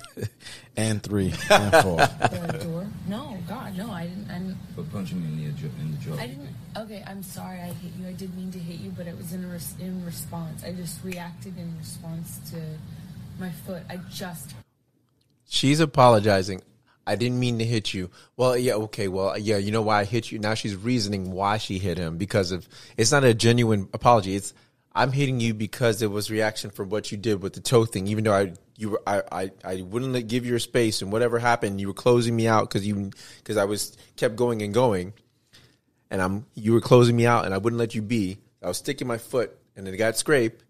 [SPEAKER 13] and three and four.
[SPEAKER 11] The door? No, God, no. I didn't. I didn't
[SPEAKER 10] But punching me in the, jaw- in the jaw.
[SPEAKER 11] I didn't. Okay, I'm sorry. I hit you. I did mean to hit you, but it was in res- in response. I just reacted in response to my foot. I just
[SPEAKER 1] She's apologizing. I didn't mean to hit you. Well, yeah, okay. Well, yeah, you know why I hit you? Now she's reasoning why she hit him because of it's not a genuine apology. It's I'm hitting you because it was reaction for what you did with the toe thing. Even though I you were I I, I wouldn't let- give you your space and whatever happened, you were closing me out because you because I was kept going and going, and I'm you were closing me out and I wouldn't let you be. I was sticking my foot and it got scraped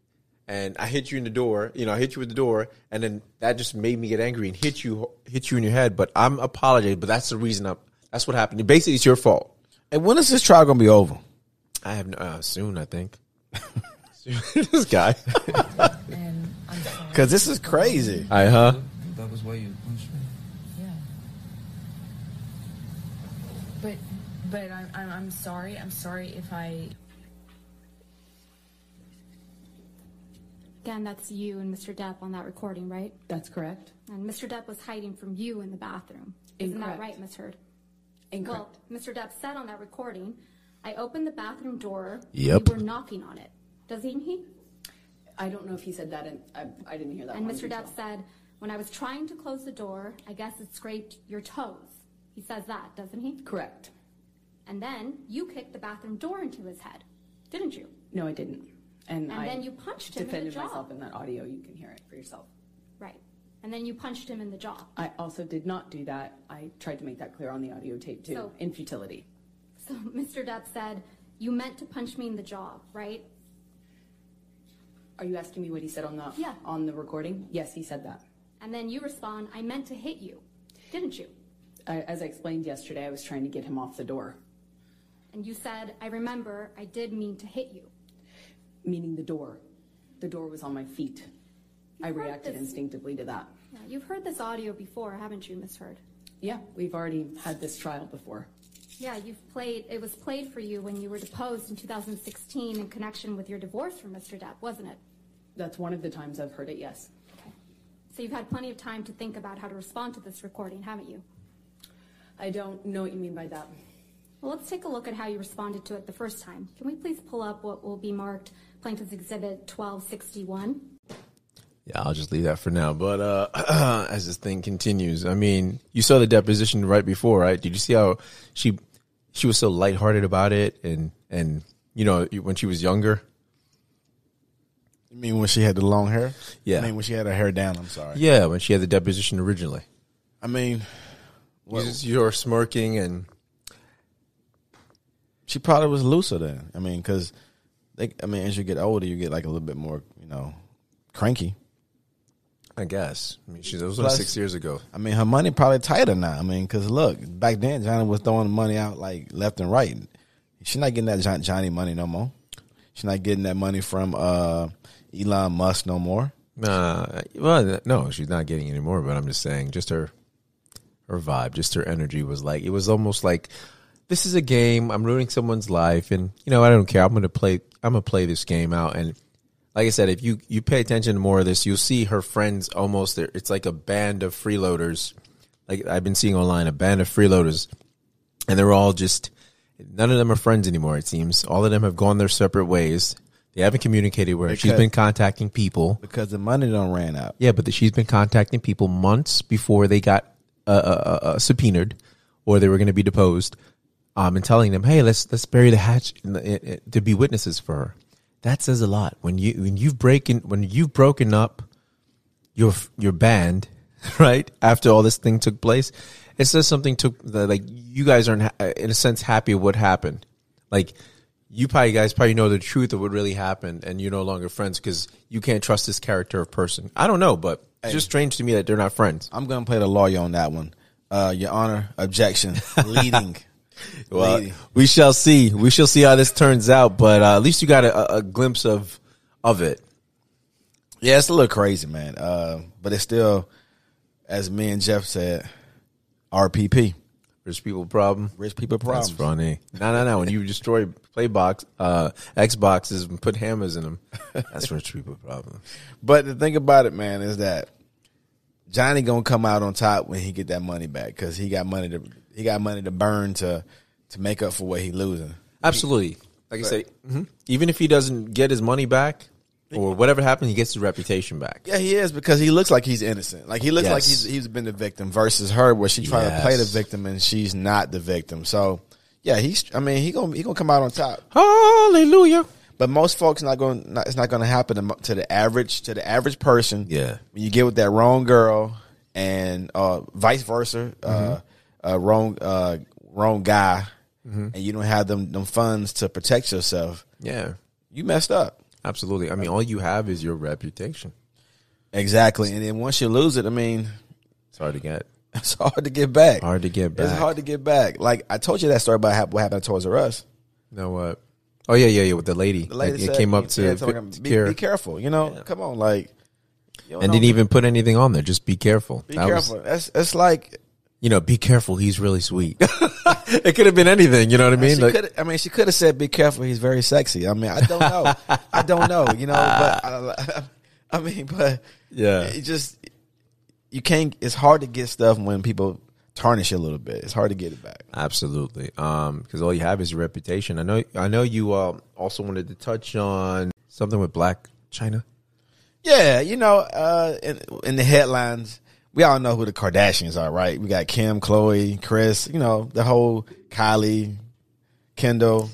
[SPEAKER 1] and I hit you in the door, you know, I hit you with the door, and then that just made me get angry and hit you, hit you in your head. But I'm apologizing, but that's the reason I'm. That's what happened. Basically, it's your fault.
[SPEAKER 13] And when is this trial gonna be over?
[SPEAKER 1] I have no, uh, soon, I think. this guy,
[SPEAKER 13] because this is crazy.
[SPEAKER 1] I huh?
[SPEAKER 10] That was why you punched me.
[SPEAKER 11] But but I'm I'm, I'm sorry. I'm sorry if I.
[SPEAKER 3] Again, that's you and Mr. Depp on that recording, right?
[SPEAKER 4] That's correct.
[SPEAKER 3] And Mr. Depp was hiding from you in the bathroom. Isn't that
[SPEAKER 4] Incorrect.
[SPEAKER 3] right, Miss Heard?
[SPEAKER 4] Incorrect.
[SPEAKER 3] Well, Mr. Depp said on that recording, I opened the bathroom door.
[SPEAKER 4] Yep.
[SPEAKER 3] You were knocking on it. Doesn't he?
[SPEAKER 4] I don't know if he said that. In, I, I didn't hear that.
[SPEAKER 3] And
[SPEAKER 4] one
[SPEAKER 3] Mr.
[SPEAKER 4] in
[SPEAKER 3] Depp
[SPEAKER 4] detail.
[SPEAKER 3] said, when I was trying to close the door, I guess it scraped your toes. He says that, doesn't he?
[SPEAKER 4] Correct.
[SPEAKER 3] And then you kicked the bathroom door into his head, didn't you?
[SPEAKER 4] No, I didn't. And,
[SPEAKER 3] And
[SPEAKER 4] I
[SPEAKER 3] then you punched him in the
[SPEAKER 4] defended
[SPEAKER 3] jaw.
[SPEAKER 4] myself in that audio. You can hear it for yourself.
[SPEAKER 3] Right. And then you punched him in the jaw.
[SPEAKER 4] I also did not do that. I tried to make that clear on the audio tape too,
[SPEAKER 3] So-
[SPEAKER 4] in futility.
[SPEAKER 3] So Mr. Depp said, you meant to punch me in the jaw, right?
[SPEAKER 4] Are you asking me what he said on the
[SPEAKER 3] Yeah.
[SPEAKER 4] on the recording? Yes, he said that.
[SPEAKER 3] And then you respond, I meant to hit you, didn't you?
[SPEAKER 4] I, as I explained yesterday, I was trying to get him off the door,
[SPEAKER 3] And you said, I remember, I did mean to hit you.
[SPEAKER 4] meaning the door. The door was on my feet. I
[SPEAKER 3] heard
[SPEAKER 4] reacted
[SPEAKER 3] this-
[SPEAKER 4] instinctively to that.
[SPEAKER 3] Yeah, you've heard this audio before, haven't you, Miss Heard?
[SPEAKER 4] Yeah, we've already had this trial before.
[SPEAKER 3] Yeah, you've played. It was played for you when you were deposed in 2016 in connection with your divorce from Mr. Depp, wasn't it?
[SPEAKER 4] That's one of the times I've heard it, yes.
[SPEAKER 3] So you've had plenty of time to think about how to respond to this recording, haven't you?
[SPEAKER 4] I don't know what you mean by that.
[SPEAKER 3] Well, let's take a look at how you responded to it the first time. Can we please pull up what will be marked Plaintiff's Exhibit 1261?
[SPEAKER 1] Yeah, I'll just leave that for now. But uh, as this thing continues, I mean, you saw the deposition right before, right? Did you see how she she was so lighthearted about it, and and you know when she was younger?
[SPEAKER 2] You mean when she had the long hair?
[SPEAKER 1] Yeah.
[SPEAKER 2] I mean when she had her hair down. I'm sorry.
[SPEAKER 1] Yeah, when she had the deposition originally.
[SPEAKER 2] I mean,
[SPEAKER 1] you just- you're smirking and
[SPEAKER 2] she probably was looser then. I mean, because they. I mean, as you get older, you get like a little bit more, you know, cranky.
[SPEAKER 1] I guess. I mean, she that was like
[SPEAKER 2] Plus-
[SPEAKER 1] six years ago.
[SPEAKER 2] I mean, her money probably tighter now. I mean, because look, back then Johnny was throwing money out like left and right. She's not getting that John, Johnny money no more. She's not getting that money from uh, Elon Musk no more.
[SPEAKER 1] Nah, Uh, well, no, she's not getting any more. But I'm just saying, just her, her vibe, just her energy was like it was almost like this is a game. I'm ruining someone's life, and you know I don't care. I'm gonna play. I'm gonna play this game out. And like I said, if you you pay attention to more of this, you'll see her friends almost. There, it's like a band of freeloaders. Like I've been seeing online, a band of freeloaders, and they're all just none of them are friends anymore. It seems all of them have gone their separate ways. They haven't communicated with her. She's
[SPEAKER 2] Because-
[SPEAKER 1] been contacting people
[SPEAKER 2] because the money done ran out.
[SPEAKER 1] Yeah, but the, she's been contacting people months before they got uh, uh, uh, uh, subpoenaed or they were going to be deposed, um, and telling them, "Hey, let's let's bury the hatch in the, in, in, to be witnesses for her." That says a lot when you when you've breaking when you've broken up your your band, right? After all this thing took place, it says something took that, like you guys aren't ha- in a sense happy with what happened. Like you probably guys probably know the truth of what really happened, and you're no longer friends because you can't trust this character of person. I don't know, but it's just strange to me that they're not friends.
[SPEAKER 2] I'm gonna play the lawyer on that one. Uh, Your Honor, objection, leading.
[SPEAKER 1] Well, uh,
[SPEAKER 2] Leading.
[SPEAKER 1] we shall see. We shall see how this turns out. But uh, at least you got a, a- a glimpse of of it.
[SPEAKER 2] Yeah, it's a little crazy, man. Uh, but it's still, as me and Jeff said, RPP,
[SPEAKER 1] rich people problem,
[SPEAKER 2] rich people problem.
[SPEAKER 1] That's funny. No, no, no. When you destroy play box, uh, Xboxes and put hammers in them, that's rich people problem.
[SPEAKER 2] But the thing about it, man, is that Johnny gonna come out on top when he get that money back because he got money to he got money to burn to to make up for what he losing.
[SPEAKER 1] Absolutely. Like I say, mhm. even if he doesn't get his money back or whatever happened, he gets his reputation back.
[SPEAKER 2] Yeah, he is because he looks like he's innocent. Like he looks like
[SPEAKER 1] Yes.
[SPEAKER 2] he's he's been the victim versus her, where she trying to play the
[SPEAKER 1] Yes.
[SPEAKER 2] victim and she's not the victim. So yeah, he's. I mean, he gonna he gonna come out on top.
[SPEAKER 1] Hallelujah.
[SPEAKER 2] But most folks not going. Not, it's not going to happen to, mo- to the average to the average person.
[SPEAKER 1] Yeah.
[SPEAKER 2] when you get with that wrong girl and uh, vice versa,
[SPEAKER 1] Mm-hmm.
[SPEAKER 2] uh, uh, wrong uh, wrong guy, and you don't have them them funds to protect yourself.
[SPEAKER 1] Yeah.
[SPEAKER 2] you messed up.
[SPEAKER 1] Absolutely. I mean, all you have is your reputation.
[SPEAKER 2] Exactly, and then once you lose it, I mean,
[SPEAKER 1] It's hard to get.
[SPEAKER 2] it's hard to get back.
[SPEAKER 1] Hard to get back.
[SPEAKER 2] It's hard to get back. Like I told you that story about hap- what happened to Toys R Us.
[SPEAKER 1] Know what? Oh yeah, yeah, yeah. With the lady,
[SPEAKER 2] The lady
[SPEAKER 1] Like,
[SPEAKER 2] said,
[SPEAKER 1] it came up to,
[SPEAKER 2] yeah,
[SPEAKER 1] to
[SPEAKER 2] told him, be,
[SPEAKER 1] Kira
[SPEAKER 2] be careful. You know, come on, like, you don't
[SPEAKER 1] and
[SPEAKER 2] know-
[SPEAKER 1] didn't even put anything on there. Just be careful.
[SPEAKER 2] be
[SPEAKER 1] That was-
[SPEAKER 2] careful. That's it's like
[SPEAKER 1] you know, be careful. He's really sweet. it could have been anything. You know what I mean?
[SPEAKER 2] she
[SPEAKER 1] Like,
[SPEAKER 2] could. I mean, she could have said, "Be careful, he's very sexy." I mean, I don't know. I don't know. You know, but I, I mean, but
[SPEAKER 1] Yeah.
[SPEAKER 2] it just you can't. It's hard to get stuff when people tarnish it a little bit. It's hard to get it back.
[SPEAKER 1] Absolutely. Um, because all you have is your reputation. I know. I know you um, also wanted to touch on something with Black China.
[SPEAKER 2] Yeah, you know, uh, in, in the headlines, we all know who the Kardashians are, right? We got Kim, Chloe, Chris. You know, the whole Kylie, Kendall,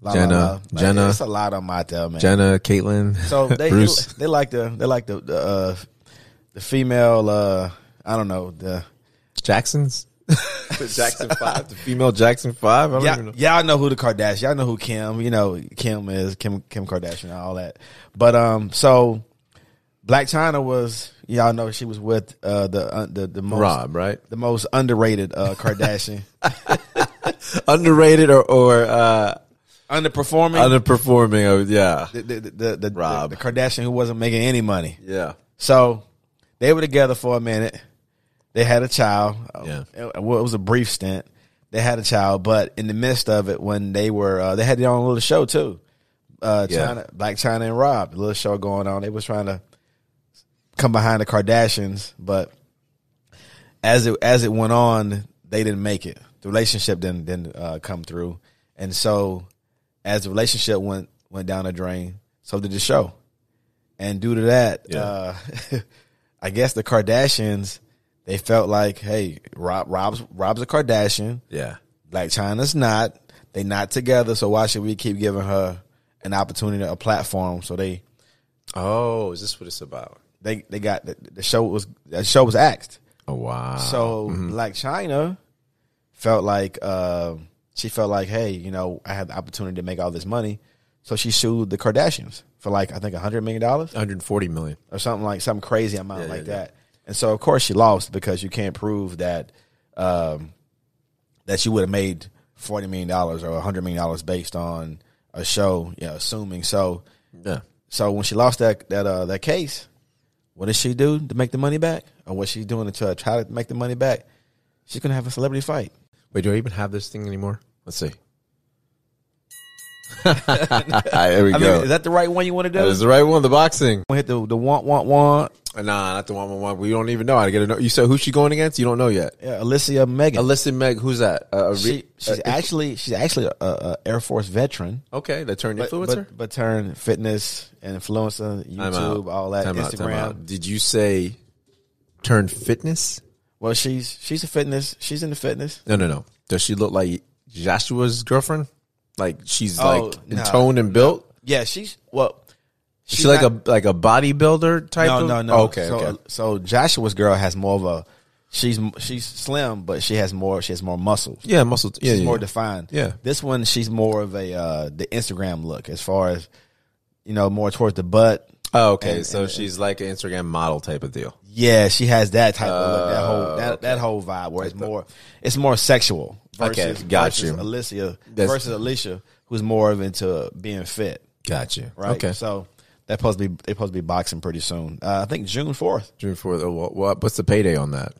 [SPEAKER 2] la, la,
[SPEAKER 1] Jenna,
[SPEAKER 2] la. Like,
[SPEAKER 1] Jenna.
[SPEAKER 2] It's a lot of them out there, man.
[SPEAKER 1] Jenna, Caitlyn,
[SPEAKER 2] So they
[SPEAKER 1] Bruce.
[SPEAKER 2] they like the they like the the, uh, the female uh I don't know the
[SPEAKER 1] Jacksons. Jackson Five, the female Jackson Five. I don't even
[SPEAKER 2] yeah
[SPEAKER 1] know.
[SPEAKER 2] y'all know who the Kardashian y'all know who Kim you know Kim is Kim Kim Kardashian and all that but um so Black China was y'all know she was with uh the uh, the the most
[SPEAKER 1] Rob, right?
[SPEAKER 2] the most underrated uh Kardashian
[SPEAKER 1] Underrated or or uh,
[SPEAKER 2] underperforming
[SPEAKER 1] underperforming? Oh, yeah,
[SPEAKER 2] the, the, the, the,
[SPEAKER 1] Rob.
[SPEAKER 2] the Kardashian who wasn't making any money
[SPEAKER 1] yeah.
[SPEAKER 2] So they were together for a minute. They had a child.
[SPEAKER 1] Yeah.
[SPEAKER 2] It, it was a brief stint. They had a child, but in the midst of it, when they were, uh, they had their own little show too. Uh,
[SPEAKER 1] Yeah.
[SPEAKER 2] China, Black China and Rob, a little show going on. They was trying to come behind the Kardashians, but as it as it went on, they didn't make it. The relationship didn't didn't uh, come through, and so as the relationship went went down the drain, so did the show, and due to that, uh, I guess the Kardashians they felt like, hey, Rob Rob's Rob's a Kardashian,
[SPEAKER 1] Yeah.
[SPEAKER 2] Black China's not. They not together, so why should we keep giving her an opportunity, a platform? So they
[SPEAKER 1] Oh, is this what it's about?
[SPEAKER 2] they they got the, the show was the show was axed.
[SPEAKER 1] Oh wow.
[SPEAKER 2] So
[SPEAKER 1] mm-hmm.
[SPEAKER 2] like China felt like uh, she felt like, hey, you know, I had the opportunity to make all this money, so she sued the Kardashians for like I think hundred million dollars,
[SPEAKER 1] hundred forty million,
[SPEAKER 2] or something like some crazy amount
[SPEAKER 1] Yeah,
[SPEAKER 2] like
[SPEAKER 1] yeah, yeah.
[SPEAKER 2] that. And so of course she lost because you can't prove that um, that she would have made forty million dollars or hundred million dollars based on a show, you know, assuming so.
[SPEAKER 1] Yeah.
[SPEAKER 2] So when she lost that that uh, that case, what did she do to make the money back, or was she doing to try to make the money back? She's gonna have a celebrity fight.
[SPEAKER 1] Wait, do I even have this thing anymore? Let's see. there we go.
[SPEAKER 2] I mean, is that the right one you want to do?
[SPEAKER 1] That is the right one. The boxing. Uh,
[SPEAKER 2] We hit the the want want want.
[SPEAKER 1] Nah, not the one one one. We don't even know. I gotta know. You said who's she going against? You don't know yet.
[SPEAKER 2] Yeah, Alicia Megan.
[SPEAKER 1] Alyssa Meg. Who's that? Uh, a re-
[SPEAKER 2] She, she's
[SPEAKER 1] uh,
[SPEAKER 2] actually she's actually a, a Air Force veteran.
[SPEAKER 1] okay. The turn
[SPEAKER 2] But,
[SPEAKER 1] influencer.
[SPEAKER 2] but, but turn fitness and influencer,
[SPEAKER 1] Time out.
[SPEAKER 2] YouTube, all that,
[SPEAKER 1] Time out, time
[SPEAKER 2] Instagram.
[SPEAKER 1] out. Did you say turn fitness?
[SPEAKER 2] Well, she's she's a fitness. She's into fitness.
[SPEAKER 1] No, no, no. Does she look like Joshua's girlfriend? Like she's
[SPEAKER 2] Oh,
[SPEAKER 1] like in
[SPEAKER 2] nah.
[SPEAKER 1] toned and built.
[SPEAKER 2] Yeah, she's well.
[SPEAKER 1] Is she like a like a bodybuilder type.
[SPEAKER 2] no
[SPEAKER 1] of?
[SPEAKER 2] no no.
[SPEAKER 1] Oh, okay,
[SPEAKER 2] so, uh,
[SPEAKER 1] okay.
[SPEAKER 2] So Joshua's girl has more of a. She's she's slim, but she has more. She has more muscles.
[SPEAKER 1] Yeah, muscle. Yeah,
[SPEAKER 2] she's
[SPEAKER 1] yeah,
[SPEAKER 2] more
[SPEAKER 1] yeah.
[SPEAKER 2] defined.
[SPEAKER 1] Yeah.
[SPEAKER 2] This one, she's more of a uh, the Instagram look, as far as you know, more towards the butt.
[SPEAKER 1] Oh, okay.
[SPEAKER 2] And-
[SPEAKER 1] so
[SPEAKER 2] and-
[SPEAKER 1] she's like an Instagram model type of deal.
[SPEAKER 2] Yeah, she has that type of look, that
[SPEAKER 1] Oh,
[SPEAKER 2] whole that, that whole vibe where it's more it's more sexual.
[SPEAKER 1] Okay,
[SPEAKER 2] Versus,
[SPEAKER 1] got
[SPEAKER 2] versus
[SPEAKER 1] you.
[SPEAKER 2] Alicia
[SPEAKER 1] That's-
[SPEAKER 2] versus Alicia, who's more of into being fit,
[SPEAKER 1] Gotcha.
[SPEAKER 2] right?
[SPEAKER 1] Okay.
[SPEAKER 2] So they're supposed to be they're supposed to be boxing pretty soon. Uh, I think June fourth.
[SPEAKER 1] June fourth. oh, What, what, what's the payday on that?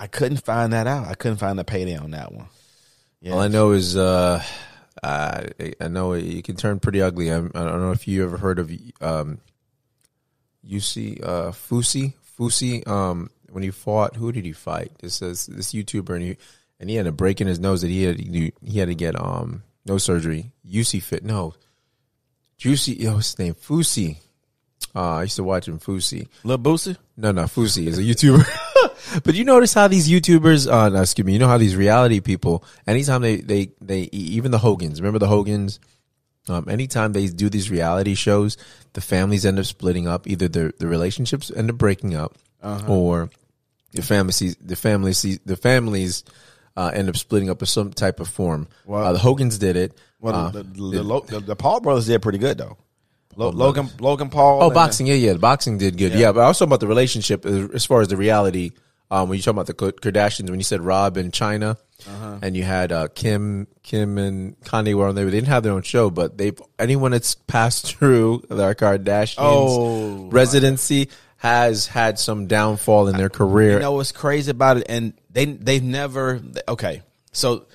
[SPEAKER 2] I couldn't find that out. I couldn't find the payday on that one. Yeah.
[SPEAKER 1] All I know is uh, I I know it can turn pretty ugly. I, I don't know if you ever heard of um, UC uh, Fusi Fusi. Um, when he fought, who did he fight? This is this YouTuber, and he and he had a break in his nose that he had he had to get um nose surgery. UC Fit no, Juicy. Yo, what's his name Fusi. Uh, I used to watch him Fusi.
[SPEAKER 2] Lil Boosie?
[SPEAKER 1] No, no, Fusi is a YouTuber. but you notice how these YouTubers, uh, no, excuse me, you know how these reality people, anytime they, they, they, e- even the Hogans, remember the Hogans? Um, anytime they do these reality shows, the families end up splitting up. Either the the relationships end up breaking up,
[SPEAKER 2] Uh-huh.
[SPEAKER 1] or the families the families the families uh, end up splitting up in some type of form.
[SPEAKER 2] Well-
[SPEAKER 1] uh, the Hogans did it.
[SPEAKER 2] Well,
[SPEAKER 1] Uh,
[SPEAKER 2] the, the,
[SPEAKER 1] did-
[SPEAKER 2] the, Lo- the, the Paul brothers did pretty good though. Lo-
[SPEAKER 1] Paul
[SPEAKER 2] Logan Logan Paul.
[SPEAKER 1] Oh,
[SPEAKER 2] and-
[SPEAKER 1] boxing. Yeah, yeah. The boxing did good. Yeah.
[SPEAKER 2] Yeah.
[SPEAKER 1] but I was talking about the relationship as, as far as the reality. Um, when you talking about the K- Kardashians, when you said Rob and China,
[SPEAKER 2] Uh-huh.
[SPEAKER 1] and you had uh, Kim, Kim and Kanye were on there. They didn't have their own show, but they have anyone that's passed through their Kardashians
[SPEAKER 2] Oh.
[SPEAKER 1] residency has had some downfall in their career.
[SPEAKER 2] Uh, You know what's crazy about it, and they they've never okay. So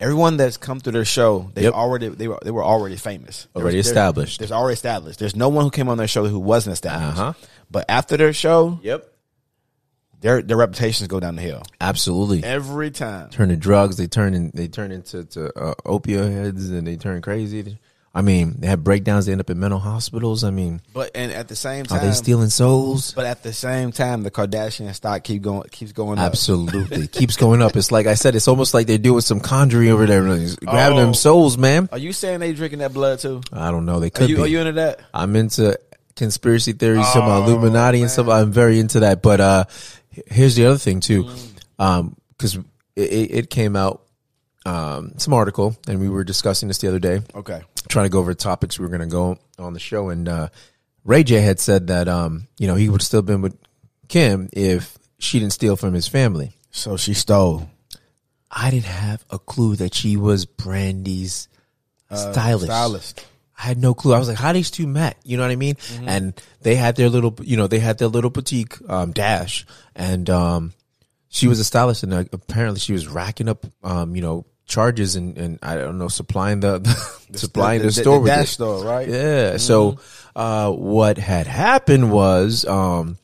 [SPEAKER 2] everyone that's come through their show, they
[SPEAKER 1] Yep.
[SPEAKER 2] already they were they were already famous, There
[SPEAKER 1] Already
[SPEAKER 2] was- there-
[SPEAKER 1] established.
[SPEAKER 2] There's already established. There's no one who came on their show who wasn't established.
[SPEAKER 1] Uh-huh.
[SPEAKER 2] But after their show,
[SPEAKER 1] yep,
[SPEAKER 2] their their reputations go down the hill
[SPEAKER 1] absolutely.
[SPEAKER 2] every time.
[SPEAKER 1] turn to drugs. They turn in, they turn into to, uh, opioids, and they turn crazy. I mean, they have breakdowns. They end up in mental hospitals. I mean,
[SPEAKER 2] But and at the same
[SPEAKER 1] are
[SPEAKER 2] time,
[SPEAKER 1] Oh, they stealing souls?
[SPEAKER 2] But at the same time, the Kardashian stock keep going keeps going up.
[SPEAKER 1] Absolutely. Keeps going up. It's like I said, it's almost like they're doing some conjuring over there. It's Grabbing them souls, man.
[SPEAKER 2] Are you saying they drinking that blood too?
[SPEAKER 1] I don't know. They
[SPEAKER 2] Oh. Are
[SPEAKER 1] could
[SPEAKER 2] you,
[SPEAKER 1] be.
[SPEAKER 2] are you Oh, into that?
[SPEAKER 1] I'm into conspiracy theories, some Illuminati and stuff. I'm very into that. But uh h- here's the other thing too.
[SPEAKER 2] Mm.
[SPEAKER 1] Um, 'cause because it, it it came out um some article and we were discussing this the other day
[SPEAKER 2] Okay.
[SPEAKER 1] trying to go over topics we were going to go on the show, and uh, Ray J had said that um, you know he would still been with Kim if she didn't steal from his family.
[SPEAKER 2] So she stole.
[SPEAKER 1] I didn't have a clue that she was Brandy's stylist.
[SPEAKER 2] Uh, Stylist.
[SPEAKER 1] I had no clue. I was like, how these two met? You know what I mean?
[SPEAKER 2] Mm-hmm.
[SPEAKER 1] And they had their little, you know, they had their little boutique, um, dash and, um, she was a stylist and uh, apparently she was racking up, um, you know, charges and, and I don't know, supplying the, supplying
[SPEAKER 2] the-
[SPEAKER 1] the,
[SPEAKER 2] the-
[SPEAKER 1] store
[SPEAKER 2] the
[SPEAKER 1] with
[SPEAKER 2] dash
[SPEAKER 1] it.
[SPEAKER 2] store, right? Mm-hmm.
[SPEAKER 1] Yeah. So, uh, what had happened was, um,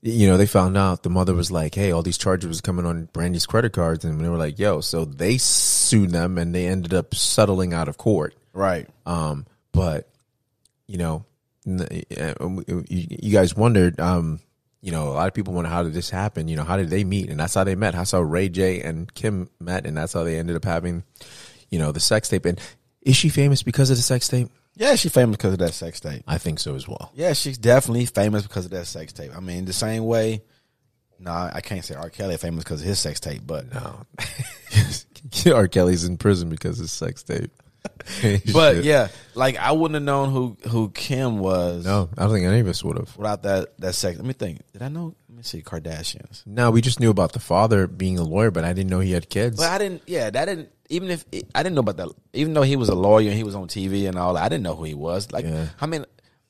[SPEAKER 1] you know, they found out the mother was like, "Hey, all these charges was coming on Brandy's credit cards," and they were like, "Yo!" So they sued them, and they ended up settling out of court.
[SPEAKER 2] Right.
[SPEAKER 1] Um, but you know, n- uh, you you guys wondered, um, you know, a lot of people wonder how did this happen? You know, how did they meet? And that's how they met. That's how Ray J and Kim met, and that's how they ended up having, you know, the sex tape. And is she famous because of the sex tape?
[SPEAKER 2] Yeah, she famous because of that sex tape.
[SPEAKER 1] I think so as well.
[SPEAKER 2] Yeah, she's definitely famous because of that sex tape. I mean, the same way. No, nah, I can't say R. Kelly famous because of his sex tape, but
[SPEAKER 1] no. R. Kelly's in prison because of sex tape.
[SPEAKER 2] but
[SPEAKER 1] Shit.
[SPEAKER 2] yeah, like I wouldn't have known who who Kim was.
[SPEAKER 1] No, I don't think any of us would have.
[SPEAKER 2] without that that sex. Let me think. Did I know? Let me see. Kardashians.
[SPEAKER 1] No, we just knew about the father being a lawyer, but I didn't know he had kids.
[SPEAKER 2] But I didn't. Yeah, that didn't. Even if I didn't know about that, even though he was a lawyer and he was on TV and all, that, I didn't know who he was. Like,
[SPEAKER 1] Yeah.
[SPEAKER 2] I mean,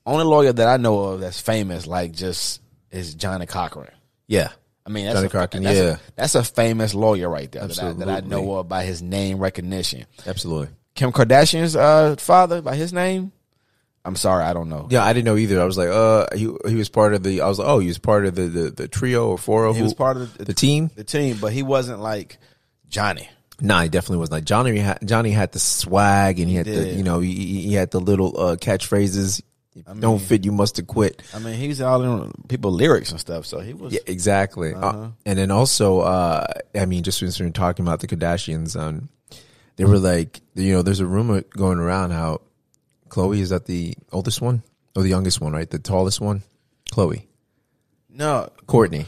[SPEAKER 2] only lawyer that I know of that's famous, like, just is Johnny Cochran.
[SPEAKER 1] yeah.
[SPEAKER 2] I mean, that's
[SPEAKER 1] Johnny
[SPEAKER 2] a,
[SPEAKER 1] Cochran,
[SPEAKER 2] that's
[SPEAKER 1] yeah.
[SPEAKER 2] A, that's a famous lawyer right there that I, that I
[SPEAKER 1] Absolutely.
[SPEAKER 2] know of by his name recognition.
[SPEAKER 1] Absolutely.
[SPEAKER 2] Kim Kardashian's uh, father by his name. I'm sorry, I don't know.
[SPEAKER 1] Yeah, I didn't know either. I was like, uh, he he was part of the. I was like, oh, he was part of the the, the trio or four.
[SPEAKER 2] He was part of the-
[SPEAKER 1] the team.
[SPEAKER 2] The team, but he wasn't like Johnny.
[SPEAKER 1] Nah, he definitely was not. Johnny had Johnny had the swag, and he, had the
[SPEAKER 2] did.
[SPEAKER 1] you know he, he he had the little uh, catchphrases. If you don't fit, you must have quit.
[SPEAKER 2] I mean, he's all in people lyrics and stuff, so he was.
[SPEAKER 1] Yeah, exactly. Uh,
[SPEAKER 2] Uh-huh.
[SPEAKER 1] and then also, uh, I mean, just since we're talking about the Kardashians, um, they were like, you know, there's a rumor going around how Chloe is that the oldest one or the youngest one, right? The tallest one, Chloe,
[SPEAKER 2] No,
[SPEAKER 1] Courtney.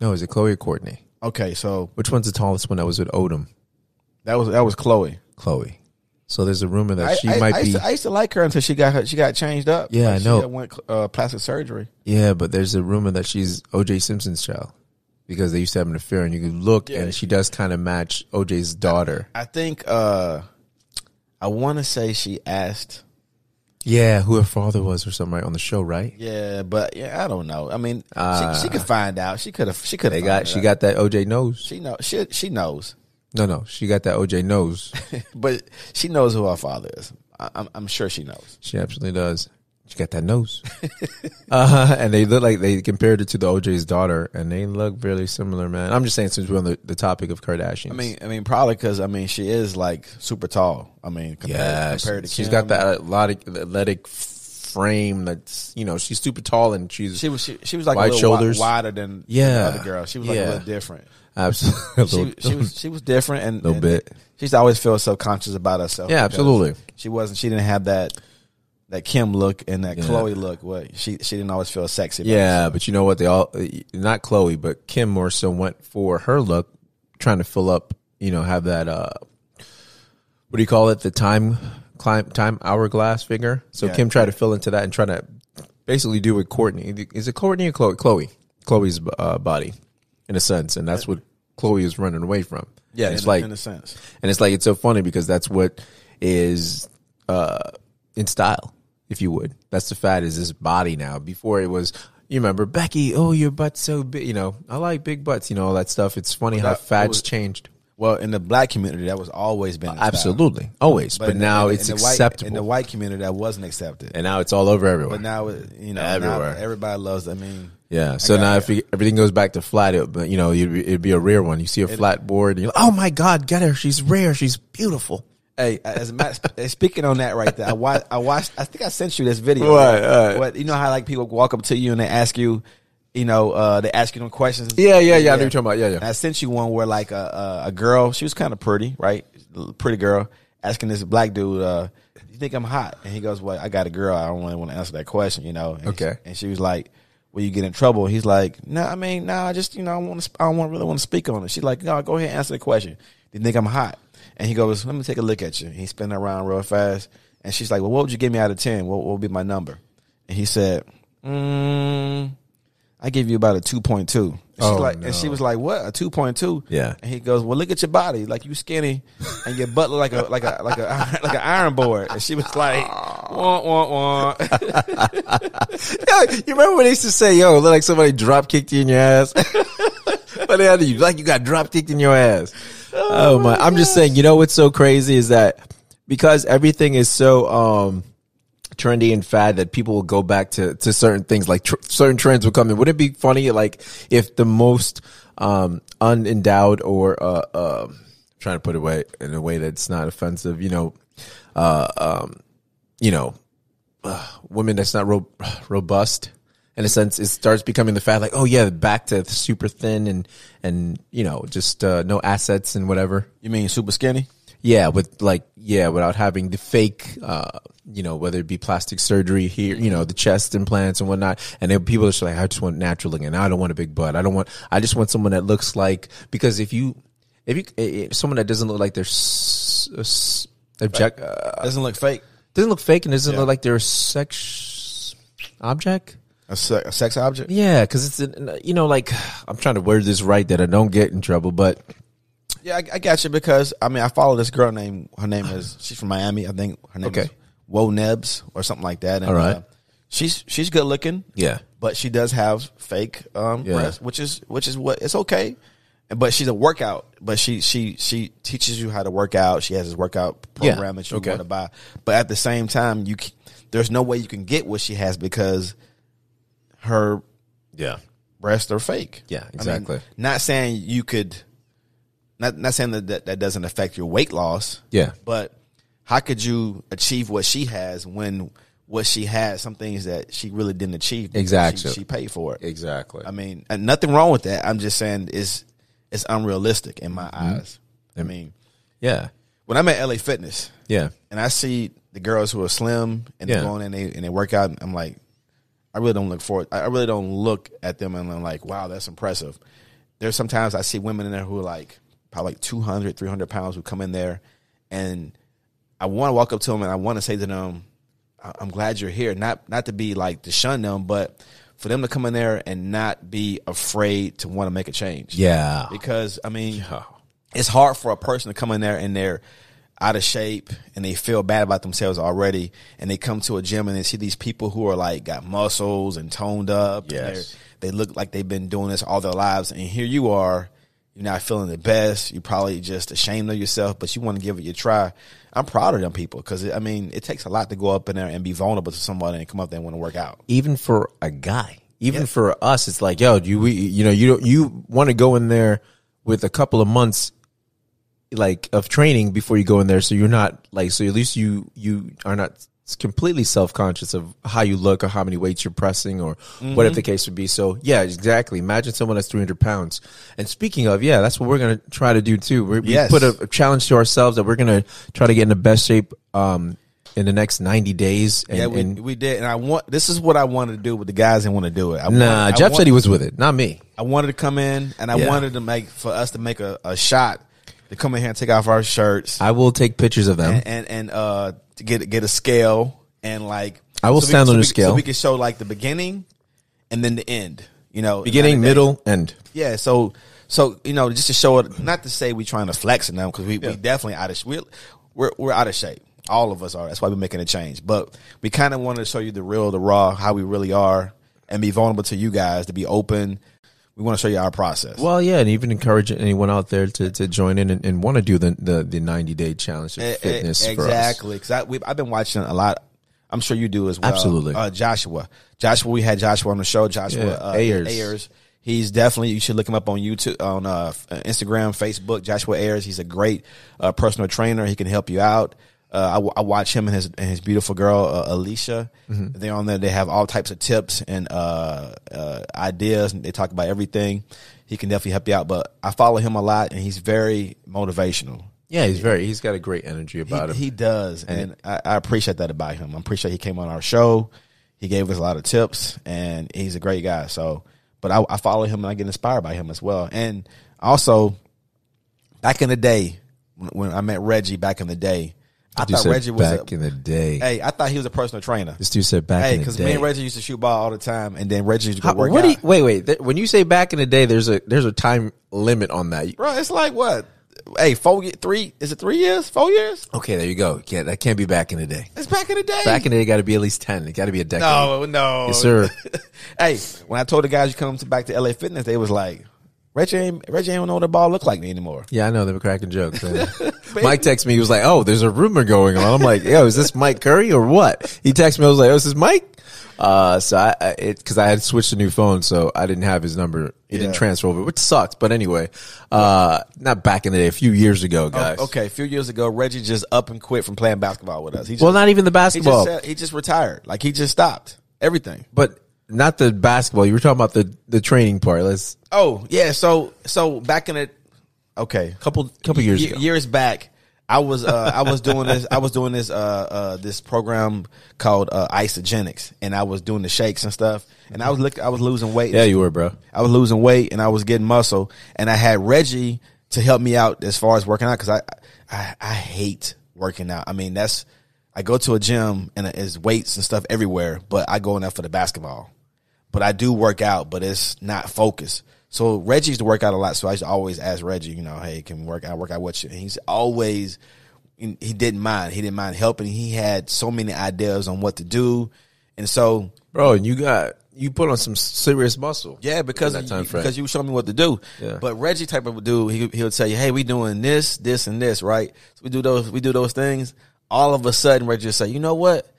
[SPEAKER 1] No, is it Chloe or Courtney?
[SPEAKER 2] okay, so
[SPEAKER 1] Which one's the tallest one that was with Odom?
[SPEAKER 2] that was that was Chloe.
[SPEAKER 1] Chloe. So there's a rumor that
[SPEAKER 2] I,
[SPEAKER 1] she
[SPEAKER 2] I-
[SPEAKER 1] might
[SPEAKER 2] I
[SPEAKER 1] be.
[SPEAKER 2] used to, I used to like her until she got her, she got changed up.
[SPEAKER 1] Yeah,
[SPEAKER 2] Like,
[SPEAKER 1] I
[SPEAKER 2] she
[SPEAKER 1] know.
[SPEAKER 2] got- went uh, plastic surgery.
[SPEAKER 1] yeah, but there's a rumor that she's OJ Simpson's child because they used to have an affair, and you could look,
[SPEAKER 2] Yeah.
[SPEAKER 1] and she does kind of match OJ's daughter.
[SPEAKER 2] I think uh, I want to say she asked.
[SPEAKER 1] Yeah, who her father was or something right on the show, right?
[SPEAKER 2] Yeah, but yeah, I don't know. I mean,
[SPEAKER 1] Uh,
[SPEAKER 2] she, she could find out. She could have. She could
[SPEAKER 1] They
[SPEAKER 2] have.
[SPEAKER 1] got she got that OJ nose.
[SPEAKER 2] She know. She she knows.
[SPEAKER 1] No, no, she got that OJ nose.
[SPEAKER 2] but she knows who our father is. I, I'm, I'm sure she knows.
[SPEAKER 1] She absolutely does. She got that nose. uh, and they look like they compared it to the OJ's daughter, and they look really similar, man. I'm just saying since we're on the, the topic of Kardashians.
[SPEAKER 2] I mean, I mean, probably because I mean, she is like super tall. I mean, compared,
[SPEAKER 1] Yeah,
[SPEAKER 2] compared to
[SPEAKER 1] she's
[SPEAKER 2] Kim.
[SPEAKER 1] got that athletic, athletic frame. That's you know she's super tall and she's
[SPEAKER 2] She was she, she was like
[SPEAKER 1] Wide
[SPEAKER 2] a little wi-
[SPEAKER 1] shoulders.
[SPEAKER 2] wider than
[SPEAKER 1] Yeah.
[SPEAKER 2] the other girl. She was like
[SPEAKER 1] Yeah.
[SPEAKER 2] a little different. She,
[SPEAKER 1] absolutely.
[SPEAKER 2] she was she was different and
[SPEAKER 1] Little
[SPEAKER 2] and
[SPEAKER 1] bit.
[SPEAKER 2] She used to always feel self conscious about herself.
[SPEAKER 1] Yeah,
[SPEAKER 2] because
[SPEAKER 1] absolutely.
[SPEAKER 2] She wasn't. She didn't have that that Kim look and that
[SPEAKER 1] Yeah.
[SPEAKER 2] Chloe look. What she she didn't always feel sexy. about herself.
[SPEAKER 1] yeah, but you know what? They all not Chloe, but Kim more so went for her look, trying to fill up. You know, have that uh, what do you call it? The time climb time hourglass figure. So
[SPEAKER 2] Yeah.
[SPEAKER 1] Kim tried to fill into that and trying to basically do with Courtney. Is it Courtney or Chloe? Chloe, Chloe's uh, body, in a sense, and that's what Chloe is running away from.
[SPEAKER 2] yeah.
[SPEAKER 1] And it's
[SPEAKER 2] in, a-
[SPEAKER 1] like
[SPEAKER 2] in a sense.
[SPEAKER 1] And it's like it's so funny because that's what is uh in style, if you would. That's the fad is this body now. Before it was you remember Becky, oh your butt's so big you know, I like big butts, you know, all that stuff. It's funny how
[SPEAKER 2] that-
[SPEAKER 1] fads
[SPEAKER 2] it was-
[SPEAKER 1] changed.
[SPEAKER 2] Well, in the black community, that was always been the style.
[SPEAKER 1] Absolutely. Always. But,
[SPEAKER 2] in the-
[SPEAKER 1] now
[SPEAKER 2] in the-
[SPEAKER 1] it's
[SPEAKER 2] in the white-
[SPEAKER 1] acceptable.
[SPEAKER 2] in the white community that wasn't accepted.
[SPEAKER 1] and now it's all over everywhere.
[SPEAKER 2] But now it- you know now
[SPEAKER 1] Everywhere.
[SPEAKER 2] everybody loves. I mean,
[SPEAKER 1] yeah. So now if you, everything goes back to flat, it, but you know, it'd be, it'd be a rare one. You see a flat board, and you're like, "Oh my God, get her! She's rare. She's beautiful."
[SPEAKER 2] Hey, as a matter, speaking on that right there, I watched. I watched. I think I sent you this video.
[SPEAKER 1] Right, right.
[SPEAKER 2] What you know how like people walk up to you and they ask you, you know, uh, they ask you them questions.
[SPEAKER 1] Yeah, yeah, yeah, I know you're talking about. Yeah, yeah.
[SPEAKER 2] And I sent you one where like a a, a girl, she was kind of pretty, right? L- Pretty girl asking this black dude, uh, "You think I'm hot?" And he goes, "Well, I got a girl. I don't really want to answer that question, you know." And
[SPEAKER 1] Okay.
[SPEAKER 2] She, and she was like. Will you get in trouble? He's like, no, I mean, no, I just, you know, I want to, I don't wanna- really want to speak on it. She's like, no, go ahead, and answer the question. Do you think I'm hot? And he goes, let me take a look at you. He spin around real fast, and she's like, well, what would you give me out of ten? What, what would be my number? And he said, mm, I give you about a two point two. She's
[SPEAKER 1] Oh,
[SPEAKER 2] like,
[SPEAKER 1] no.
[SPEAKER 2] and she was like, "What? A two point two?
[SPEAKER 1] Yeah.
[SPEAKER 2] And he goes, "Well, look at your body. Like you skinny, and your butt look like a like a like a like an iron board." And she was like, "Want want want."
[SPEAKER 1] Yeah, you remember when they used to say, "Yo, look like somebody drop kicked you in your ass," but they had you like you got drop kicked in your ass. Oh, my! I'm just saying. You know what's so crazy is that because everything is so um trendy and fad that people will go back to to certain things like tr- certain trends will come in. Would it be funny like if the most um unendowed or uh, uh I'm trying to put it away in a way that's not offensive, you know, uh um you know, uh, women that's not ro- robust in a sense it starts becoming the fad like oh yeah back to super thin and and you know just uh, no assets and whatever
[SPEAKER 2] you mean super skinny
[SPEAKER 1] yeah with like yeah without having the fake uh you know whether it be plastic surgery here you know the chest implants and whatnot and then people are just like i just want natural looking i don't want a big butt i don't want i just want someone that looks like because if you if you eh, eh, someone that doesn't look like they're s- s- object uh,
[SPEAKER 2] doesn't look fake
[SPEAKER 1] doesn't look fake and doesn't
[SPEAKER 2] Yeah.
[SPEAKER 1] look like they're a sex object
[SPEAKER 2] a, se- a sex object.
[SPEAKER 1] yeah, because it's an- you know like I'm trying to word this right that I don't get in trouble, but
[SPEAKER 2] Yeah, I, I got you because I mean I follow this girl named her name is she's from Miami I think her name is
[SPEAKER 1] Okay.
[SPEAKER 2] Wo Nebs or something like that. And,
[SPEAKER 1] All right.
[SPEAKER 2] uh, she's she's good looking.
[SPEAKER 1] Yeah.
[SPEAKER 2] but she does have fake um,
[SPEAKER 1] Yeah.
[SPEAKER 2] breasts, which is which is what it's okay. But she's a workout. But she she she teaches you how to work out. She has this workout
[SPEAKER 1] Yeah.
[SPEAKER 2] program that you
[SPEAKER 1] Okay.
[SPEAKER 2] want to buy. But at the same time, you c- there's no way you can get what she has because her
[SPEAKER 1] yeah
[SPEAKER 2] breasts are fake.
[SPEAKER 1] Yeah,
[SPEAKER 2] I mean,
[SPEAKER 1] exactly.
[SPEAKER 2] not saying you could, not not saying that, that that doesn't affect your weight loss.
[SPEAKER 1] Yeah.
[SPEAKER 2] but how could you achieve what she has when what she has some things that she really didn't achieve? because
[SPEAKER 1] Exactly.
[SPEAKER 2] she, she paid for it.
[SPEAKER 1] exactly.
[SPEAKER 2] I mean, and nothing wrong with that. I'm just saying it's it's unrealistic in my
[SPEAKER 1] Mm-hmm.
[SPEAKER 2] eyes. I mean,
[SPEAKER 1] Yeah,
[SPEAKER 2] when I'm at LA Fitness,
[SPEAKER 1] yeah,
[SPEAKER 2] and I see the girls who are slim and
[SPEAKER 1] Yeah.
[SPEAKER 2] they go in and they and they work out. I'm like, I really don't look forward. I I really don't look at them and I'm like, wow, that's impressive. There's sometimes I see women in there who are like probably like 200, 300 pounds who come in there, and I want to walk up to them and I want to say to them, I- I'm glad you're here. Not not to be like to shun them, but for them to come in there and not be afraid to want to make a change. Oh.
[SPEAKER 1] Yeah.
[SPEAKER 2] Because I mean, it's hard for a person to come in there and they're out of shape and they feel bad about themselves already and they come to a gym and they see these people who are like got muscles and toned up and
[SPEAKER 1] Yes.
[SPEAKER 2] they're- they look like they've been doing this all their lives and here you are you're not feeling the best you're probably just ashamed of yourself but you want to give it your try i'm proud of them people because i mean it takes a lot to go up in there and be vulnerable to somebody and come up there and want to work out
[SPEAKER 1] even for a guy, even for us, it's like yo, you we you know you don't you want to go in there with a couple of months like of training before you go in there, so you're not like so at least you you are not completely self conscious of how you look or how many weights you're pressing or
[SPEAKER 2] Mm-hmm.
[SPEAKER 1] whatever the case would be. So yeah, exactly. Imagine someone that's 300 pounds. And speaking of, yeah, that's what we're gonna try to do too. We're, we
[SPEAKER 2] Yes.
[SPEAKER 1] put a, a challenge to ourselves that we're gonna try to get in the best shape um in the next 90 days. And,
[SPEAKER 2] yeah we,
[SPEAKER 1] and
[SPEAKER 2] we did and i want this is what i wanted to do with the guys that want to do it
[SPEAKER 1] nah,
[SPEAKER 2] I want- I
[SPEAKER 1] Jeff
[SPEAKER 2] want-
[SPEAKER 1] said he was with it, not me.
[SPEAKER 2] I wanted to come in and I
[SPEAKER 1] Yeah.
[SPEAKER 2] wanted to make for us to make a, a shot to come in here and take off our shirts
[SPEAKER 1] I will take pictures of them.
[SPEAKER 2] and and, and uh to get get a scale and like
[SPEAKER 1] I will
[SPEAKER 2] we-
[SPEAKER 1] stand on
[SPEAKER 2] we,
[SPEAKER 1] the
[SPEAKER 2] So
[SPEAKER 1] scale.
[SPEAKER 2] we can show like the beginning and then the end. You know,
[SPEAKER 1] Beginning,
[SPEAKER 2] Like,
[SPEAKER 1] middle, end.
[SPEAKER 2] yeah. So so you know just to show it. Not to say we trying to flex it now because we, we definitely out of sh- we're, we're we're out of shape. All of us are. That's why we're making a change. But we kind of wanted to show you the real, the raw, how we really are, and be vulnerable to you guys. To be open. We want to show you our process.
[SPEAKER 1] Well, yeah, and even encourage anyone out there to, to join in and, and want to do the, the, the 90 day challenge of
[SPEAKER 2] E- e-
[SPEAKER 1] fitness for us.
[SPEAKER 2] exactly because I've been watching a lot. I'm sure you do as well.
[SPEAKER 1] Absolutely.
[SPEAKER 2] uh, Joshua. Joshua, we had Joshua on the show. Joshua
[SPEAKER 1] Yeah,
[SPEAKER 2] uh,
[SPEAKER 1] Ayers.
[SPEAKER 2] Ayers. He's definitely you should look him up on YouTube, on uh, f- Instagram, Facebook. Joshua Ayers. He's a great uh, personal trainer. He can help you out. Uh, I, w- I watch him and his and his beautiful girl uh, Alicia.
[SPEAKER 1] Mm-hmm.
[SPEAKER 2] They're on there. They have all types of tips and uh, uh, ideas. And they talk about everything. He can definitely help you out. But I follow him a lot, and he's very motivational.
[SPEAKER 1] Yeah, he's very, he's got a great energy about
[SPEAKER 2] He
[SPEAKER 1] him.
[SPEAKER 2] does, and I, I appreciate that about him. I appreciate he came on our show. He gave us a lot of tips, and he's a great guy. So, but I, I follow him and I get inspired by him as well. And also, back in the day, when, when I met Reggie, back in the day, I
[SPEAKER 1] Dude
[SPEAKER 2] thought
[SPEAKER 1] said
[SPEAKER 2] Reggie was
[SPEAKER 1] back
[SPEAKER 2] a,
[SPEAKER 1] in the day.
[SPEAKER 2] Hey, I thought he was a personal trainer.
[SPEAKER 1] This dude said back
[SPEAKER 2] Hey,
[SPEAKER 1] in the
[SPEAKER 2] because
[SPEAKER 1] day.
[SPEAKER 2] me and Reggie used to shoot ball all the time, and then Reggie used to go
[SPEAKER 1] How-
[SPEAKER 2] work
[SPEAKER 1] what do
[SPEAKER 2] out.
[SPEAKER 1] you- wait, wait. Th- when you say back in the day, there's a there's a time limit on that. You-
[SPEAKER 2] Bro, it's like what? Hey, four, ye- three? Is it three years? Four years?
[SPEAKER 1] Okay, there you go. Yeah, that can't be back in the day.
[SPEAKER 2] It's back in the day.
[SPEAKER 1] Back in the day, got to be at least ten. It got to be a decade.
[SPEAKER 2] No, no.
[SPEAKER 1] yes, sir.
[SPEAKER 2] hey, when I told the guys you come to back to LA Fitness, they was like, Reggie ain't, Reggie ain't know what the ball look like anymore.
[SPEAKER 1] Yeah, I know they were cracking jokes. yeah. Mike texted me. He was like, "Oh, there's a rumor going on." I'm like, "Yo, is this Mike Curry or what?" He texted me. I was like, "Oh, is this Mike?" Uh, so I, I it because I had switched to new phone, so I didn't have his number. He didn't
[SPEAKER 2] Yeah.
[SPEAKER 1] transfer over, which sucked. But anyway, uh, not back in the day, a few years ago, guys.
[SPEAKER 2] Oh, okay, a few years ago, Reggie just up and quit from playing basketball with us. He just,
[SPEAKER 1] Well, not even the basketball.
[SPEAKER 2] He just, said- he just retired. Like he just stopped everything.
[SPEAKER 1] But not the basketball. You were talking about the the training part. Let's
[SPEAKER 2] Oh yeah, so so back in the okay,
[SPEAKER 1] couple couple years
[SPEAKER 2] Ye-
[SPEAKER 1] ago.
[SPEAKER 2] years back, I was uh, I was doing this I was doing this uh, uh, this program called uh, Isogenics, and I was doing the shakes and stuff, and I was look I was losing weight.
[SPEAKER 1] Yeah, you were, bro.
[SPEAKER 2] I was losing weight and I was getting muscle, and I had Reggie to help me out as far as working out because I, I I hate working out. I mean, that's I go to a gym and it's weights and stuff everywhere, but I go in there for the basketball. But I do work out, but it's not focused. So Reggie used to work out a lot, so I used to always ask Reggie, you know, hey, can we work out? Work out what you? And he's always he didn't mind. He didn't mind helping. He had so many ideas on what to do, and so
[SPEAKER 1] bro. And you got you put on some serious muscle.
[SPEAKER 2] yeah, because
[SPEAKER 1] in that
[SPEAKER 2] you-
[SPEAKER 1] time frame.
[SPEAKER 2] because you showed me what to do.
[SPEAKER 1] Yeah.
[SPEAKER 2] But Reggie type of dude, he he'll tell you, "Hey, we doing this, this, and this, right? So we do those, we do those things." All of a sudden, Reggie will say, "You know what?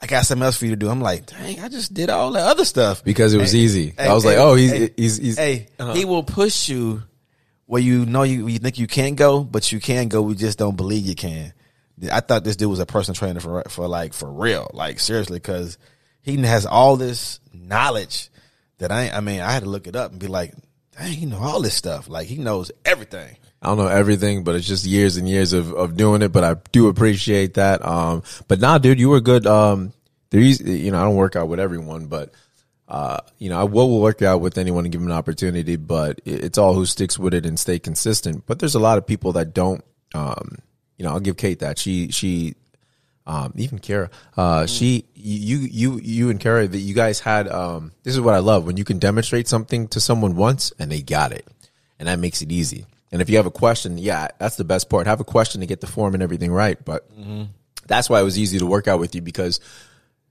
[SPEAKER 2] I got something else for you to do." I'm like, "Dang, I just did all that other stuff
[SPEAKER 1] Because it was easy. I was like, oh, he's- he's- he's-
[SPEAKER 2] hey,
[SPEAKER 1] Uh-huh.
[SPEAKER 2] he will push you where you know you, you think you can't go, but you can go. We just don't believe you can." I thought this dude was a personal trainer for for like for real, like seriously, because he has all this knowledge that I I mean I had to look it up and be like, dang, he know all this stuff. Like he knows everything.
[SPEAKER 1] I don't know everything, but it's just years and years of, of doing it. But I do appreciate that. Um, but nah, dude, you were good. Um, there is, you know, I don't work out with everyone, but, uh, you know, I will work out with anyone and give them an opportunity, but it- it's all who sticks with it and stay consistent. But there's a lot of people that don't, um, you know, I'll give Kate that she, she, um, even Kara, uh, she, you, you, you and Kara, that you guys had, um, this is what I love when you can demonstrate something to someone once and they got it and that makes it easy. And if you have a question, yeah, that's the best part. Have a question to get the form and everything right. But that's why it was easy to work out with you because,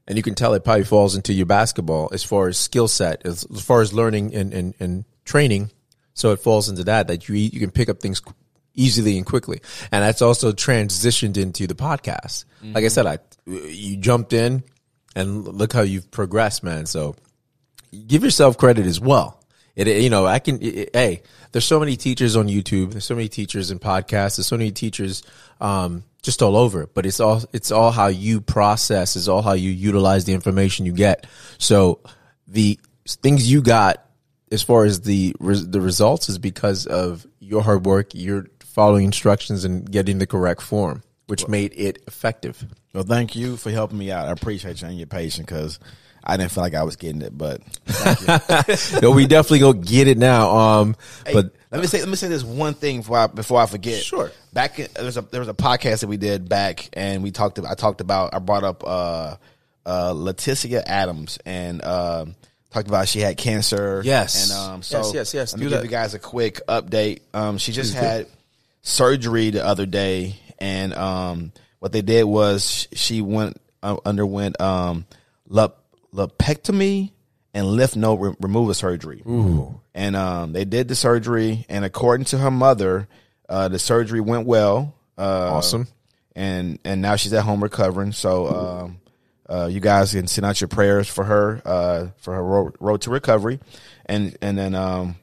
[SPEAKER 1] and you can tell it probably falls into your basketball as far as skill set, as, as far as learning and, and, and training. So it falls into that, that you, you can pick up things qu- easily and quickly. And that's also transitioned into the podcast. Like I said, I, you jumped in and look how you've progressed, man. So give yourself credit as well. It, you know, I can, it- it- hey, there's so many teachers on YouTube. There's so many teachers in podcasts. There's so many teachers, um, just all over, but it's all, it's all how you process. It's all how you utilize the information you get. So the things you got as far as the, res- the results is because of your hard work. You're following instructions and getting the correct form, which made it effective.
[SPEAKER 2] Well, thank you for helping me out. I appreciate you and your patience because I didn't feel like I was getting it, but
[SPEAKER 1] no, we definitely go get it now. Um, but
[SPEAKER 2] let me say let me say this one thing before I, before I forget.
[SPEAKER 1] Sure.
[SPEAKER 2] Back in, there was a there was a podcast that we did back, and we talked. About, I talked about. I brought up uh, uh, Leticia Adams and um talked about she had cancer.
[SPEAKER 1] Yes.
[SPEAKER 2] And um, so
[SPEAKER 1] Yes, yes, yes.
[SPEAKER 2] Let
[SPEAKER 1] Do
[SPEAKER 2] me
[SPEAKER 1] that.
[SPEAKER 2] give you guys a quick update. Um, she just
[SPEAKER 1] Please do.
[SPEAKER 2] had surgery the other day, and um, what they did was sh- she went uh, underwent um, lap- lapectomy and lymph node re- removal surgery.
[SPEAKER 1] Ooh.
[SPEAKER 2] And um, they did the surgery, and according to her mother, uh, the surgery went well. Uh,
[SPEAKER 1] Awesome.
[SPEAKER 2] And and now she's at home recovering. So um, uh, you guys can send out your prayers for her uh, for her road, road to recovery, and and then um,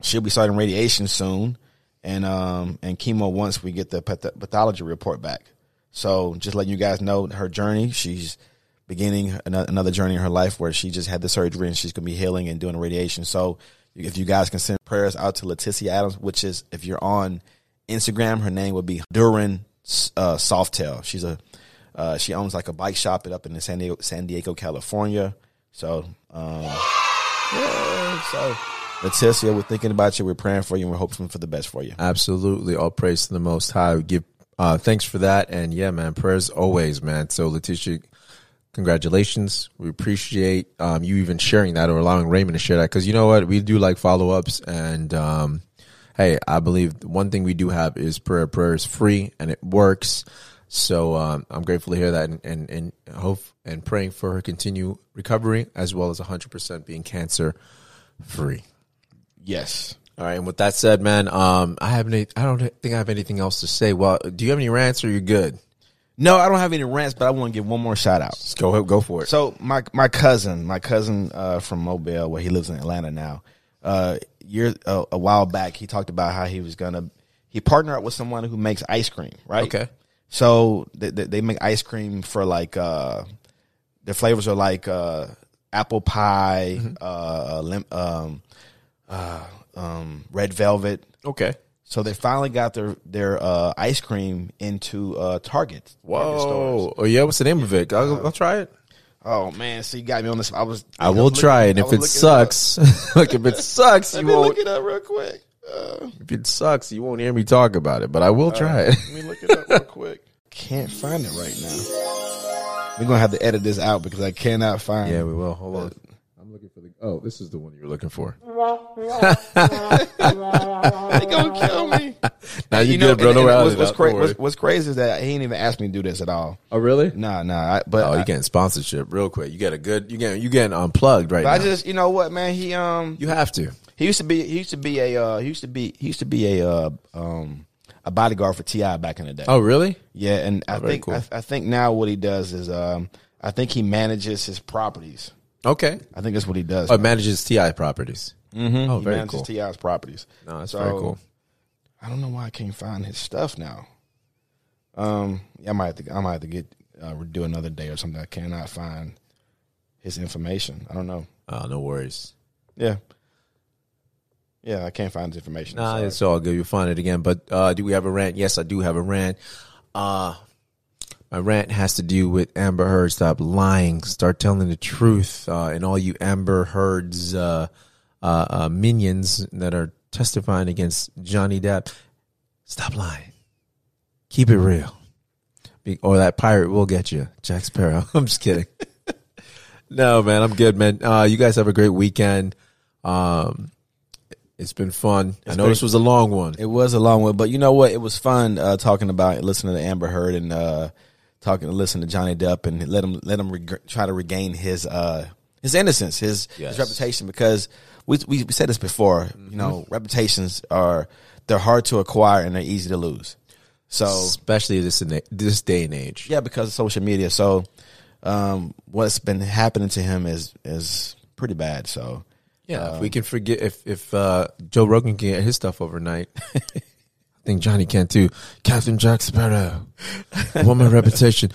[SPEAKER 2] she'll be starting radiation soon, and um, and chemo once we get the path- pathology report back. So just letting you guys know her journey. She's beginning ano- another journey in her life where she just had the surgery and she's gonna be healing and doing radiation. So if you guys can send prayers out to Leticia Adams, which is if you're on Instagram, her name would be Duran uh, Softail. She's a uh, she owns like a bike shop up in San Diego, San Diego, California. So um, yeah, so Leticia, we're thinking about you. We're praying for you. and We're hoping for the best for you.
[SPEAKER 1] Absolutely. All praise to the Most High. We give Uh, thanks for that. And yeah, man, prayers always, man. So Letitia, congratulations. We appreciate um, you even sharing that or allowing Raymond to share that because you know what, we do like follow ups, and um, hey, I believe the one thing we do have is prayer. Prayer is free and it works. So um, I'm grateful to hear that, and, and and hope and praying for her continued recovery as well as 100 percent being cancer free.
[SPEAKER 14] Yes.
[SPEAKER 1] All right, and with that said, man, um, I have any, I don't think I have anything else to say. Well, do you have any rants or you're good?
[SPEAKER 2] No, I don't have any rants, but I want to give one more shout out.
[SPEAKER 1] go ahead, go for it.
[SPEAKER 2] So my my cousin, my cousin uh, from Mobile, where he lives in Atlanta now, uh, year uh, a while back, he talked about how he was gonna he partnered up with someone who makes ice cream, right?
[SPEAKER 1] Okay.
[SPEAKER 2] So they, they, they make ice cream for like uh, their flavors are like uh, apple pie, uh, lim- um, uh, um, red velvet.
[SPEAKER 1] Okay.
[SPEAKER 2] So they finally got their their uh, ice cream into uh, Target. Target stores.
[SPEAKER 1] Whoa! Oh yeah, what's the name of it? I'll, I'll try it.
[SPEAKER 2] Oh man, so you got me on this. I was.
[SPEAKER 1] I will
[SPEAKER 2] was
[SPEAKER 1] try it.
[SPEAKER 2] looking- I
[SPEAKER 1] If
[SPEAKER 2] was
[SPEAKER 1] it
[SPEAKER 2] looking
[SPEAKER 1] sucks, look if it sucks,
[SPEAKER 2] Let
[SPEAKER 1] you
[SPEAKER 2] me
[SPEAKER 1] won't.
[SPEAKER 2] look it up real quick. Uh,
[SPEAKER 1] If it sucks, you won't hear me talk about it. But I will try it.
[SPEAKER 2] Let me look it up real quick. Can't find it right now. We're gonna have to edit this out because I cannot find.
[SPEAKER 1] yeah, we will. Hold on. I'm looking for the. Oh, this is the one you were looking for.
[SPEAKER 2] they gonna kill me.
[SPEAKER 1] Now
[SPEAKER 2] And
[SPEAKER 1] you good, bro. Don't worry
[SPEAKER 2] and- and What's,
[SPEAKER 1] about
[SPEAKER 2] what's,
[SPEAKER 1] it.
[SPEAKER 2] cra-
[SPEAKER 1] Don't
[SPEAKER 2] what's,
[SPEAKER 1] worry.
[SPEAKER 2] what's crazy is that he ain't even asked me to do this at all.
[SPEAKER 1] Oh really?
[SPEAKER 2] Nah, nah. I, but
[SPEAKER 1] Oh,
[SPEAKER 2] I,
[SPEAKER 1] you getting sponsorship real quick. You get a good. You getting you getting unplugged right
[SPEAKER 2] but I
[SPEAKER 1] now.
[SPEAKER 2] just, you know what, man. He um,
[SPEAKER 1] you have to.
[SPEAKER 2] He used to be. He used to be a. Uh, he used to be. He used to be a. Uh, um, a bodyguard for Ti back in the day.
[SPEAKER 1] Oh really?
[SPEAKER 2] Yeah, and I
[SPEAKER 1] very
[SPEAKER 2] think
[SPEAKER 1] cool.
[SPEAKER 2] I, I think now what he does is um, I think he manages his properties.
[SPEAKER 1] Okay.
[SPEAKER 2] I think that's what he does.
[SPEAKER 1] Oh, it manages Ti properties.
[SPEAKER 2] Mhm.
[SPEAKER 1] Oh,
[SPEAKER 2] he
[SPEAKER 1] very
[SPEAKER 2] manages
[SPEAKER 1] cool.
[SPEAKER 2] Ti's properties.
[SPEAKER 1] No, that's very cool.
[SPEAKER 2] I don't know why I can't find his stuff now. Um, yeah, I might have to. I might have to get uh, do another day or something. I cannot find his information. I don't know.
[SPEAKER 1] Oh, no worries.
[SPEAKER 2] Yeah, yeah, I can't find his information. I'm
[SPEAKER 1] Nah,
[SPEAKER 2] sorry.
[SPEAKER 1] it's all good. You'll find it again. But uh, do we have a rant? Yes, I do have a rant. Uh, my rant has to do with Amber Heard. Stop lying. Start telling the truth. Uh, and all you Amber Heard's uh, uh, uh, minions that are testifying against Johnny Depp, stop lying. Keep it real. Be- or that pirate will get you, Jack Sparrow. I'm just kidding. no, man, I'm good, man. Uh, you guys have a great weekend. Um, it's been fun. I know
[SPEAKER 2] been-
[SPEAKER 1] this was a long one.
[SPEAKER 2] It was a long one, but you know what? It was fun uh, talking about listening to Amber Heard and uh, talking to listen to Johnny Depp and let him let him reg- try to regain his uh, his innocence, his
[SPEAKER 1] Yes.
[SPEAKER 2] his reputation because we, we we said this before. You know, reputations are they're hard to acquire and they're easy to lose. So
[SPEAKER 1] especially this in this day and age.
[SPEAKER 2] yeah, because of social media. So um, what's been happening to him is is pretty bad. So
[SPEAKER 1] Yeah,
[SPEAKER 2] um,
[SPEAKER 1] Uh, if we can forget if if uh, Joe Rogan can get his stuff overnight, I think Johnny can too. Captain Jack Sparrow, want my reputation?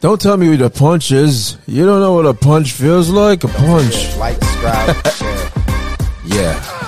[SPEAKER 1] Don't tell me what a punch is. You don't know what a punch feels like. A punch.
[SPEAKER 2] like subscribe. share.
[SPEAKER 1] Yeah.